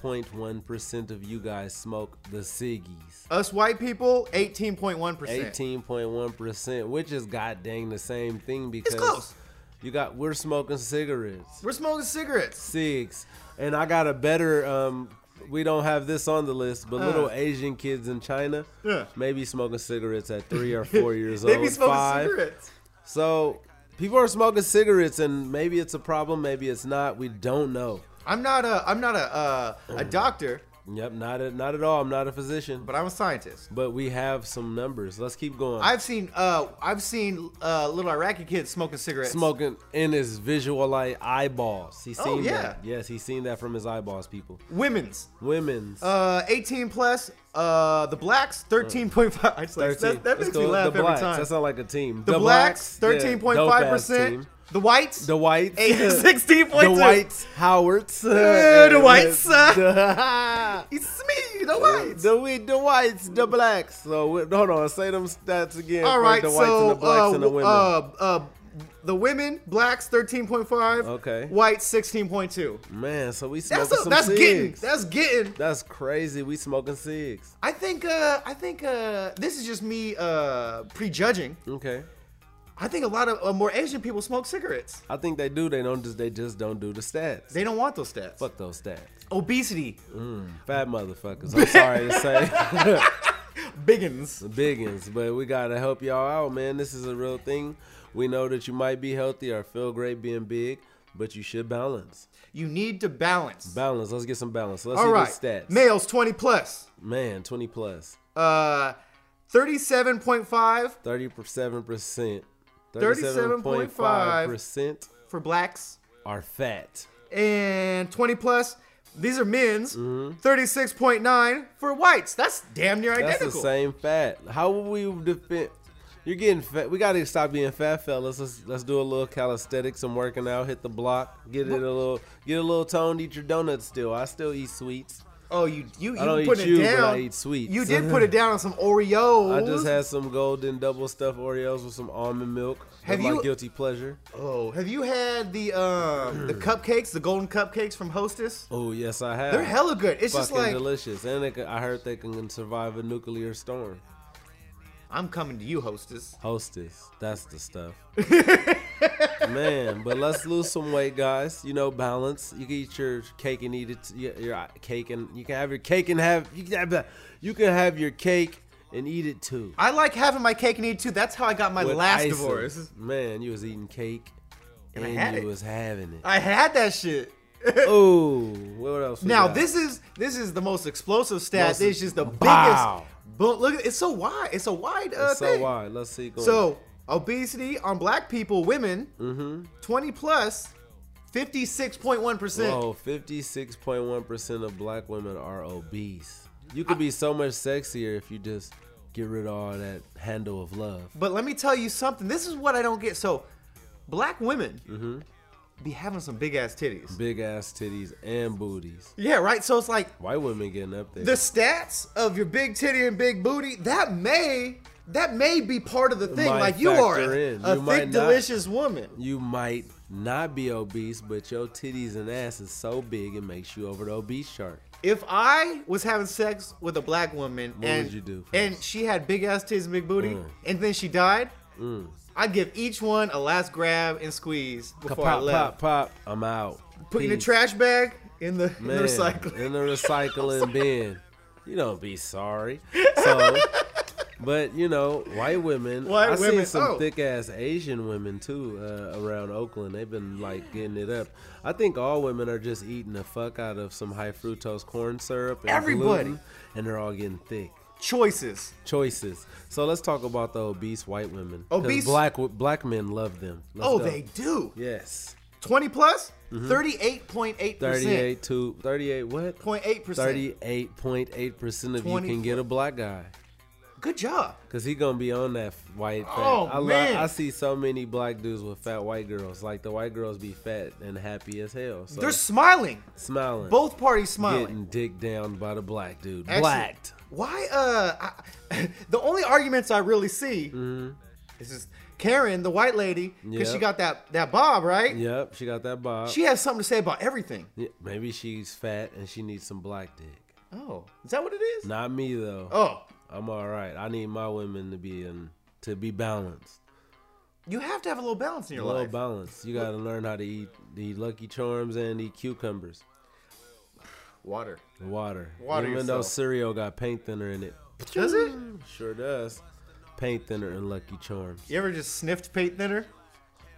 Speaker 1: 21.1% of you guys smoke the ciggies.
Speaker 4: Us white people, 18.1%.
Speaker 1: 18.1%, which is god dang the same thing because
Speaker 4: close.
Speaker 1: you got we're smoking cigarettes.
Speaker 4: We're smoking cigarettes.
Speaker 1: six. And I got a better. Um, we don't have this on the list, but little
Speaker 4: Uh.
Speaker 1: Asian kids in China
Speaker 4: Yeah.
Speaker 1: maybe smoking cigarettes at three
Speaker 4: (laughs)
Speaker 1: or four years
Speaker 4: They
Speaker 1: old.
Speaker 4: be smoking
Speaker 1: five.
Speaker 4: cigarettes.
Speaker 1: So people are smoking cigarettes, and maybe it's a problem, maybe it's not. We don't know.
Speaker 4: I'm not a I'm not a uh, a doctor,
Speaker 1: Yep, not at, not at all. I'm not a physician,
Speaker 4: but I'm a scientist.
Speaker 1: but we have some numbers. Let's keep going.
Speaker 4: I've seen uh I've seen uh little Iraqi kids smoking cigarettes.
Speaker 1: smoking in his visual light eyeballs. He's seen
Speaker 4: Oh, yeah.
Speaker 1: that. Yes, he's seen that from his eyeballs, people.
Speaker 4: Women's
Speaker 1: Women's.
Speaker 4: uh 18 plus uh the blacks (laughs) 13.5 I just like-
Speaker 1: 13.
Speaker 4: that, that
Speaker 1: Let's
Speaker 4: makes
Speaker 1: go
Speaker 4: me
Speaker 1: with
Speaker 4: laugh
Speaker 1: the
Speaker 4: every
Speaker 1: blacks.
Speaker 4: time.
Speaker 1: That sounds like a team.
Speaker 4: the, blacks,
Speaker 1: yeah,
Speaker 4: 13.5%.
Speaker 1: dope-ass team.
Speaker 4: the whites
Speaker 1: The whites. (laughs)
Speaker 4: eight- 16.2.
Speaker 1: The whites. Howards.
Speaker 4: Uh,
Speaker 1: (laughs)
Speaker 4: the whites, uh.
Speaker 1: The, (laughs)
Speaker 4: It's me, the whites.
Speaker 1: the, we- the whites. The blacks. So we- hold on. Say them stats again.
Speaker 4: All
Speaker 1: for
Speaker 4: right,
Speaker 1: The whites
Speaker 4: so
Speaker 1: and the blacks
Speaker 4: uh,
Speaker 1: and the women.
Speaker 4: uh, uh, the women, blacks, thirteen point five.
Speaker 1: Okay.
Speaker 4: Whites, sixteen point two.
Speaker 1: Man, so we smoking
Speaker 4: That's a,
Speaker 1: some
Speaker 4: that's
Speaker 1: cigs.
Speaker 4: getting that's getting.
Speaker 1: That's crazy. We smoking cigs.
Speaker 4: I think uh, I think uh, this is just me uh, prejudging.
Speaker 1: Okay.
Speaker 4: I think a lot of uh, more Asian people smoke cigarettes.
Speaker 1: I think they do. They don't just. They just don't do the stats.
Speaker 4: They don't want those stats.
Speaker 1: Fuck those stats.
Speaker 4: Obesity,
Speaker 1: Fat motherfuckers. I'm sorry to say.
Speaker 4: (laughs)
Speaker 1: (laughs)
Speaker 4: biggins.
Speaker 1: biggins, but we gotta help y'all out, man. This is a real thing. We know that you might be healthy or feel great being big, but you should balance.
Speaker 4: You need to balance.
Speaker 1: Balance. Let's get some balance. Let's
Speaker 4: All
Speaker 1: see
Speaker 4: right,
Speaker 1: the stats.
Speaker 4: males twenty plus.
Speaker 1: Man, 20 plus.
Speaker 4: Uh, thirty-seven point five
Speaker 1: 37%.
Speaker 4: 37.5.
Speaker 1: 37.5%
Speaker 4: for blacks.
Speaker 1: are fat.
Speaker 4: and 20 plus. These are men's. 36.9 for whites. That's damn near
Speaker 1: Mm-hmm. That's
Speaker 4: identical.
Speaker 1: the same fat. How will we defend? You're getting fat. We gotta stop being fat, fellas. Let's let's do a little calisthenics. I'm working out. Hit the block. Get it a little. Get a little toned. Eat your donuts. Still, I still eat sweets.
Speaker 4: Oh, you you
Speaker 1: I don't
Speaker 4: you put
Speaker 1: eat
Speaker 4: it
Speaker 1: you, but I
Speaker 4: down.
Speaker 1: eat sweets.
Speaker 4: You did put it down on some Oreos.
Speaker 1: I just had some golden double stuffed Oreos with some almond milk.
Speaker 4: Have
Speaker 1: Have my
Speaker 4: you-
Speaker 1: guilty pleasure?
Speaker 4: Oh, have you had the um
Speaker 1: (clears throat)
Speaker 4: the cupcakes, the golden cupcakes from Hostess?
Speaker 1: Oh yes, I have.
Speaker 4: They're hella good. It's
Speaker 1: fucking
Speaker 4: just like
Speaker 1: delicious, and they can, I heard they can survive a nuclear storm.
Speaker 4: I'm coming to you, Hostess.
Speaker 1: Hostess, that's the
Speaker 4: (laughs)
Speaker 1: stuff. Man, but let's lose some weight, guys. You know, balance. You can eat your cake and eat it. Your, your cake and you can have your cake and have you can have, you can have your cake and eat it too.
Speaker 4: I like having my cake and eat it too. That's how I got my
Speaker 1: With
Speaker 4: last
Speaker 1: icing.
Speaker 4: divorce.
Speaker 1: Man, you was eating cake and,
Speaker 4: I had
Speaker 1: you
Speaker 4: it.
Speaker 1: was having it.
Speaker 4: I had that shit.
Speaker 1: Oh, what else? we
Speaker 4: Now
Speaker 1: got?
Speaker 4: this is this is the most explosive stat.
Speaker 1: Most-
Speaker 4: this is just the
Speaker 1: Wow.
Speaker 4: biggest. But look, it's so wide. It's a wide uh,
Speaker 1: It's so
Speaker 4: thing.
Speaker 1: wide. Let's see. Go on.
Speaker 4: So obesity on black people, women,
Speaker 1: Mm-hmm.
Speaker 4: 20 plus, 56.1 percent.
Speaker 1: whoa, Oh, fifty-six point one percent of black women are obese. You could be so much sexier if you just get rid of all that handle of love.
Speaker 4: But let me tell you something. This is what I don't get. So black women
Speaker 1: Mm-hmm.
Speaker 4: be having some big ass titties.
Speaker 1: Big ass titties and booties.
Speaker 4: Yeah, right. So it's like
Speaker 1: White women getting up there.
Speaker 4: the stats of your big titty and big booty. That may that may be part of the thing.
Speaker 1: might
Speaker 4: Like you are
Speaker 1: factor
Speaker 4: a,
Speaker 1: in.
Speaker 4: a
Speaker 1: You might
Speaker 4: thick,
Speaker 1: not.
Speaker 4: delicious woman.
Speaker 1: you might not be obese, but your titties and ass is so big it makes you over the obese chart.
Speaker 4: If I was having sex with a black woman and
Speaker 1: would you do first?
Speaker 4: and she had big ass titties and big booty
Speaker 1: Mm.
Speaker 4: and then she died, I'd give each one a last grab and squeeze before I
Speaker 1: Pop, pop,
Speaker 4: left.
Speaker 1: pop. I'm out.
Speaker 4: Put in the
Speaker 1: Peace.
Speaker 4: trash bag in the, in the
Speaker 1: Man,
Speaker 4: recycling.
Speaker 1: In the
Speaker 4: (laughs)
Speaker 1: recycling bin. You don't be sorry. So, but you know, white women.
Speaker 4: White
Speaker 1: I
Speaker 4: women,
Speaker 1: seen some
Speaker 4: oh.
Speaker 1: thick ass Asian women too uh, around Oakland. They've been like getting it up. I think all women are just eating the fuck out of some high fructose corn syrup. And
Speaker 4: Everybody.
Speaker 1: gluten, and they're all getting thick.
Speaker 4: Choices.
Speaker 1: Choices. So let's talk about the obese white women. 'Cause
Speaker 4: Obese-
Speaker 1: black w- black men love them. Let's
Speaker 4: oh,
Speaker 1: go. Mm-hmm.
Speaker 4: they do.
Speaker 1: yes.
Speaker 4: 20 plus? 38.8%.
Speaker 1: 38 to 38 what?
Speaker 4: 0.8%.
Speaker 1: 38.8 percent of you
Speaker 4: 24.
Speaker 1: can get a black guy
Speaker 4: Good job.
Speaker 1: because he gonna be on that f- white fat.
Speaker 4: Oh,
Speaker 1: I, lo-
Speaker 4: man.
Speaker 1: I see so many black dudes with fat white girls. Like the white girls be fat and happy as hell. So (laughs)
Speaker 4: They're smiling.
Speaker 1: smiling,
Speaker 4: Both parties smiling.
Speaker 1: getting dick down by the black dude.
Speaker 4: Actually,
Speaker 1: Blacked.
Speaker 4: Why? Uh, I, (laughs) the only arguments I really see is just Karen, the white lady, because
Speaker 1: Mm-hmm.
Speaker 4: she
Speaker 1: Yep.
Speaker 4: got that that bob right.
Speaker 1: Yep, she got that bob.
Speaker 4: She has something to say about everything.
Speaker 1: Yeah, Maybe she's fat and she needs some black dick.
Speaker 4: Oh, is that what it is?
Speaker 1: Not me though.
Speaker 4: Oh,
Speaker 1: I'm all right. I need my women to be in to be balanced.
Speaker 4: you have to have a little balance in your
Speaker 1: Low
Speaker 4: life.
Speaker 1: balance. You gotta learn how to eat the Lucky Charms and eat cucumbers.
Speaker 4: Water.
Speaker 1: Water.
Speaker 4: Water
Speaker 1: Even though
Speaker 4: yourself. Mm,
Speaker 1: cereal got paint thinner in it.
Speaker 4: Does it?
Speaker 1: Sure does. Paint thinner and Lucky Charms.
Speaker 4: You ever just sniffed paint thinner?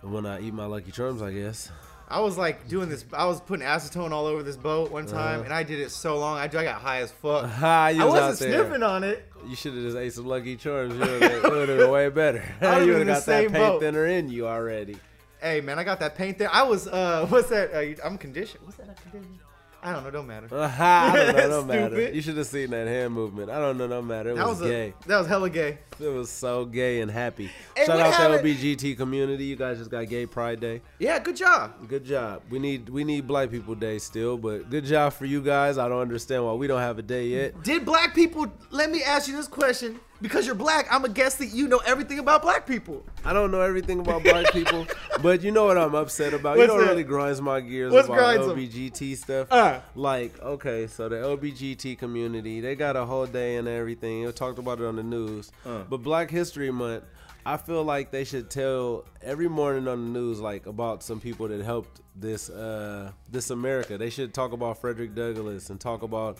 Speaker 1: And when I eat my Lucky Charms, I guess. (laughs)
Speaker 4: I was like doing this. I was putting acetone all over this boat
Speaker 1: Uh-huh.
Speaker 4: one time, and I did it so long. I, I got high
Speaker 1: (laughs)
Speaker 4: as fuck.
Speaker 1: High, you
Speaker 4: (laughs) I
Speaker 1: was
Speaker 4: wasn't
Speaker 1: out there.
Speaker 4: sniffing on it.
Speaker 1: You should have just ate some Lucky Charms. You would
Speaker 4: (laughs)
Speaker 1: have been way better.
Speaker 4: I
Speaker 1: (laughs)
Speaker 4: would've
Speaker 1: you
Speaker 4: been
Speaker 1: would
Speaker 4: in the
Speaker 1: have got
Speaker 4: same
Speaker 1: that paint
Speaker 4: boat.
Speaker 1: thinner in you already. (laughs)
Speaker 4: Hey man, I got that paint there. I was uh, (laughs) what's that? Uh, I'm conditioned. What's that? I'm conditioned. I don't know. Don't (laughs) matter.
Speaker 1: I don't know, no matter.
Speaker 4: Stupid.
Speaker 1: You should have seen that hand movement. I don't know, no matter. It
Speaker 4: That
Speaker 1: was,
Speaker 4: was
Speaker 1: gay.
Speaker 4: A, that was hella gay.
Speaker 1: It was so gay and happy.
Speaker 4: Hey,
Speaker 1: Shout
Speaker 4: what
Speaker 1: out
Speaker 4: happened-
Speaker 1: to LBGT community. You guys just got Gay Pride Day.
Speaker 4: Yeah, good job.
Speaker 1: Good job. We need we need Black People Day still, but good job for you guys. I don't understand why we don't have a day yet.
Speaker 4: Did black people? Let me ask you this question. Because you're black, I'm gonna guess that you know everything about black people.
Speaker 1: I don't know everything about black people, but you know what I'm upset about.
Speaker 4: What's
Speaker 1: you know what
Speaker 4: that?
Speaker 1: really grinds my gears
Speaker 4: What's
Speaker 1: about
Speaker 4: grinds 'em?
Speaker 1: LBGT stuff.
Speaker 4: Uh.
Speaker 1: Like, okay, so the LBGT community, they got a whole day and everything. They talked about it on the news. But Black History Month, I feel like they should tell every morning on the news like about some people that helped this uh this America. They should talk about Frederick Douglass and talk about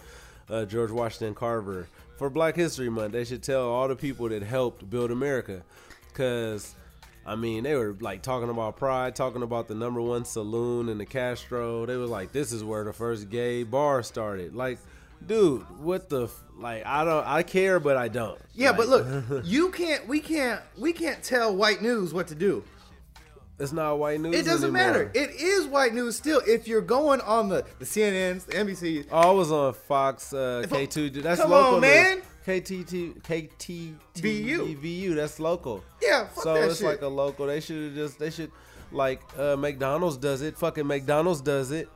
Speaker 1: uh, George Washington Carver. For Black History Month, they should tell all the people that helped build America. Cause I mean, they were like talking about pride, talking about the number one saloon in the Castro. They were like, "This is where the first gay bar started." Like, dude, what the f- like? I don't, I care, but I don't.
Speaker 4: Yeah,
Speaker 1: Like,
Speaker 4: but (laughs) look, you can't. We can't. We can't tell white news what to do.
Speaker 1: it's not white news.
Speaker 4: It doesn't
Speaker 1: anymore.
Speaker 4: matter. It is white news still. If you're going on the the CNNs, the NBCs,
Speaker 1: Oh, I was on Fox uh, K2. Dude, that's
Speaker 4: Come
Speaker 1: local.
Speaker 4: on, man.
Speaker 1: news. KTT, KTT,
Speaker 4: VU.
Speaker 1: VU, that's local.
Speaker 4: Yeah, fuck
Speaker 1: so
Speaker 4: that
Speaker 1: it's
Speaker 4: shit.
Speaker 1: like a local. They should just, they should, like, uh, McDonald's does it. Fucking McDonald's does it.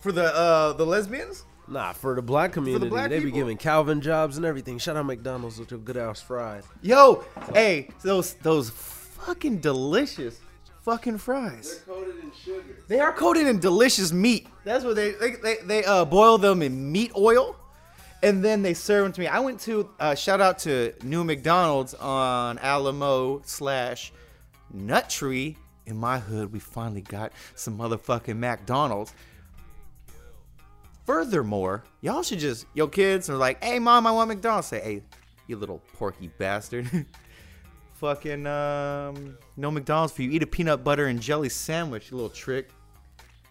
Speaker 4: for the uh the lesbians.
Speaker 1: Nah, for the black community,
Speaker 4: black
Speaker 1: they be
Speaker 4: people.
Speaker 1: giving Calvin jobs and everything. Shout out McDonald's with your good ass fries.
Speaker 4: Yo, hey, those those fucking delicious fucking fries.
Speaker 1: Coated in sugar.
Speaker 4: They are coated in delicious meat. That's what they they they, they uh, boil them in meat oil, and then they serve them to me. I went to uh, shout out to New McDonald's on Alamo slash Nut Tree in my hood. We finally got some motherfucking McDonald's. Furthermore, y'all should just yo kids are like, hey mom, I want McDonald's. Say, hey, you little porky bastard. (laughs) Fucking um, no McDonald's for you. Eat a peanut butter and jelly sandwich, you little trick.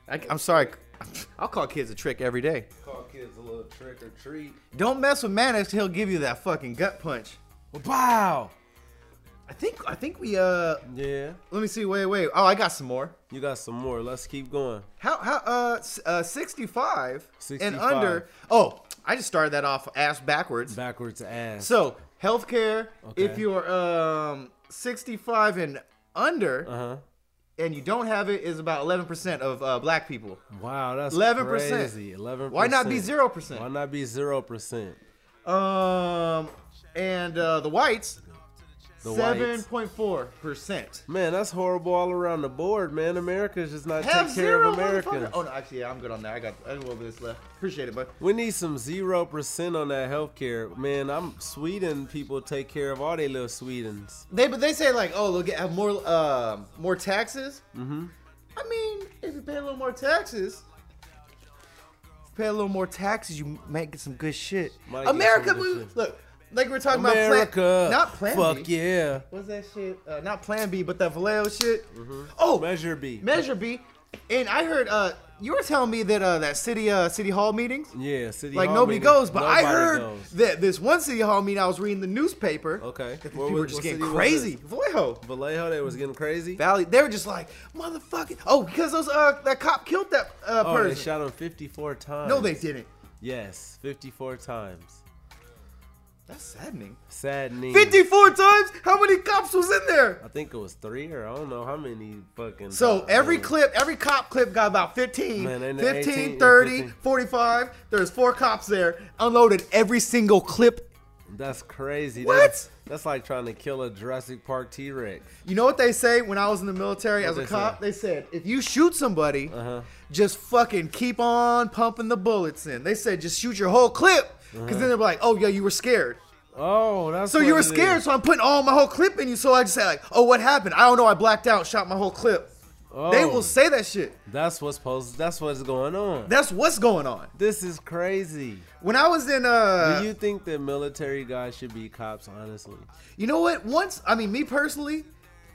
Speaker 4: I, am sorry. (laughs) I'll call kids a trick every day.
Speaker 1: Call kids a little trick or treat.
Speaker 4: Don't mess with Maddox. He'll give you that fucking gut punch.
Speaker 1: Wow.
Speaker 4: I think. I think we. Uh.
Speaker 1: Yeah.
Speaker 4: Let me see. Wait. Wait. Oh, I got some more.
Speaker 1: You got some more. Let's keep going.
Speaker 4: How? How? Uh. s- uh 65,
Speaker 1: 65.
Speaker 4: and under. Oh, I just started that off ass backwards.
Speaker 1: Backwards ass.
Speaker 4: So healthcare. If
Speaker 1: Okay.
Speaker 4: you're um 65 and under,
Speaker 1: uh-huh.
Speaker 4: and you don't have it, is about 11% of uh, black people.
Speaker 1: Wow, that's
Speaker 4: 11%.
Speaker 1: crazy. 11%.
Speaker 4: Why not be zero percent?
Speaker 1: Why not be 0%?
Speaker 4: Um, and uh, the whites,
Speaker 1: The
Speaker 4: seven
Speaker 1: whites.
Speaker 4: point four percent.
Speaker 1: Man, that's horrible all around the board, man. America's just not
Speaker 4: Have
Speaker 1: taking care
Speaker 4: zero,
Speaker 1: of
Speaker 4: motherfucker.
Speaker 1: Americans.
Speaker 4: Oh no, actually, yeah, I'm good on that. I got I got a little bit of this left. Appreciate it, bud.
Speaker 1: We need some zero percent on that healthcare, man. I'm Sweden people take care of all they little Swedens.
Speaker 4: They but they say like, oh, they'll get have more um more taxes. Mm-hmm. I mean, if you pay a little more taxes. if you Pay a little more taxes, you might get some good shit.
Speaker 1: Might get
Speaker 4: America,
Speaker 1: some
Speaker 4: we,
Speaker 1: good shit.
Speaker 4: look, like we we're talking about
Speaker 1: America,
Speaker 4: plan, not Plan
Speaker 1: Fuck
Speaker 4: B.
Speaker 1: yeah,
Speaker 4: What's that shit? Uh, not Plan B, but that Vallejo shit.
Speaker 1: Mm-hmm.
Speaker 4: Oh,
Speaker 1: Measure B.
Speaker 4: Measure B. And I heard uh you were telling me that uh that city uh city hall meetings
Speaker 1: yeah, city.
Speaker 4: like
Speaker 1: hall
Speaker 4: nobody
Speaker 1: meeting.
Speaker 4: goes, but I
Speaker 1: Nobody
Speaker 4: heard
Speaker 1: goes.
Speaker 4: that this one city hall meeting I was reading the newspaper.
Speaker 1: Okay.
Speaker 4: that the
Speaker 1: What
Speaker 4: people were
Speaker 1: was-
Speaker 4: just
Speaker 1: what
Speaker 4: getting
Speaker 1: city was
Speaker 4: crazy.
Speaker 1: this?
Speaker 4: Vallejo
Speaker 1: Vallejo, they was getting crazy.
Speaker 4: Valley, they were just like motherfucking. Oh, because those uh that cop killed that uh
Speaker 1: Oh, they
Speaker 4: person.
Speaker 1: shot him 54 times.
Speaker 4: no, they didn't.
Speaker 1: Yes, 54 times.
Speaker 4: That's saddening.
Speaker 1: Saddening.
Speaker 4: Fifty-four times. How many cops was in there?
Speaker 1: I think it was three or I don't know how many fucking.
Speaker 4: So every
Speaker 1: Man.
Speaker 4: clip, every cop clip got about 15,
Speaker 1: Man, ain't it
Speaker 4: 15,
Speaker 1: 18,
Speaker 4: 30,
Speaker 1: 15?
Speaker 4: 45. There's four cops there. Unloaded every single clip.
Speaker 1: That's crazy.
Speaker 4: What?
Speaker 1: That's, that's like trying to kill a Jurassic Park T Rex.
Speaker 4: You know what they say when I was in the military as a
Speaker 1: they
Speaker 4: cop?
Speaker 1: say? Uh-huh.
Speaker 4: They said, if you shoot somebody, just fucking keep on pumping the bullets in. They said, just shoot your whole clip. Because
Speaker 1: Uh-huh.
Speaker 4: then they're like, oh, yeah, you were scared.
Speaker 1: Oh, that's
Speaker 4: So
Speaker 1: what
Speaker 4: you were
Speaker 1: it
Speaker 4: scared,
Speaker 1: is.
Speaker 4: so I'm putting all my whole clip in you. So I just say, like, oh, what happened? I don't know. I blacked out, shot my whole clip. They
Speaker 1: Oh.
Speaker 4: will say that shit.
Speaker 1: That's what's supposed. That's what's going on.
Speaker 4: That's what's going on.
Speaker 1: this is crazy.
Speaker 4: When I was in uh,
Speaker 1: Do you think that military guys should be cops? Honestly,
Speaker 4: You know what? Once, I mean, me personally,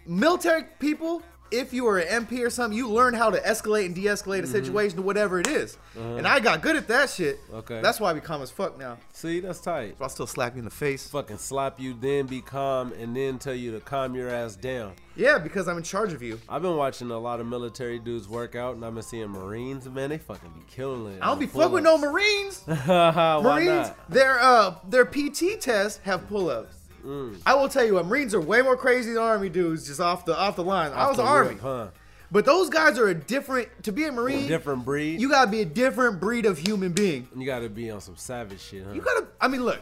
Speaker 4: military people if you were an MP or something, you learn how to escalate and de-escalate a situation to whatever it is. And I got good at that shit.
Speaker 1: Okay.
Speaker 4: That's why I be calm as fuck now.
Speaker 1: See, that's tight.
Speaker 4: But I'll still slap you in the face.
Speaker 1: Fucking slap you, then be calm, and then tell you to calm your ass down.
Speaker 4: Yeah, because I'm in charge of you.
Speaker 1: I've been watching a lot of military dudes work out, and I've been seeing Marines. Man, they fucking be killing it.
Speaker 4: I don't be fucking with no (laughs) Marines.
Speaker 1: Marines. (laughs) Why
Speaker 4: Marines,
Speaker 1: not?
Speaker 4: their uh their PT tests have pull-ups. I will tell you what, Marines are way more crazy than Army dudes just off the off the line. I was
Speaker 1: the
Speaker 4: an Army.
Speaker 1: rip, huh?
Speaker 4: But those guys are a different to be a Marine,
Speaker 1: Different breed.
Speaker 4: you gotta be a different breed of human being.
Speaker 1: You gotta be on some savage shit, huh?
Speaker 4: You gotta I mean look,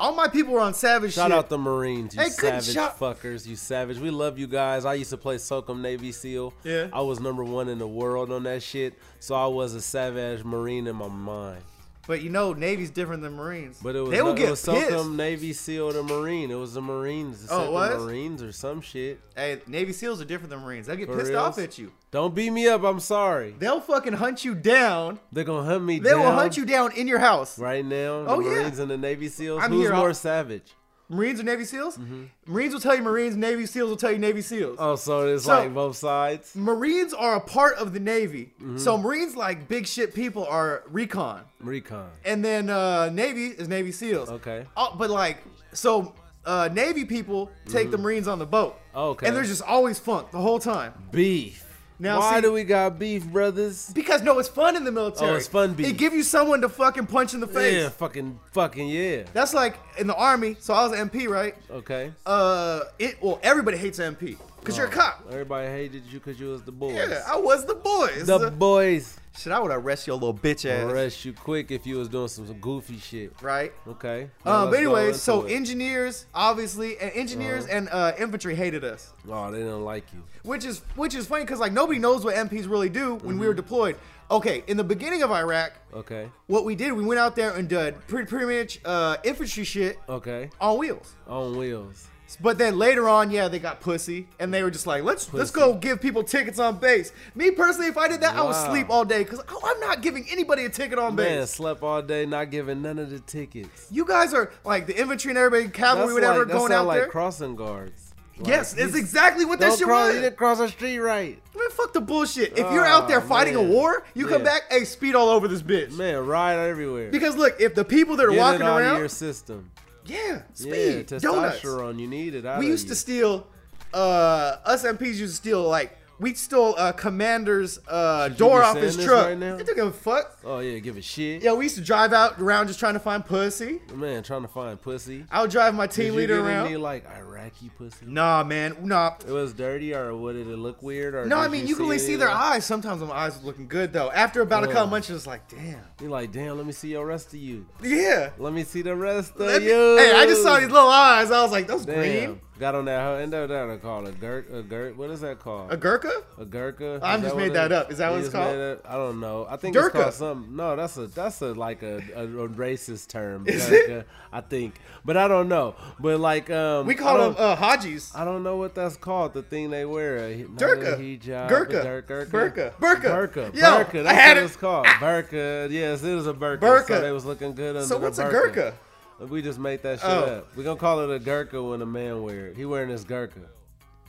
Speaker 4: all my people were on savage
Speaker 1: Shout
Speaker 4: shit.
Speaker 1: out the Marines, you
Speaker 4: Hey, good
Speaker 1: savage
Speaker 4: job.
Speaker 1: fuckers, you savage. We love you guys. I used to play Socom Navy SEAL.
Speaker 4: Yeah.
Speaker 1: I was number one in the world on that shit, so I was a savage Marine in my mind.
Speaker 4: but you know, Navy's different than Marines.
Speaker 1: But it was,
Speaker 4: they will
Speaker 1: no-
Speaker 4: get
Speaker 1: it was
Speaker 4: pissed.
Speaker 1: Socom Navy SEAL the Marine. It was the Marines, the
Speaker 4: Oh, it
Speaker 1: Socom
Speaker 4: was?
Speaker 1: Marines or some shit.
Speaker 4: Hey, Navy SEALs are different than Marines. They'll get
Speaker 1: For
Speaker 4: pissed
Speaker 1: reals?
Speaker 4: off at you.
Speaker 1: Don't beat me up. I'm sorry.
Speaker 4: They'll fucking hunt you down.
Speaker 1: They're gonna hunt me
Speaker 4: They
Speaker 1: down.
Speaker 4: will hunt you down in your house.
Speaker 1: right now. The
Speaker 4: Oh, yeah.
Speaker 1: Marines and the Navy SEALs.
Speaker 4: I'm
Speaker 1: Who's
Speaker 4: here, I'll-
Speaker 1: more savage?
Speaker 4: Marines or Navy SEALs? Marines will tell you Marines, Navy SEALs will tell you Navy SEALs.
Speaker 1: Mm-hmm. Oh, so it's
Speaker 4: So-
Speaker 1: like both sides.
Speaker 4: Marines are a part of the Navy.
Speaker 1: Mm-hmm.
Speaker 4: So Marines like big shit people are recon.
Speaker 1: Recon.
Speaker 4: And then uh, Navy is Navy SEALs.
Speaker 1: Okay.
Speaker 4: Oh, but like so uh, Navy people take the Marines on the boat.
Speaker 1: Mm-hmm. Oh, Okay.
Speaker 4: And there's just always funk the whole time.
Speaker 1: Beef.
Speaker 4: Now,
Speaker 1: Why
Speaker 4: see-
Speaker 1: do we got beef, brothers?
Speaker 4: Because no, it's fun in the military.
Speaker 1: Oh, it's fun beef.
Speaker 4: It give you someone to fucking punch in the face.
Speaker 1: Yeah, fucking, fucking yeah.
Speaker 4: That's like in the army. So I was an MP, right?
Speaker 1: Okay.
Speaker 4: Uh, it well everybody hates an MP because
Speaker 1: Oh,
Speaker 4: you're a cop.
Speaker 1: Everybody hated you because you was the boys.
Speaker 4: Yeah, I was the boys.
Speaker 1: the boys.
Speaker 4: Shit, I would arrest your little bitch ass.
Speaker 1: Arrest you quick if you was doing some, some goofy shit.
Speaker 4: Right.
Speaker 1: Okay. Now
Speaker 4: Uh,
Speaker 1: let's go
Speaker 4: but anyway,
Speaker 1: into
Speaker 4: so
Speaker 1: it. Uh-huh.
Speaker 4: engineers, obviously, and engineers and uh, infantry hated us,
Speaker 1: oh, they didn't like you.
Speaker 4: which is which is funny because like nobody knows what MPs really do when we were
Speaker 1: Mm-hmm.
Speaker 4: deployed. Okay, in the beginning of Iraq,
Speaker 1: Okay.
Speaker 4: what we did, we went out there and did pretty pretty much uh, infantry shit
Speaker 1: Okay.
Speaker 4: on wheels.
Speaker 1: On wheels.
Speaker 4: But then later on, yeah, they got pussy, and they were just like, let's let's
Speaker 1: Pussy.
Speaker 4: go give people tickets on base. Me personally, if I did that, I would
Speaker 1: Wow.
Speaker 4: sleep all day because I'm not giving anybody a ticket on
Speaker 1: Man,
Speaker 4: base.
Speaker 1: slept all day, not giving none of the tickets.
Speaker 4: You guys are like the infantry and everybody,
Speaker 1: That's
Speaker 4: cavalry, whatever,
Speaker 1: like, that
Speaker 4: going
Speaker 1: sound
Speaker 4: out
Speaker 1: like
Speaker 4: there.
Speaker 1: crossing guards. Like,
Speaker 4: yes, it's
Speaker 1: he's-
Speaker 4: exactly what that
Speaker 1: Don't
Speaker 4: shit
Speaker 1: cross,
Speaker 4: was.
Speaker 1: you didn't cross the street right.
Speaker 4: Man, fuck the bullshit. If you're out there
Speaker 1: Aw,
Speaker 4: fighting a
Speaker 1: Oh, man.
Speaker 4: war, you come
Speaker 1: Yeah.
Speaker 4: back, hey, speed all over this bitch.
Speaker 1: Man, ride everywhere.
Speaker 4: Because look, if the people that are
Speaker 1: Get it
Speaker 4: walking
Speaker 1: out of
Speaker 4: around,
Speaker 1: your system.
Speaker 4: yeah,
Speaker 1: Yeah,
Speaker 4: speed, donuts.
Speaker 1: testosterone. You need it. out
Speaker 4: We
Speaker 1: of
Speaker 4: used
Speaker 1: you.
Speaker 4: to steal, uh, us MPs used to steal like we stole uh, commander's uh,
Speaker 1: you
Speaker 4: door
Speaker 1: be
Speaker 4: off
Speaker 1: saying
Speaker 4: his
Speaker 1: this
Speaker 4: truck.
Speaker 1: right now?
Speaker 4: They don't give a fuck.
Speaker 1: Oh yeah, give a shit.
Speaker 4: Yeah, we used to drive out around just trying to find pussy.
Speaker 1: Man, trying to find pussy.
Speaker 4: I would drive my
Speaker 1: Did
Speaker 4: team
Speaker 1: you
Speaker 4: leader
Speaker 1: get
Speaker 4: around.
Speaker 1: Any, like Iraqi pussy.
Speaker 4: nah, man, nah.
Speaker 1: It was dirty, or what did it look weird? Or
Speaker 4: No, I
Speaker 1: did
Speaker 4: mean you can only
Speaker 1: any
Speaker 4: see
Speaker 1: of
Speaker 4: their
Speaker 1: that?
Speaker 4: eyes. Sometimes my eyes was looking good though. After about a couple
Speaker 1: Ugh.
Speaker 4: months, it was like, damn.
Speaker 1: You're like, damn. Let me see your rest of you.
Speaker 4: Yeah.
Speaker 1: Let me see the rest of
Speaker 4: Let me-
Speaker 1: you.
Speaker 4: hey, I just saw these little eyes. I was like, those
Speaker 1: Damn.
Speaker 4: green.
Speaker 1: Got on that. hoe- And that that called a gurk. A gurk. What is that called?
Speaker 4: A Gurkha?
Speaker 1: A gurkha. Is
Speaker 4: I'm just
Speaker 1: what
Speaker 4: made
Speaker 1: it
Speaker 4: that up. Is that
Speaker 1: You
Speaker 4: what it's
Speaker 1: just made
Speaker 4: called?
Speaker 1: it up? I don't know. I think
Speaker 4: Gurkha.
Speaker 1: it's called something. No, that's a that's a like a, a, a racist term.
Speaker 4: Is
Speaker 1: gurkha, I think, but I don't know. But like um,
Speaker 4: We
Speaker 1: I
Speaker 4: call
Speaker 1: don't-
Speaker 4: them uh, Hajis.
Speaker 1: I don't know what that's called. The thing they wear. A, not
Speaker 4: Durka.
Speaker 1: A hijab,
Speaker 4: Gurkha.
Speaker 1: a dur-
Speaker 4: Burka.
Speaker 1: Gurkha.
Speaker 4: Burka.
Speaker 1: Burka.
Speaker 4: Yo,
Speaker 1: burka.
Speaker 4: I
Speaker 1: That's
Speaker 4: had
Speaker 1: what
Speaker 4: it.
Speaker 1: it's called. Burka. Yes, it was a burka.
Speaker 4: Burka.
Speaker 1: So they was looking good under the
Speaker 4: So what's a
Speaker 1: burka. We just make that shit
Speaker 4: Oh.
Speaker 1: up. We gonna call it a gurkha when a man wear it. He wearing his gurkha.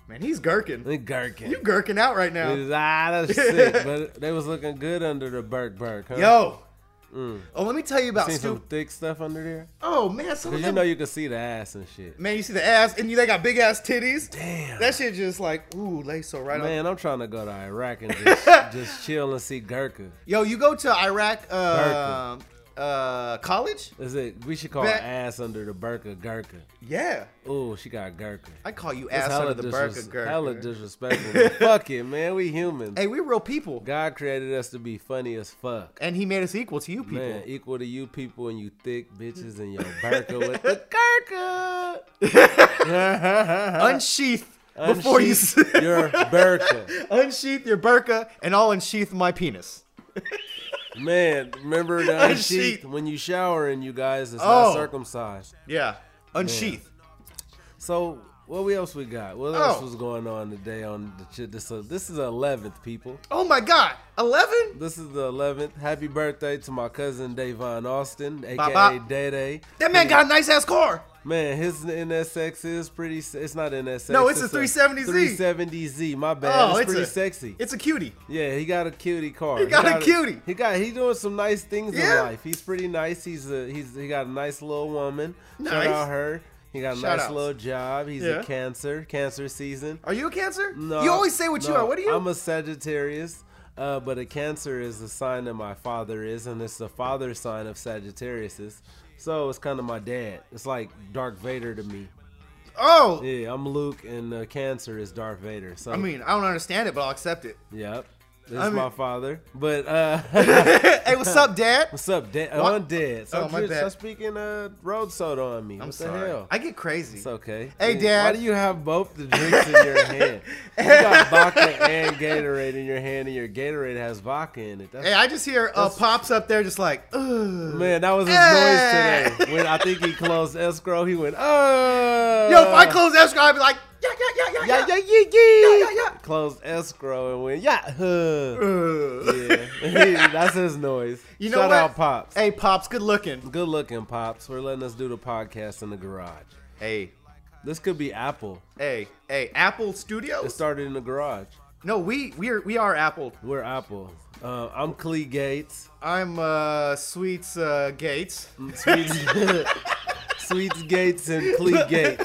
Speaker 4: Man, he's gurking.
Speaker 1: The gurkha.
Speaker 4: You gurking out right
Speaker 1: It
Speaker 4: now.
Speaker 1: is- ah,
Speaker 4: (laughs)
Speaker 1: that's sick. But they was looking good under the burk burk. Huh?
Speaker 4: Yo. Oh, let me tell you
Speaker 1: uh,
Speaker 4: about
Speaker 1: mm. seen some
Speaker 4: stupid.
Speaker 1: thick stuff under there.
Speaker 4: Oh man, some of
Speaker 1: Cause you
Speaker 4: them.
Speaker 1: know you can see the ass and shit.
Speaker 4: man, you see the ass, and you they got big ass titties.
Speaker 1: Damn.
Speaker 4: That shit just like ooh, lay so right on.
Speaker 1: Man, I'm trying to go to Iraq and
Speaker 4: (laughs)
Speaker 1: just, just chill and see gurkha.
Speaker 4: Yo, you go to Iraq uh, uh, college?
Speaker 1: Is it? We should call
Speaker 4: Back-
Speaker 1: her ass under the burka gurkha.
Speaker 4: Yeah,
Speaker 1: Ooh, she got gurkha.
Speaker 4: I call you
Speaker 1: That's
Speaker 4: ass
Speaker 1: hella
Speaker 4: under the burka
Speaker 1: disres-
Speaker 4: gurk.
Speaker 1: Hella disrespectful. but fuck it, man. We humans.
Speaker 4: (laughs) Hey, we real people,
Speaker 1: God created us to be funny as fuck.
Speaker 4: and he made us equal to you people.
Speaker 1: Man, equal to you people and you thick bitches and
Speaker 4: (laughs)
Speaker 1: your burka with the gurkha.
Speaker 4: Unsheath before you s-
Speaker 1: Unsheath
Speaker 4: (laughs)
Speaker 1: your burka.
Speaker 4: unsheath your burka, and I'll unsheath my penis.
Speaker 1: Man, remember the
Speaker 4: Unsheath.
Speaker 1: unsheath when you shower and you guys it's
Speaker 4: Oh.
Speaker 1: not circumcised.
Speaker 4: Yeah, unsheath.
Speaker 1: So What we else we got? What else
Speaker 4: Oh.
Speaker 1: was going on today on the shit? This uh, this is eleventh people.
Speaker 4: Oh my God, eleven?
Speaker 1: This is the eleventh. Happy birthday to my cousin Davon Austin, aka
Speaker 4: Bye-bye.
Speaker 1: Day Day.
Speaker 4: That man got a nice ass car.
Speaker 1: Man, his NSX is pretty. se- It's not NSX.
Speaker 4: No, it's a 370Z.
Speaker 1: 370Z. My bad.
Speaker 4: Oh,
Speaker 1: it's,
Speaker 4: it's
Speaker 1: pretty
Speaker 4: a-
Speaker 1: sexy.
Speaker 4: It's a cutie.
Speaker 1: yeah, he got a cutie car.
Speaker 4: He got a cutie.
Speaker 1: He got. He doing some nice things
Speaker 4: Yeah.
Speaker 1: in life. He's pretty nice. He's a. He's. He got a nice little woman. Shout
Speaker 4: Nice.
Speaker 1: out her. He got a
Speaker 4: Shout
Speaker 1: nice
Speaker 4: outs.
Speaker 1: little job. He's
Speaker 4: Yeah.
Speaker 1: a cancer. Cancer season.
Speaker 4: Are you a Cancer?
Speaker 1: No,
Speaker 4: You always say what you
Speaker 1: no,
Speaker 4: are. What are you?
Speaker 1: I'm a Sagittarius, uh, but a Cancer is the sign that my father is, and it's the father sign of Sagittarius. So it's kind of my dad. It's like Dark Vader to me.
Speaker 4: oh,
Speaker 1: Yeah, I'm Luke, and uh, Cancer is Darth Vader. So
Speaker 4: I mean, I don't understand it, but I'll accept
Speaker 1: (laughs)
Speaker 4: it.
Speaker 1: yep, this
Speaker 4: I
Speaker 1: is my
Speaker 4: mean-
Speaker 1: father. But
Speaker 4: (laughs)
Speaker 1: uh,
Speaker 4: hey, what's up, Dad?
Speaker 1: what's up, Dad?
Speaker 4: What?
Speaker 1: I'm dead. So
Speaker 4: Oh, my bad.
Speaker 1: Stop speaking uh, road soda on me.
Speaker 4: I'm
Speaker 1: what
Speaker 4: sorry.
Speaker 1: the hell?
Speaker 4: I get crazy.
Speaker 1: It's okay.
Speaker 4: Hey,
Speaker 1: Dude,
Speaker 4: Dad.
Speaker 1: Why do you have both the drinks in your hand?
Speaker 4: (laughs)
Speaker 1: You got vodka and Gatorade in your hand, and your Gatorade has vodka in it. That's,
Speaker 4: hey, I just hear uh, pops up there, just like, ugh.
Speaker 1: man, that was his
Speaker 4: Hey.
Speaker 1: noise today. When I think he closed escrow, he went, oh.
Speaker 4: Yo, if I close escrow, I'd be like, yeah, yeah, yeah, yeah,
Speaker 1: Yeah,
Speaker 4: yeah,
Speaker 1: yeah, yeah, yeah.
Speaker 4: yeah, yeah.
Speaker 1: Closed escrow and went, yeah. (laughs) huh."
Speaker 4: Ugh.
Speaker 1: yeah. That's his noise.
Speaker 4: You know
Speaker 1: Shout
Speaker 4: what?
Speaker 1: out Pops.
Speaker 4: (laughs) Hey, pops, good looking.
Speaker 1: Good looking, Pops, for letting us do the podcast in the garage.
Speaker 4: Hey,
Speaker 1: This could be Apple.
Speaker 4: hey, hey, Apple
Speaker 1: It
Speaker 4: Studios.
Speaker 1: started in the garage.
Speaker 4: No, we we are we are Apple.
Speaker 1: We're Apple. Uh, I'm Clee Gates.
Speaker 4: I'm uh Sweets uh, Gates.
Speaker 1: (laughs) Sweets, Sweets Gates and Clee Gates.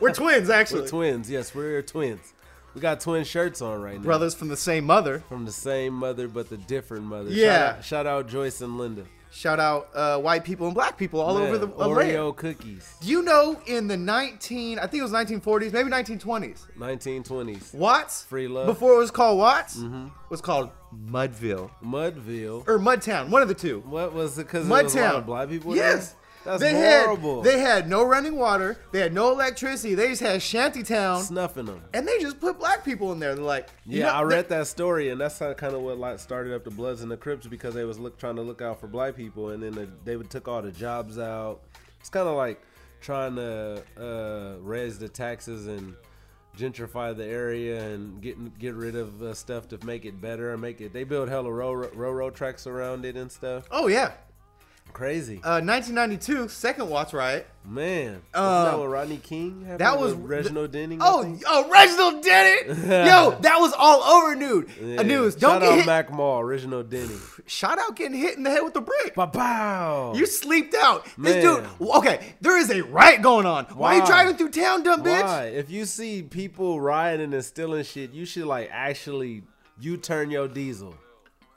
Speaker 4: We're twins, actually.
Speaker 1: We're twins. Yes, we're twins. We got twin shirts on right now.
Speaker 4: Brothers from the same mother.
Speaker 1: From the same mother, but the different mother.
Speaker 4: Yeah.
Speaker 1: Shout out, shout out Joyce and Linda.
Speaker 4: Shout out uh, white people and black people all over
Speaker 1: Yeah,
Speaker 4: the
Speaker 1: Oreo
Speaker 4: land.
Speaker 1: cookies.
Speaker 4: Do you know in the 19, I think it was 1940s, maybe 1920s,
Speaker 1: 1920s.
Speaker 4: Watts,
Speaker 1: Free love. Mm-hmm.
Speaker 4: before it was called Watts, was called Mudville
Speaker 1: Mudville.
Speaker 4: or Mudtown, one of the two.
Speaker 1: What was it? Because there was a lot
Speaker 4: Mudtown.
Speaker 1: of black people there?
Speaker 4: Yes.
Speaker 1: That's
Speaker 4: they
Speaker 1: horrible.
Speaker 4: Had, they had no running water. They had no electricity. They just had shantytown.
Speaker 1: Snuffing them.
Speaker 4: and they just put black people in there. They're like, you
Speaker 1: Yeah,
Speaker 4: know,
Speaker 1: I
Speaker 4: they-
Speaker 1: read that story, and that's kind of what like started up the Bloods and the Crips because they was look trying to look out for black people, and then the, they would took all the jobs out. It's kind of like trying to uh, raise the taxes and gentrify the area and get get rid of uh, stuff to make it better and make it. They build hella railroad, railroad tracks around it and stuff.
Speaker 4: Oh yeah,
Speaker 1: Crazy
Speaker 4: uh, 1992, second Watts riot.
Speaker 1: man. That's not
Speaker 4: um,
Speaker 1: what Rodney King. Happened
Speaker 4: that was-
Speaker 1: with Reginald Denning. I
Speaker 4: Oh,
Speaker 1: think?
Speaker 4: oh, Reginald
Speaker 1: (laughs)
Speaker 4: did it. Yo, that was all over, dude.
Speaker 1: Yeah.
Speaker 4: Uh, News. Don't
Speaker 1: Shout out
Speaker 4: get hit.
Speaker 1: Mac Mall, Reginald
Speaker 4: (laughs)
Speaker 1: Denning.
Speaker 4: Shout out getting hit in the head with a brick.
Speaker 1: Ba bow.
Speaker 4: You sleeped out.
Speaker 1: Man.
Speaker 4: This dude. Okay, there is a riot going on. Why, you
Speaker 1: Why?
Speaker 4: driving through town, dumb bitch?
Speaker 1: Why? If you see people rioting and stealing shit, you should like actually you turn your diesel.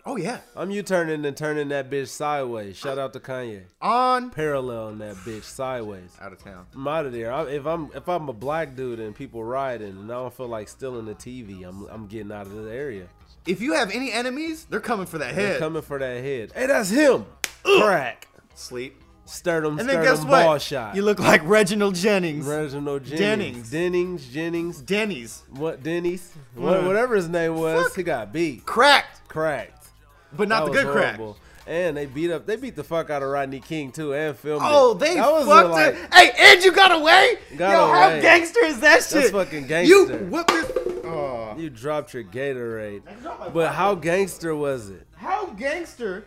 Speaker 4: Oh yeah,
Speaker 1: I'm you turning and turning that bitch sideways. Shout out to Kanye.
Speaker 4: on
Speaker 1: Parallel on that bitch sideways.
Speaker 4: out of town.
Speaker 1: I'm out of there. I, if I'm if I'm a black dude and people rioting and I don't feel like stealing the TV, I'm I'm getting out of the area.
Speaker 4: If you have any enemies, they're coming for that
Speaker 1: They're
Speaker 4: head.
Speaker 1: coming for that head. Hey, that's him. Crack.
Speaker 4: Sleep.
Speaker 1: Stir them,
Speaker 4: And
Speaker 1: stir
Speaker 4: then guess
Speaker 1: them
Speaker 4: what?
Speaker 1: ball shot.
Speaker 4: You look like Reginald Jennings.
Speaker 1: Reginald Jennings.
Speaker 4: Dennings.
Speaker 1: Dennings, Jennings,
Speaker 4: Denny's
Speaker 1: what Denny's, what, whatever his name was, he got beat.
Speaker 4: cracked,
Speaker 1: cracked.
Speaker 4: but not the
Speaker 1: That
Speaker 4: good
Speaker 1: was
Speaker 4: crack.
Speaker 1: horrible. And they beat up. They beat the fuck out of Rodney King too, and filmed.
Speaker 4: Oh,
Speaker 1: it.
Speaker 4: they
Speaker 1: That was a,
Speaker 4: fucked
Speaker 1: like,
Speaker 4: it. Hey, and you got away?
Speaker 1: Got
Speaker 4: Yo,
Speaker 1: away.
Speaker 4: how gangster is that shit?
Speaker 1: fucking
Speaker 4: You
Speaker 1: gangster.
Speaker 4: whipped it. Oh.
Speaker 1: You dropped your Gatorade.
Speaker 4: dropped my
Speaker 1: But how gangster was it?
Speaker 4: How gangster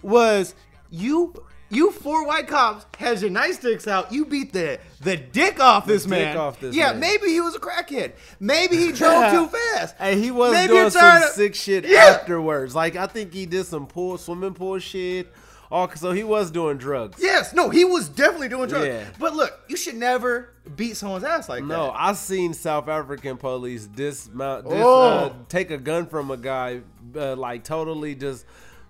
Speaker 4: was you? You four white cops has your nightsticks out. You beat the the dick off this
Speaker 1: dick
Speaker 4: man.
Speaker 1: off this
Speaker 4: yeah,
Speaker 1: man.
Speaker 4: maybe he was a crackhead. Maybe
Speaker 1: (laughs)
Speaker 4: he (laughs) drove too fast.
Speaker 1: Hey, he was
Speaker 4: Maybe
Speaker 1: doing
Speaker 4: you're tired
Speaker 1: some
Speaker 4: of-
Speaker 1: sick shit
Speaker 4: Yeah.
Speaker 1: afterwards. Like I think he did some pool, swimming pool shit. Oh, so he was doing drugs.
Speaker 4: Yes, no, he was definitely doing drugs.
Speaker 1: Yeah.
Speaker 4: But look, you should never beat someone's ass like
Speaker 1: No,
Speaker 4: that.
Speaker 1: I seen South African police dismount, dis, uh,
Speaker 4: Oh.
Speaker 1: take a gun from a guy, uh, like totally just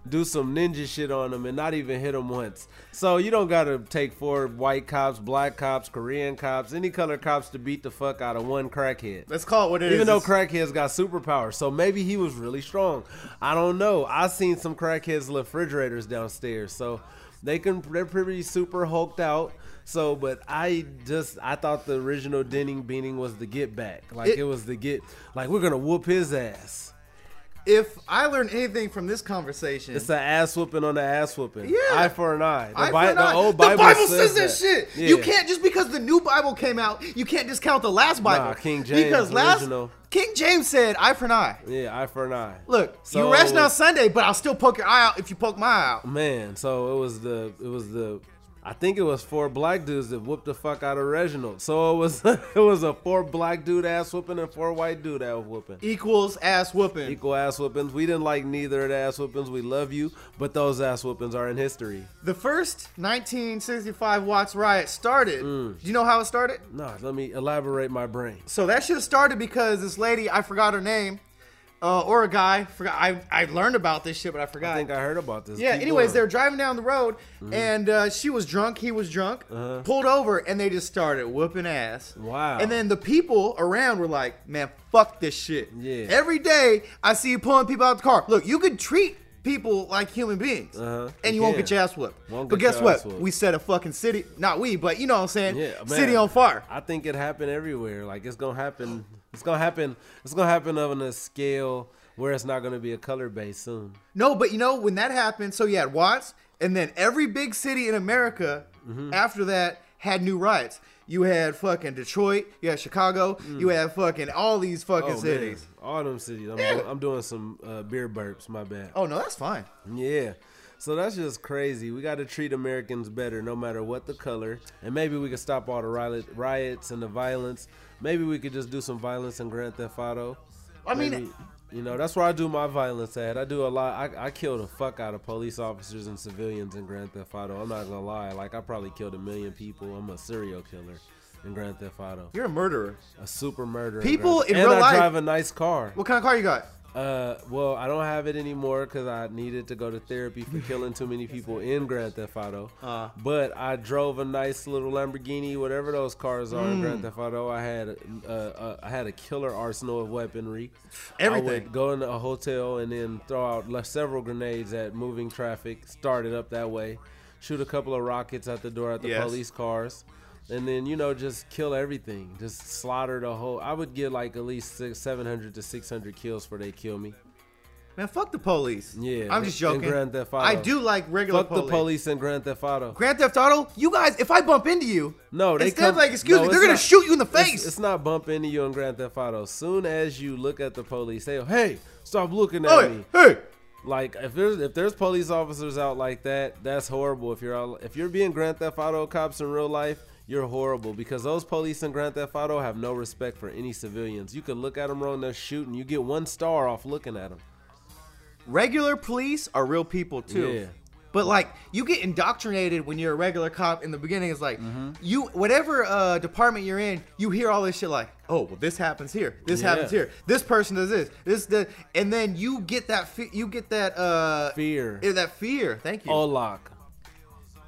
Speaker 1: do some ninja shit on him and not even hit him once. So you don't gotta take four white cops, black cops, Korean cops, any color cops to beat the fuck out of one crackhead.
Speaker 4: Let's call it what it is.
Speaker 1: Even though
Speaker 4: It's-
Speaker 1: crackheads got superpowers, so maybe he was really strong. I don't know. I seen some crackheads refrigerators downstairs, so they can they're pretty super hulked out. So, but I just I thought the original Denning beating was the get back, like it,
Speaker 4: It-
Speaker 1: was the get, like we're gonna whoop his ass.
Speaker 4: if I learn anything from this conversation,
Speaker 1: It's an ass whooping on the ass whooping.
Speaker 4: Yeah.
Speaker 1: Eye for an eye. The,
Speaker 4: I
Speaker 1: Bi-
Speaker 4: forgot-
Speaker 1: the old Bible,
Speaker 4: says, that, shit. You
Speaker 1: Yeah.
Speaker 4: can't just because the new Bible came out, you can't discount the last Bible.
Speaker 1: King James,
Speaker 4: because last
Speaker 1: original.
Speaker 4: King James said eye for an eye.
Speaker 1: Yeah, eye for an eye.
Speaker 4: Look,
Speaker 1: So-
Speaker 4: you resting on Sunday, but I'll still poke your eye out if you poke my eye out.
Speaker 1: Man, so it was the it was the I think it was four black dudes that whooped the fuck out of Reginald. So it was (laughs) it was a four black dude ass whooping and four white dude ass whooping.
Speaker 4: Equals ass whooping.
Speaker 1: Equal ass whoopings. We didn't like neither of the ass whoopings. We love you, but those ass whoopings are in history.
Speaker 4: the first 1965 Watts riot started.
Speaker 1: Mm.
Speaker 4: Do you know how it started?
Speaker 1: No, let me elaborate my brain.
Speaker 4: So that shit started because this lady, I forgot her name, uh, or a guy, forgot. I, I learned about this shit, but I forgot.
Speaker 1: I think I heard about this.
Speaker 4: Yeah.
Speaker 1: Keep
Speaker 4: anyways,
Speaker 1: going. Mm-hmm.
Speaker 4: they were driving down the road, and uh, she was drunk. He was drunk. Pulled over, and they just started whooping ass.
Speaker 1: Uh-huh. Wow.
Speaker 4: And then the people around were like, "Man, fuck this shit."
Speaker 1: Yeah.
Speaker 4: Every day I see you pulling people out the car. Look, you could treat people like human beings,
Speaker 1: Uh-huh.
Speaker 4: and you
Speaker 1: You
Speaker 4: won't
Speaker 1: can.
Speaker 4: get your ass whooped.
Speaker 1: Won't
Speaker 4: but
Speaker 1: get
Speaker 4: guess
Speaker 1: your
Speaker 4: what?
Speaker 1: ass whooped.
Speaker 4: We set a fucking city. Not we, but you know what I'm saying.
Speaker 1: Yeah, man.
Speaker 4: city on fire.
Speaker 1: I think it happened everywhere. Like it's gonna happen. It's gonna happen. It's gonna happen on a scale where it's not gonna be a color base soon.
Speaker 4: No, but you know when that happened. So you had Watts, and then every big city in America
Speaker 1: Mm-hmm.
Speaker 4: after that had new riots. You had fucking Detroit, you had Chicago, you had fucking all these fucking
Speaker 1: Mm. man.
Speaker 4: cities.
Speaker 1: Oh, all them cities. I'm,
Speaker 4: Yeah.
Speaker 1: I'm doing some uh, beer burps. My bad.
Speaker 4: Oh no, that's fine.
Speaker 1: Yeah. So that's just crazy. We got to treat Americans better, no matter what the color. And maybe we could stop all the riot, riots and the violence. Maybe we could just do some violence in Grand Theft Auto.
Speaker 4: I mean-
Speaker 1: Maybe- you know, that's where I do my violence at. I do a lot. I, I kill the fuck out of police officers and civilians in Grand Theft Auto. I'm not gonna lie. Like I probably killed a million people. I'm a serial killer in Grand Theft Auto.
Speaker 4: You're a murderer.
Speaker 1: A super murderer.
Speaker 4: People
Speaker 1: Grand-
Speaker 4: in
Speaker 1: and
Speaker 4: real
Speaker 1: I
Speaker 4: life-
Speaker 1: drive a nice car.
Speaker 4: What kind of car you got?
Speaker 1: Uh, well, I don't have it anymore because I needed to go to therapy for killing too many people in Grand Theft Auto.
Speaker 4: Uh.
Speaker 1: but I drove a nice little Lamborghini, whatever those cars are in
Speaker 4: Mm.
Speaker 1: Grand Theft Auto. I had uh, uh, I had a killer arsenal of weaponry. I
Speaker 4: Everything.
Speaker 1: would go into a hotel and then throw out le- several grenades at moving traffic. Start it up that way. Shoot a couple of rockets at the door at the
Speaker 4: Yes.
Speaker 1: police cars. And then you know, just kill everything. Just slaughter the whole. I would get like at least six, seven hundred to six hundred kills for they kill me.
Speaker 4: Man, fuck the police.
Speaker 1: Yeah,
Speaker 4: I'm just
Speaker 1: in
Speaker 4: joking.
Speaker 1: Grand Theft Auto.
Speaker 4: I do like regular
Speaker 1: Fuck the police and Grand Theft Auto.
Speaker 4: Grand Theft Auto. You guys, if I bump into you,
Speaker 1: No, they
Speaker 4: instead
Speaker 1: come,
Speaker 4: of like excuse
Speaker 1: no,
Speaker 4: me,
Speaker 1: it's
Speaker 4: they're gonna
Speaker 1: not-
Speaker 4: shoot you in the
Speaker 1: it's-
Speaker 4: face.
Speaker 1: It's, not bump into you in Grand Theft Auto. Soon as you look at the police, they go, "Hey, stop looking at
Speaker 4: Hey,
Speaker 1: me!"
Speaker 4: hey.
Speaker 1: Like if there's if there's police officers out like that, that's horrible. If you're out, if you're being Grand Theft Auto cops in real life, you're horrible because those police in Grand Theft Auto have no respect for any civilians. You could look at them wrong, they're shooting. You get one star off looking at them.
Speaker 4: regular police are real people too.
Speaker 1: Yeah.
Speaker 4: But like you get indoctrinated when you're a regular cop in the beginning. It's like
Speaker 1: Mm-hmm.
Speaker 4: you whatever uh, department you're in, you hear all this shit like, oh well, this happens here, this
Speaker 1: Yeah.
Speaker 4: happens here, this person does this, this the, and then you get that fe- you get that uh,
Speaker 1: Fear.
Speaker 4: eh, that fear. Thank you.
Speaker 1: Oh, lock.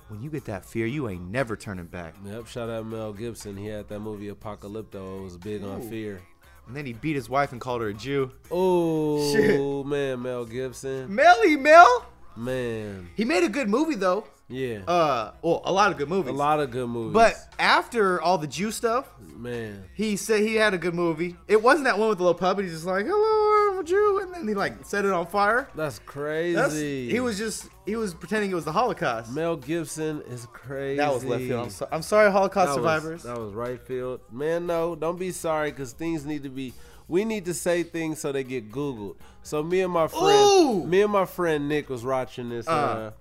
Speaker 4: When you get that fear, you ain't never turning back.
Speaker 1: Yep, shout out Mel Gibson. He had that movie Apocalypto. It was big on fear.
Speaker 4: And then he beat his wife and called her a Jew.
Speaker 1: Oh
Speaker 4: Shit.
Speaker 1: man, Mel Gibson.
Speaker 4: Melly Mel.
Speaker 1: Man,
Speaker 4: He made a good movie though.
Speaker 1: yeah,
Speaker 4: Uh, well, a lot of good
Speaker 1: a
Speaker 4: movies.
Speaker 1: lot of good movies.
Speaker 4: But after all the Jew stuff,
Speaker 1: man,
Speaker 4: he said he had a good movie. It wasn't that one with the little puppet. He's just like, "Hello, I'm a Jew," and then he like set it on fire.
Speaker 1: that's crazy.
Speaker 4: That's, he was just he was pretending it was the Holocaust.
Speaker 1: Mel Gibson is crazy.
Speaker 4: that was left field. I'm, so- I'm sorry, Holocaust
Speaker 1: That was-
Speaker 4: survivors.
Speaker 1: that was right field. Man, no, don't be sorry because things need to be. We need to say things so they get Googled. So me and my friend,
Speaker 4: Ooh!
Speaker 1: me and my friend Nick was watching this, uh,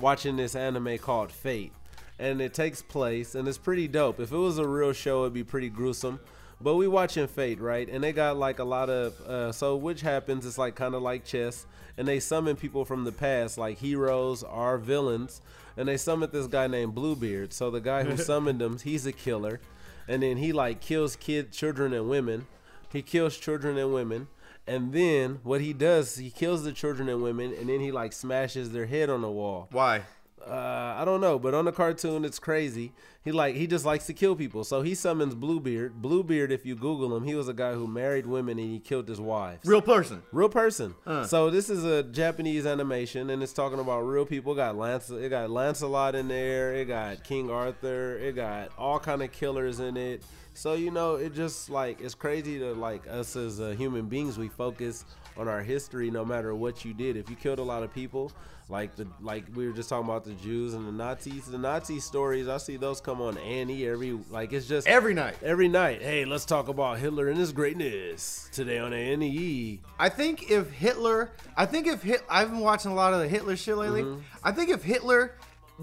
Speaker 1: watching this anime called Fate, and it takes place and it's pretty dope. If it was a real show, it'd be pretty gruesome. But we watching Fate, right? And they got like a lot of uh, so which happens. It's like kind of like chess, and they summon people from the past, like heroes or villains, and they summoned this guy named Bluebeard. So the guy who summoned him, he's a killer, and then he like kills kid, children, and women. He kills children and women, and then what he does, he kills the children and women, and then he like smashes their head on the wall
Speaker 4: Why?
Speaker 1: uh, I don't know, but on the cartoon, it's crazy. He like he just likes to kill people, so he summons Bluebeard. Bluebeard, if you Google him, he was a guy who married women and he killed his wives.
Speaker 4: Real person.
Speaker 1: Real person. So this is a Japanese animation, and it's talking about real people. It got Lance, it got Lancelot in there. It got King Arthur. It got all kind of killers in it. So you know, it just like it's crazy to like us as uh, human beings. We focus on our history, no matter what you did. If you killed a lot of people, like the like we were just talking about the Jews and the Nazis, the Nazi stories. I see those come on Annie every like it's just
Speaker 4: Every night.
Speaker 1: every night. Hey, let's talk about Hitler and his greatness today on E Annie.
Speaker 4: I think if Hitler, I think if Hit, I've been watching a lot of the Hitler shit lately. I think if Hitler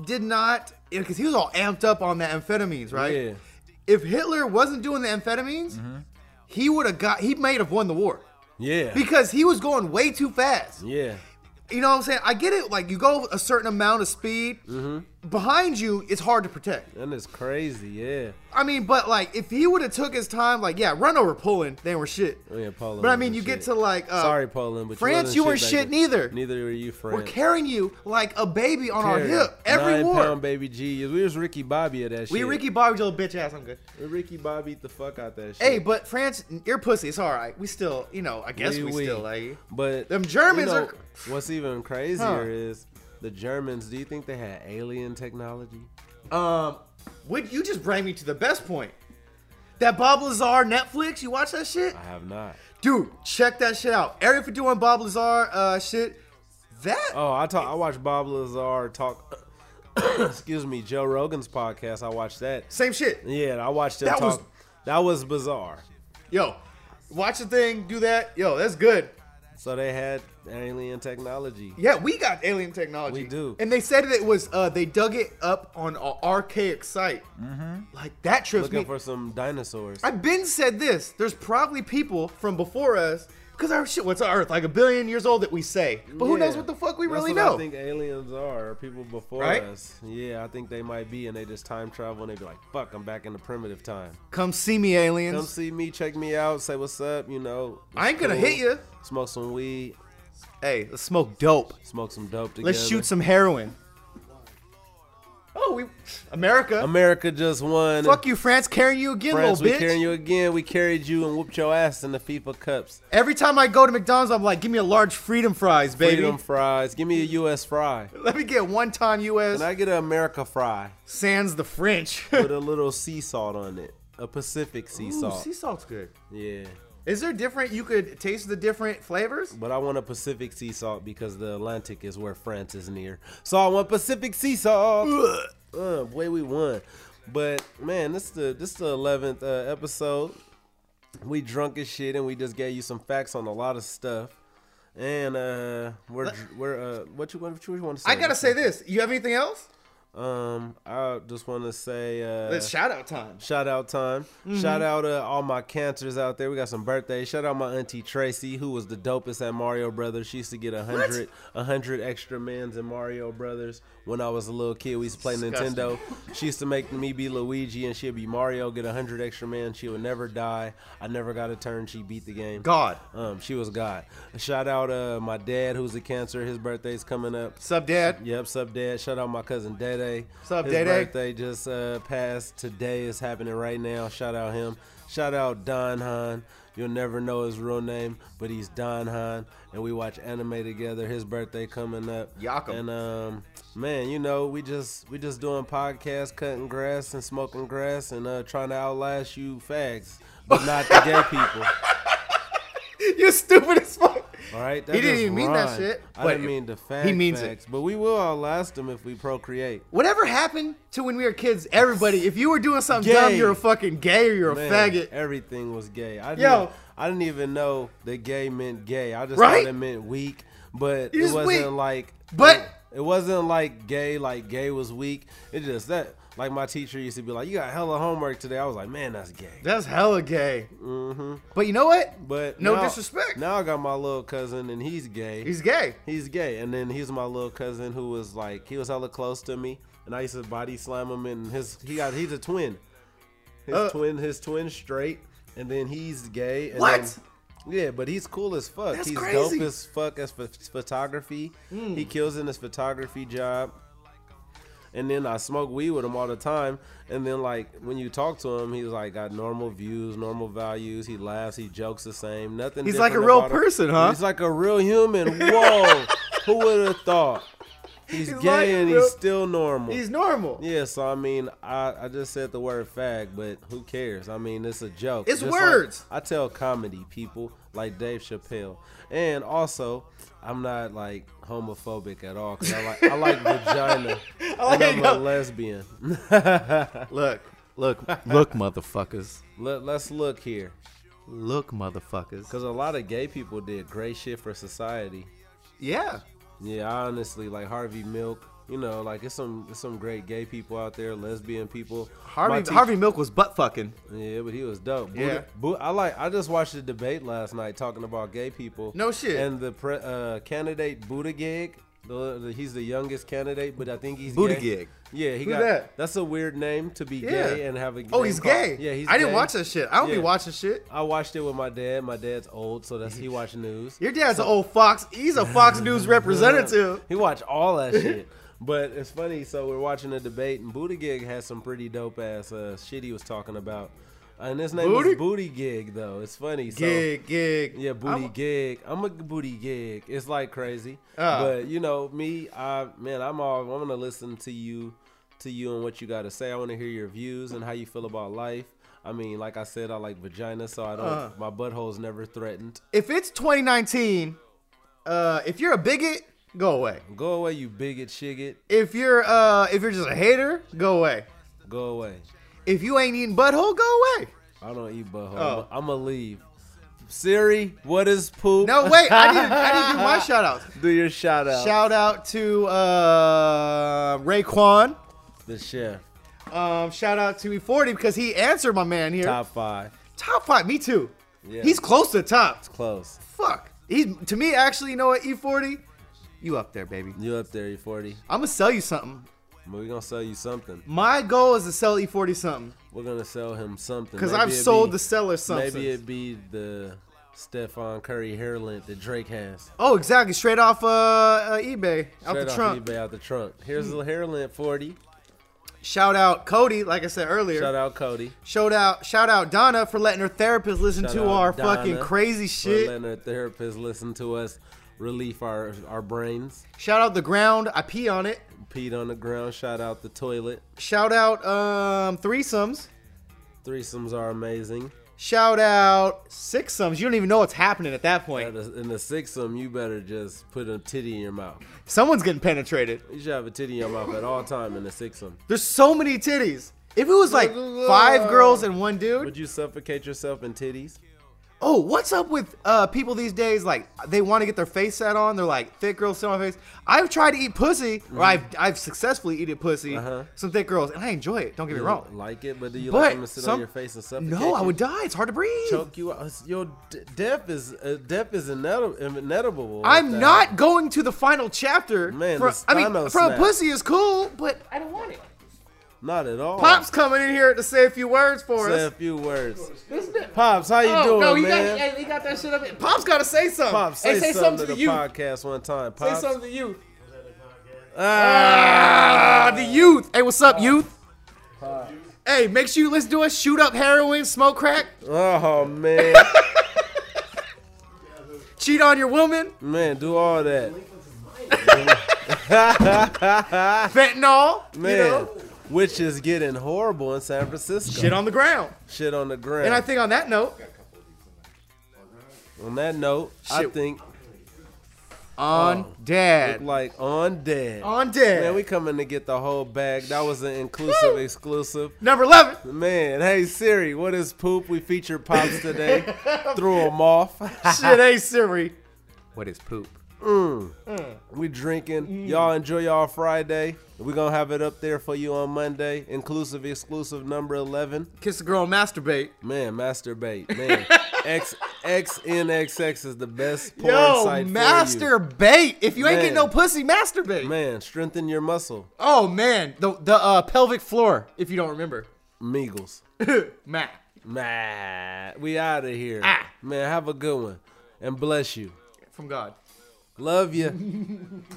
Speaker 4: did not, because he was all amped up on the amphetamines, right?
Speaker 1: Yeah.
Speaker 4: If Hitler wasn't doing the amphetamines, he would have got, he might have won the war
Speaker 1: Yeah,
Speaker 4: because he was going way too fast.
Speaker 1: yeah,
Speaker 4: You know what I'm saying? I get it. Like you go a certain amount of speed,
Speaker 1: Mm-hmm.
Speaker 4: behind you, it's hard to protect.
Speaker 1: and it's crazy. Yeah,
Speaker 4: I mean, but like if he would have took his time, like yeah, run over Poland, they were shit.
Speaker 1: oh, yeah, Poland.
Speaker 4: But I
Speaker 1: was
Speaker 4: mean,
Speaker 1: the
Speaker 4: you
Speaker 1: shit.
Speaker 4: get to like uh,
Speaker 1: Sorry, Poland, but
Speaker 4: France,
Speaker 1: you
Speaker 4: you
Speaker 1: were
Speaker 4: weren't
Speaker 1: shit
Speaker 4: shit neither.
Speaker 1: Neither were you, France.
Speaker 4: We're carrying you like a baby on our
Speaker 1: Carry.
Speaker 4: hip every
Speaker 1: Nine
Speaker 4: war.
Speaker 1: pound baby G. We was Ricky Bobby at that shit.
Speaker 4: we Ricky Bobby your bitch ass. I'm good.
Speaker 1: We Ricky Bobby the fuck out that shit.
Speaker 4: Hey, but France, you're pussy. It's all right. We still, you know, I guess we,
Speaker 1: we.
Speaker 4: still like. you.
Speaker 1: But
Speaker 4: Them Germans
Speaker 1: you know,
Speaker 4: are-
Speaker 1: What's even crazier
Speaker 4: Huh.
Speaker 1: is the Germans. Do you think they had alien technology?
Speaker 4: Um, would you just bring me to the best point? That Bob Lazar Netflix, you watch that shit,
Speaker 1: I have not.
Speaker 4: dude? Check that shit out. Area 51 Bob Lazar uh shit. That
Speaker 1: Oh, I talk. I watched Bob Lazar talk. (coughs) excuse me, Joe Rogan's podcast. I watched that.
Speaker 4: same shit.
Speaker 1: Yeah, I watched him
Speaker 4: That was-
Speaker 1: talk. that was bizarre.
Speaker 4: Yo, watch the thing, do that. Yo, that's good.
Speaker 1: So they had alien technology.
Speaker 4: Yeah, we got alien technology.
Speaker 1: We do.
Speaker 4: And they said that it was uh they dug it up on an archaic site. Mm-hmm. Like that trips
Speaker 1: Looking
Speaker 4: me.
Speaker 1: for some dinosaurs.
Speaker 4: I've been said this. There's probably people from before us because our shit, what's our Earth like a billion years old that we say, but who
Speaker 1: Yeah.
Speaker 4: knows what the fuck we
Speaker 1: That's
Speaker 4: really
Speaker 1: what
Speaker 4: know?
Speaker 1: I think aliens are or people before
Speaker 4: Right?
Speaker 1: us. Yeah, I think they might be, and they just time travel and they be like, "Fuck, I'm back in the primitive time.
Speaker 4: Come see me,
Speaker 1: Come
Speaker 4: aliens.
Speaker 1: see me, check me out, say what's up. You know,
Speaker 4: I ain't gonna
Speaker 1: cool.
Speaker 4: hit you.
Speaker 1: Smoke some weed,
Speaker 4: Hey, let's smoke dope.
Speaker 1: smoke some dope together.
Speaker 4: Let's shoot some heroin. Oh, we America.
Speaker 1: America just won.
Speaker 4: fuck you, France, carrying you again,
Speaker 1: France, we
Speaker 4: little bitch.
Speaker 1: carrying you again. We carried you and whooped your ass in the FIFA cups.
Speaker 4: Every time I go to McDonald's, I'm like, give me a large freedom fries, baby.
Speaker 1: Freedom fries. Give me a U.S. fry.
Speaker 4: (laughs) Let me get one time U.S.
Speaker 1: Can I get an America fry
Speaker 4: Sans the French.
Speaker 1: with a little (laughs) sea salt on it? A Pacific sea salt.
Speaker 4: sea salt's good.
Speaker 1: yeah.
Speaker 4: Is there different? You could taste the different flavors.
Speaker 1: But I want a Pacific sea salt because the Atlantic is where France is near. So I want Pacific sea salt. Uh, way we won. But man, this is the this is the eleventh uh, episode. We drunk as shit, and we just gave you some facts on a lot of stuff. And uh, we're dr- we're uh, what you what you want to say?
Speaker 4: I gotta say this. You have anything else?
Speaker 1: Um, I just want to say uh,
Speaker 4: It's shout out time.
Speaker 1: Shout out time. Shout out uh, all my cancers out there. We got some birthdays. Shout out my auntie Tracy, who was the dopest at Mario Brothers. She used to get a hundred, a hundred extra mans in Mario Brothers when I was a little kid. We used to play
Speaker 4: Disgusting.
Speaker 1: Nintendo. She used to make me be Luigi and she'd be Mario. Get a hundred extra man. She would never die. I never got a turn. She beat the game.
Speaker 4: God.
Speaker 1: Um, she was God. Shout out uh, my dad, who's a cancer. His birthday's coming up.
Speaker 4: Sub dad.
Speaker 1: Yep, sup, Dad. Shout out my cousin Dede.
Speaker 4: Sup,
Speaker 1: His
Speaker 4: Dede.
Speaker 1: birthday just uh, passed. Today is happening right now. Shout out him. Shout out Don Hahn. You'll never know his real name, but he's Don Hahn, and we watch anime together. His birthday coming up.
Speaker 4: Yakum.
Speaker 1: And um, man, you know we just we just doing podcasts, cutting grass and smoking grass, and uh, trying to outlast you fags,
Speaker 4: (laughs)
Speaker 1: but not the gay people.
Speaker 4: You're stupid as fuck.
Speaker 1: All right, that
Speaker 4: He didn't
Speaker 1: just
Speaker 4: even mean that
Speaker 1: rhymed.
Speaker 4: shit,
Speaker 1: I
Speaker 4: but
Speaker 1: didn't mean the fag
Speaker 4: he means it.
Speaker 1: fags, but we will outlast them if we procreate.
Speaker 4: Whatever happened to when we were kids? Everybody, if you were doing something
Speaker 1: Gay.
Speaker 4: dumb, you're a fucking gay or you're a
Speaker 1: Man,
Speaker 4: faggot.
Speaker 1: Everything was gay. I didn't,
Speaker 4: Yo.
Speaker 1: I didn't even know that gay meant gay. I just
Speaker 4: Right?
Speaker 1: thought it meant weak, but
Speaker 4: It
Speaker 1: it
Speaker 4: is
Speaker 1: wasn't
Speaker 4: weak.
Speaker 1: like. mm,
Speaker 4: But-
Speaker 1: it wasn't like gay. Like gay was weak. It just that. Like my teacher used to be like, "You got hella homework today." I was like, "Man, that's gay."
Speaker 4: That's hella gay. Mm-hmm. But you know what?
Speaker 1: But
Speaker 4: No
Speaker 1: now-
Speaker 4: disrespect.
Speaker 1: Now I got my little cousin, and he's gay.
Speaker 4: He's gay.
Speaker 1: He's gay, and then he's my little cousin who was like he was hella close to me, and I used to body slam him, and his he got he's a twin, his
Speaker 4: Uh.
Speaker 1: twin his twin straight, and then he's gay. And
Speaker 4: What?
Speaker 1: then- yeah, but he's cool as fuck.
Speaker 4: That's
Speaker 1: he's
Speaker 4: crazy. Hmm.
Speaker 1: dope as fuck as ph- photography. He kills in his photography job. And then I smoke weed with him all the time. And then like when you talk to him, he's like got normal views, normal values. He laughs, he jokes the same. Nothing.
Speaker 4: He's like a
Speaker 1: different
Speaker 4: real
Speaker 1: about him.
Speaker 4: person, huh? (laughs)
Speaker 1: He's like a real human. Whoa, who would have thought? He's,
Speaker 4: He's
Speaker 1: gay
Speaker 4: like,
Speaker 1: and
Speaker 4: bro.
Speaker 1: he's still normal.
Speaker 4: He's normal.
Speaker 1: yeah, so I mean, I, I just said the word fag, but who cares? I mean, it's a joke.
Speaker 4: It's
Speaker 1: Just
Speaker 4: words.
Speaker 1: like- I tell comedy people like Dave Chappelle, and also I'm not like homophobic at all because I like I
Speaker 4: (laughs)
Speaker 1: like vagina.
Speaker 4: like
Speaker 1: and I'm a
Speaker 4: how-
Speaker 1: lesbian. (laughs)
Speaker 4: Look, look, (laughs) look, motherfuckers.
Speaker 1: Let, let's look here,
Speaker 4: Look, motherfuckers.
Speaker 1: because a lot of gay people did great shit for society.
Speaker 4: Yeah.
Speaker 1: Yeah, I honestly, like Harvey Milk. You know, like it's some it's some great gay people out there, lesbian people. My
Speaker 4: Harvey
Speaker 1: teacher-
Speaker 4: Harvey Milk was butt fucking.
Speaker 1: Yeah, but he was dope. Buddha,
Speaker 4: Yeah.
Speaker 1: Bu- I like. I just watched a debate last night talking about gay people.
Speaker 4: No shit.
Speaker 1: And the pre, uh, candidate Buttigieg, the, the, he's the youngest candidate, but I think he's
Speaker 4: Buttigieg.
Speaker 1: Gay. Yeah, he
Speaker 4: Who's
Speaker 1: got.
Speaker 4: that?
Speaker 1: That's a weird name to be gay and have a.
Speaker 4: Oh,
Speaker 1: name
Speaker 4: he's
Speaker 1: called-
Speaker 4: gay.
Speaker 1: Yeah, he's.
Speaker 4: I didn't
Speaker 1: gay.
Speaker 4: watch that shit. I don't
Speaker 1: Yeah.
Speaker 4: be watching shit.
Speaker 1: I watched it with my dad. My dad's old, so that's he watched
Speaker 4: (laughs)
Speaker 1: news.
Speaker 4: Your dad's an old Fox. He's a Fox News representative.
Speaker 1: (laughs) He watched all
Speaker 4: (laughs)
Speaker 1: that shit. But it's funny. So we're watching a debate, and Buttigieg has some pretty dope ass uh, shit he was talking about. And his name
Speaker 4: Booty-
Speaker 1: is Booty Gig, though. It's funny. So,
Speaker 4: Gig, gig.
Speaker 1: Yeah, booty
Speaker 4: I'm-
Speaker 1: gig. I'm a booty gig. It's like crazy,
Speaker 4: Ah.
Speaker 1: but you know me. I man, I'm all. I'm gonna listen to you, to you and what you got to say. I want to hear your views and how you feel about life. I mean, like I said, I like vagina, so I don't.
Speaker 4: Uh.
Speaker 1: My butthole's never threatened.
Speaker 4: If it's 2019, uh, if you're a bigot, go away.
Speaker 1: Go away, you bigot, shiggot.
Speaker 4: If you're uh, if you're just a hater, go away.
Speaker 1: Go away.
Speaker 4: If you ain't eating butthole, go away.
Speaker 1: I don't eat butthole.
Speaker 4: Oh.
Speaker 1: I'm gonna leave. Siri, what is poop?
Speaker 4: No, wait. I didn't. I didn't
Speaker 1: (laughs)
Speaker 4: do my shout outs.
Speaker 1: Do your shout out.
Speaker 4: Shout out to uh, Raekwon.
Speaker 1: the chef.
Speaker 4: Um, shout out to E40 because he answered my man here.
Speaker 1: Top five.
Speaker 4: Top five, me too.
Speaker 1: Yeah.
Speaker 4: He's close to the top.
Speaker 1: Close.
Speaker 4: Fuck. He's to me actually. You know what? E40, you up there, baby.
Speaker 1: You up there? You forty?
Speaker 4: I'm gonna sell you something.
Speaker 1: We gonna sell you something.
Speaker 4: My goal is to sell E40 something
Speaker 1: We're gonna sell him something.
Speaker 4: because
Speaker 1: Maybe
Speaker 4: I've
Speaker 1: it
Speaker 4: sold
Speaker 1: be-
Speaker 4: the seller something.
Speaker 1: Maybe it be the Stephon Curry hair lint that Drake has.
Speaker 4: oh, exactly. Straight off uh, uh eBay out
Speaker 1: Straight
Speaker 4: the
Speaker 1: off
Speaker 4: trunk.
Speaker 1: eBay out the trunk. Here's the hair lint forty.
Speaker 4: Shout out Cody, like I said earlier.
Speaker 1: Shout out Cody
Speaker 4: Shout out, shout out Donna for letting her therapist listen
Speaker 1: Shout
Speaker 4: to
Speaker 1: out
Speaker 4: our
Speaker 1: Donna
Speaker 4: fucking crazy
Speaker 1: for
Speaker 4: shit.
Speaker 1: letting our therapist listen to us relieve our our brains.
Speaker 4: Shout out the ground, I pee on it.
Speaker 1: Pete on the ground. Shout out the toilet.
Speaker 4: Shout out um threesomes.
Speaker 1: Threesomes are amazing.
Speaker 4: Shout out sixsomes. You don't even know what's happening at that
Speaker 1: At
Speaker 4: point.
Speaker 1: the- In the sixum, you better just put a titty in your mouth.
Speaker 4: Someone's getting penetrated.
Speaker 1: You should have a titty in your mouth at all time in the sixum.
Speaker 4: There's so many titties. If it
Speaker 1: (laughs)
Speaker 4: was like five girls and one dude,
Speaker 1: Would you suffocate yourself in titties?
Speaker 4: Oh, what's up with uh, people these days? Like they want to get their face set on. They're like thick girls sit on my face. I've tried to eat pussy, or I've I've successfully eaten pussy.
Speaker 1: Mm-hmm. Uh-huh.
Speaker 4: Some thick girls, and I enjoy it. Don't get me
Speaker 1: You
Speaker 4: wrong.
Speaker 1: Like it, but do you
Speaker 4: But
Speaker 1: like them to sit on
Speaker 4: some-
Speaker 1: your face and suffocate?
Speaker 4: No, I
Speaker 1: you?
Speaker 4: would die. It's hard to breathe.
Speaker 1: choke you out. Your d- death is uh, death is inedi- inevitable.
Speaker 4: I'm
Speaker 1: That-
Speaker 4: not going to the final chapter.
Speaker 1: Man,
Speaker 4: for,
Speaker 1: the
Speaker 4: I mean,
Speaker 1: spino
Speaker 4: from
Speaker 1: snap.
Speaker 4: pussy is cool, but I don't want it.
Speaker 1: Not at all.
Speaker 4: Pop's coming in here to say a few words for
Speaker 1: say a
Speaker 4: us.
Speaker 1: few words.
Speaker 4: This is-
Speaker 1: Pops, how you
Speaker 4: oh,
Speaker 1: doing,
Speaker 4: no, he
Speaker 1: man?
Speaker 4: Got, he got that shit up. in- Pop's got to say something.
Speaker 1: Pops, say,
Speaker 4: hey, say
Speaker 1: something, to
Speaker 4: to
Speaker 1: the
Speaker 4: you.
Speaker 1: podcast one time.
Speaker 4: Say
Speaker 1: Pops,
Speaker 4: something to you.
Speaker 1: Ah,
Speaker 4: Ah, the youth. Hey, what's up, youth? Hey, make sure you listen to us. Shoot up heroin, smoke crack,
Speaker 1: oh
Speaker 4: (laughs)
Speaker 1: man,
Speaker 4: cheat on your woman,
Speaker 1: man, do all that,
Speaker 4: fentanyl,
Speaker 1: man.
Speaker 4: you know,
Speaker 1: Which is getting horrible in San Francisco.
Speaker 4: shit on the ground.
Speaker 1: Shit on the ground.
Speaker 4: And I think on that note,
Speaker 1: on that note, I
Speaker 4: Shit.
Speaker 1: think
Speaker 4: on dad,
Speaker 1: Oh. like on dead.
Speaker 4: on dad,
Speaker 1: Man, we coming to get the whole bag. That was an inclusive exclusive.
Speaker 4: number eleven.
Speaker 1: Man, hey Siri, what is poop? We featured Pops
Speaker 4: (laughs)
Speaker 1: today. Threw him off. (laughs)
Speaker 4: shit, hey Siri.
Speaker 3: What is poop?
Speaker 1: we drinking.
Speaker 4: Mm.
Speaker 1: Y'all enjoy y'all Friday. we gonna have it up there for you on Monday. Inclusive exclusive number eleven.
Speaker 4: Kiss a girl, and masturbate.
Speaker 1: Man, masturbate.
Speaker 4: (laughs)
Speaker 1: Man. X XNXX is the best porn
Speaker 4: Yo,
Speaker 1: site. for you.
Speaker 4: masturbate. If you ain't getting no
Speaker 1: Man.
Speaker 4: pussy, masturbate.
Speaker 1: Man, strengthen your muscle.
Speaker 4: Oh man, the the uh, pelvic floor. If you don't remember, (laughs)
Speaker 1: Meagles.
Speaker 4: Matt.
Speaker 1: Man, we out of here.
Speaker 4: Ah.
Speaker 1: Man, have a good one. And bless you.
Speaker 4: From God.
Speaker 1: Love you.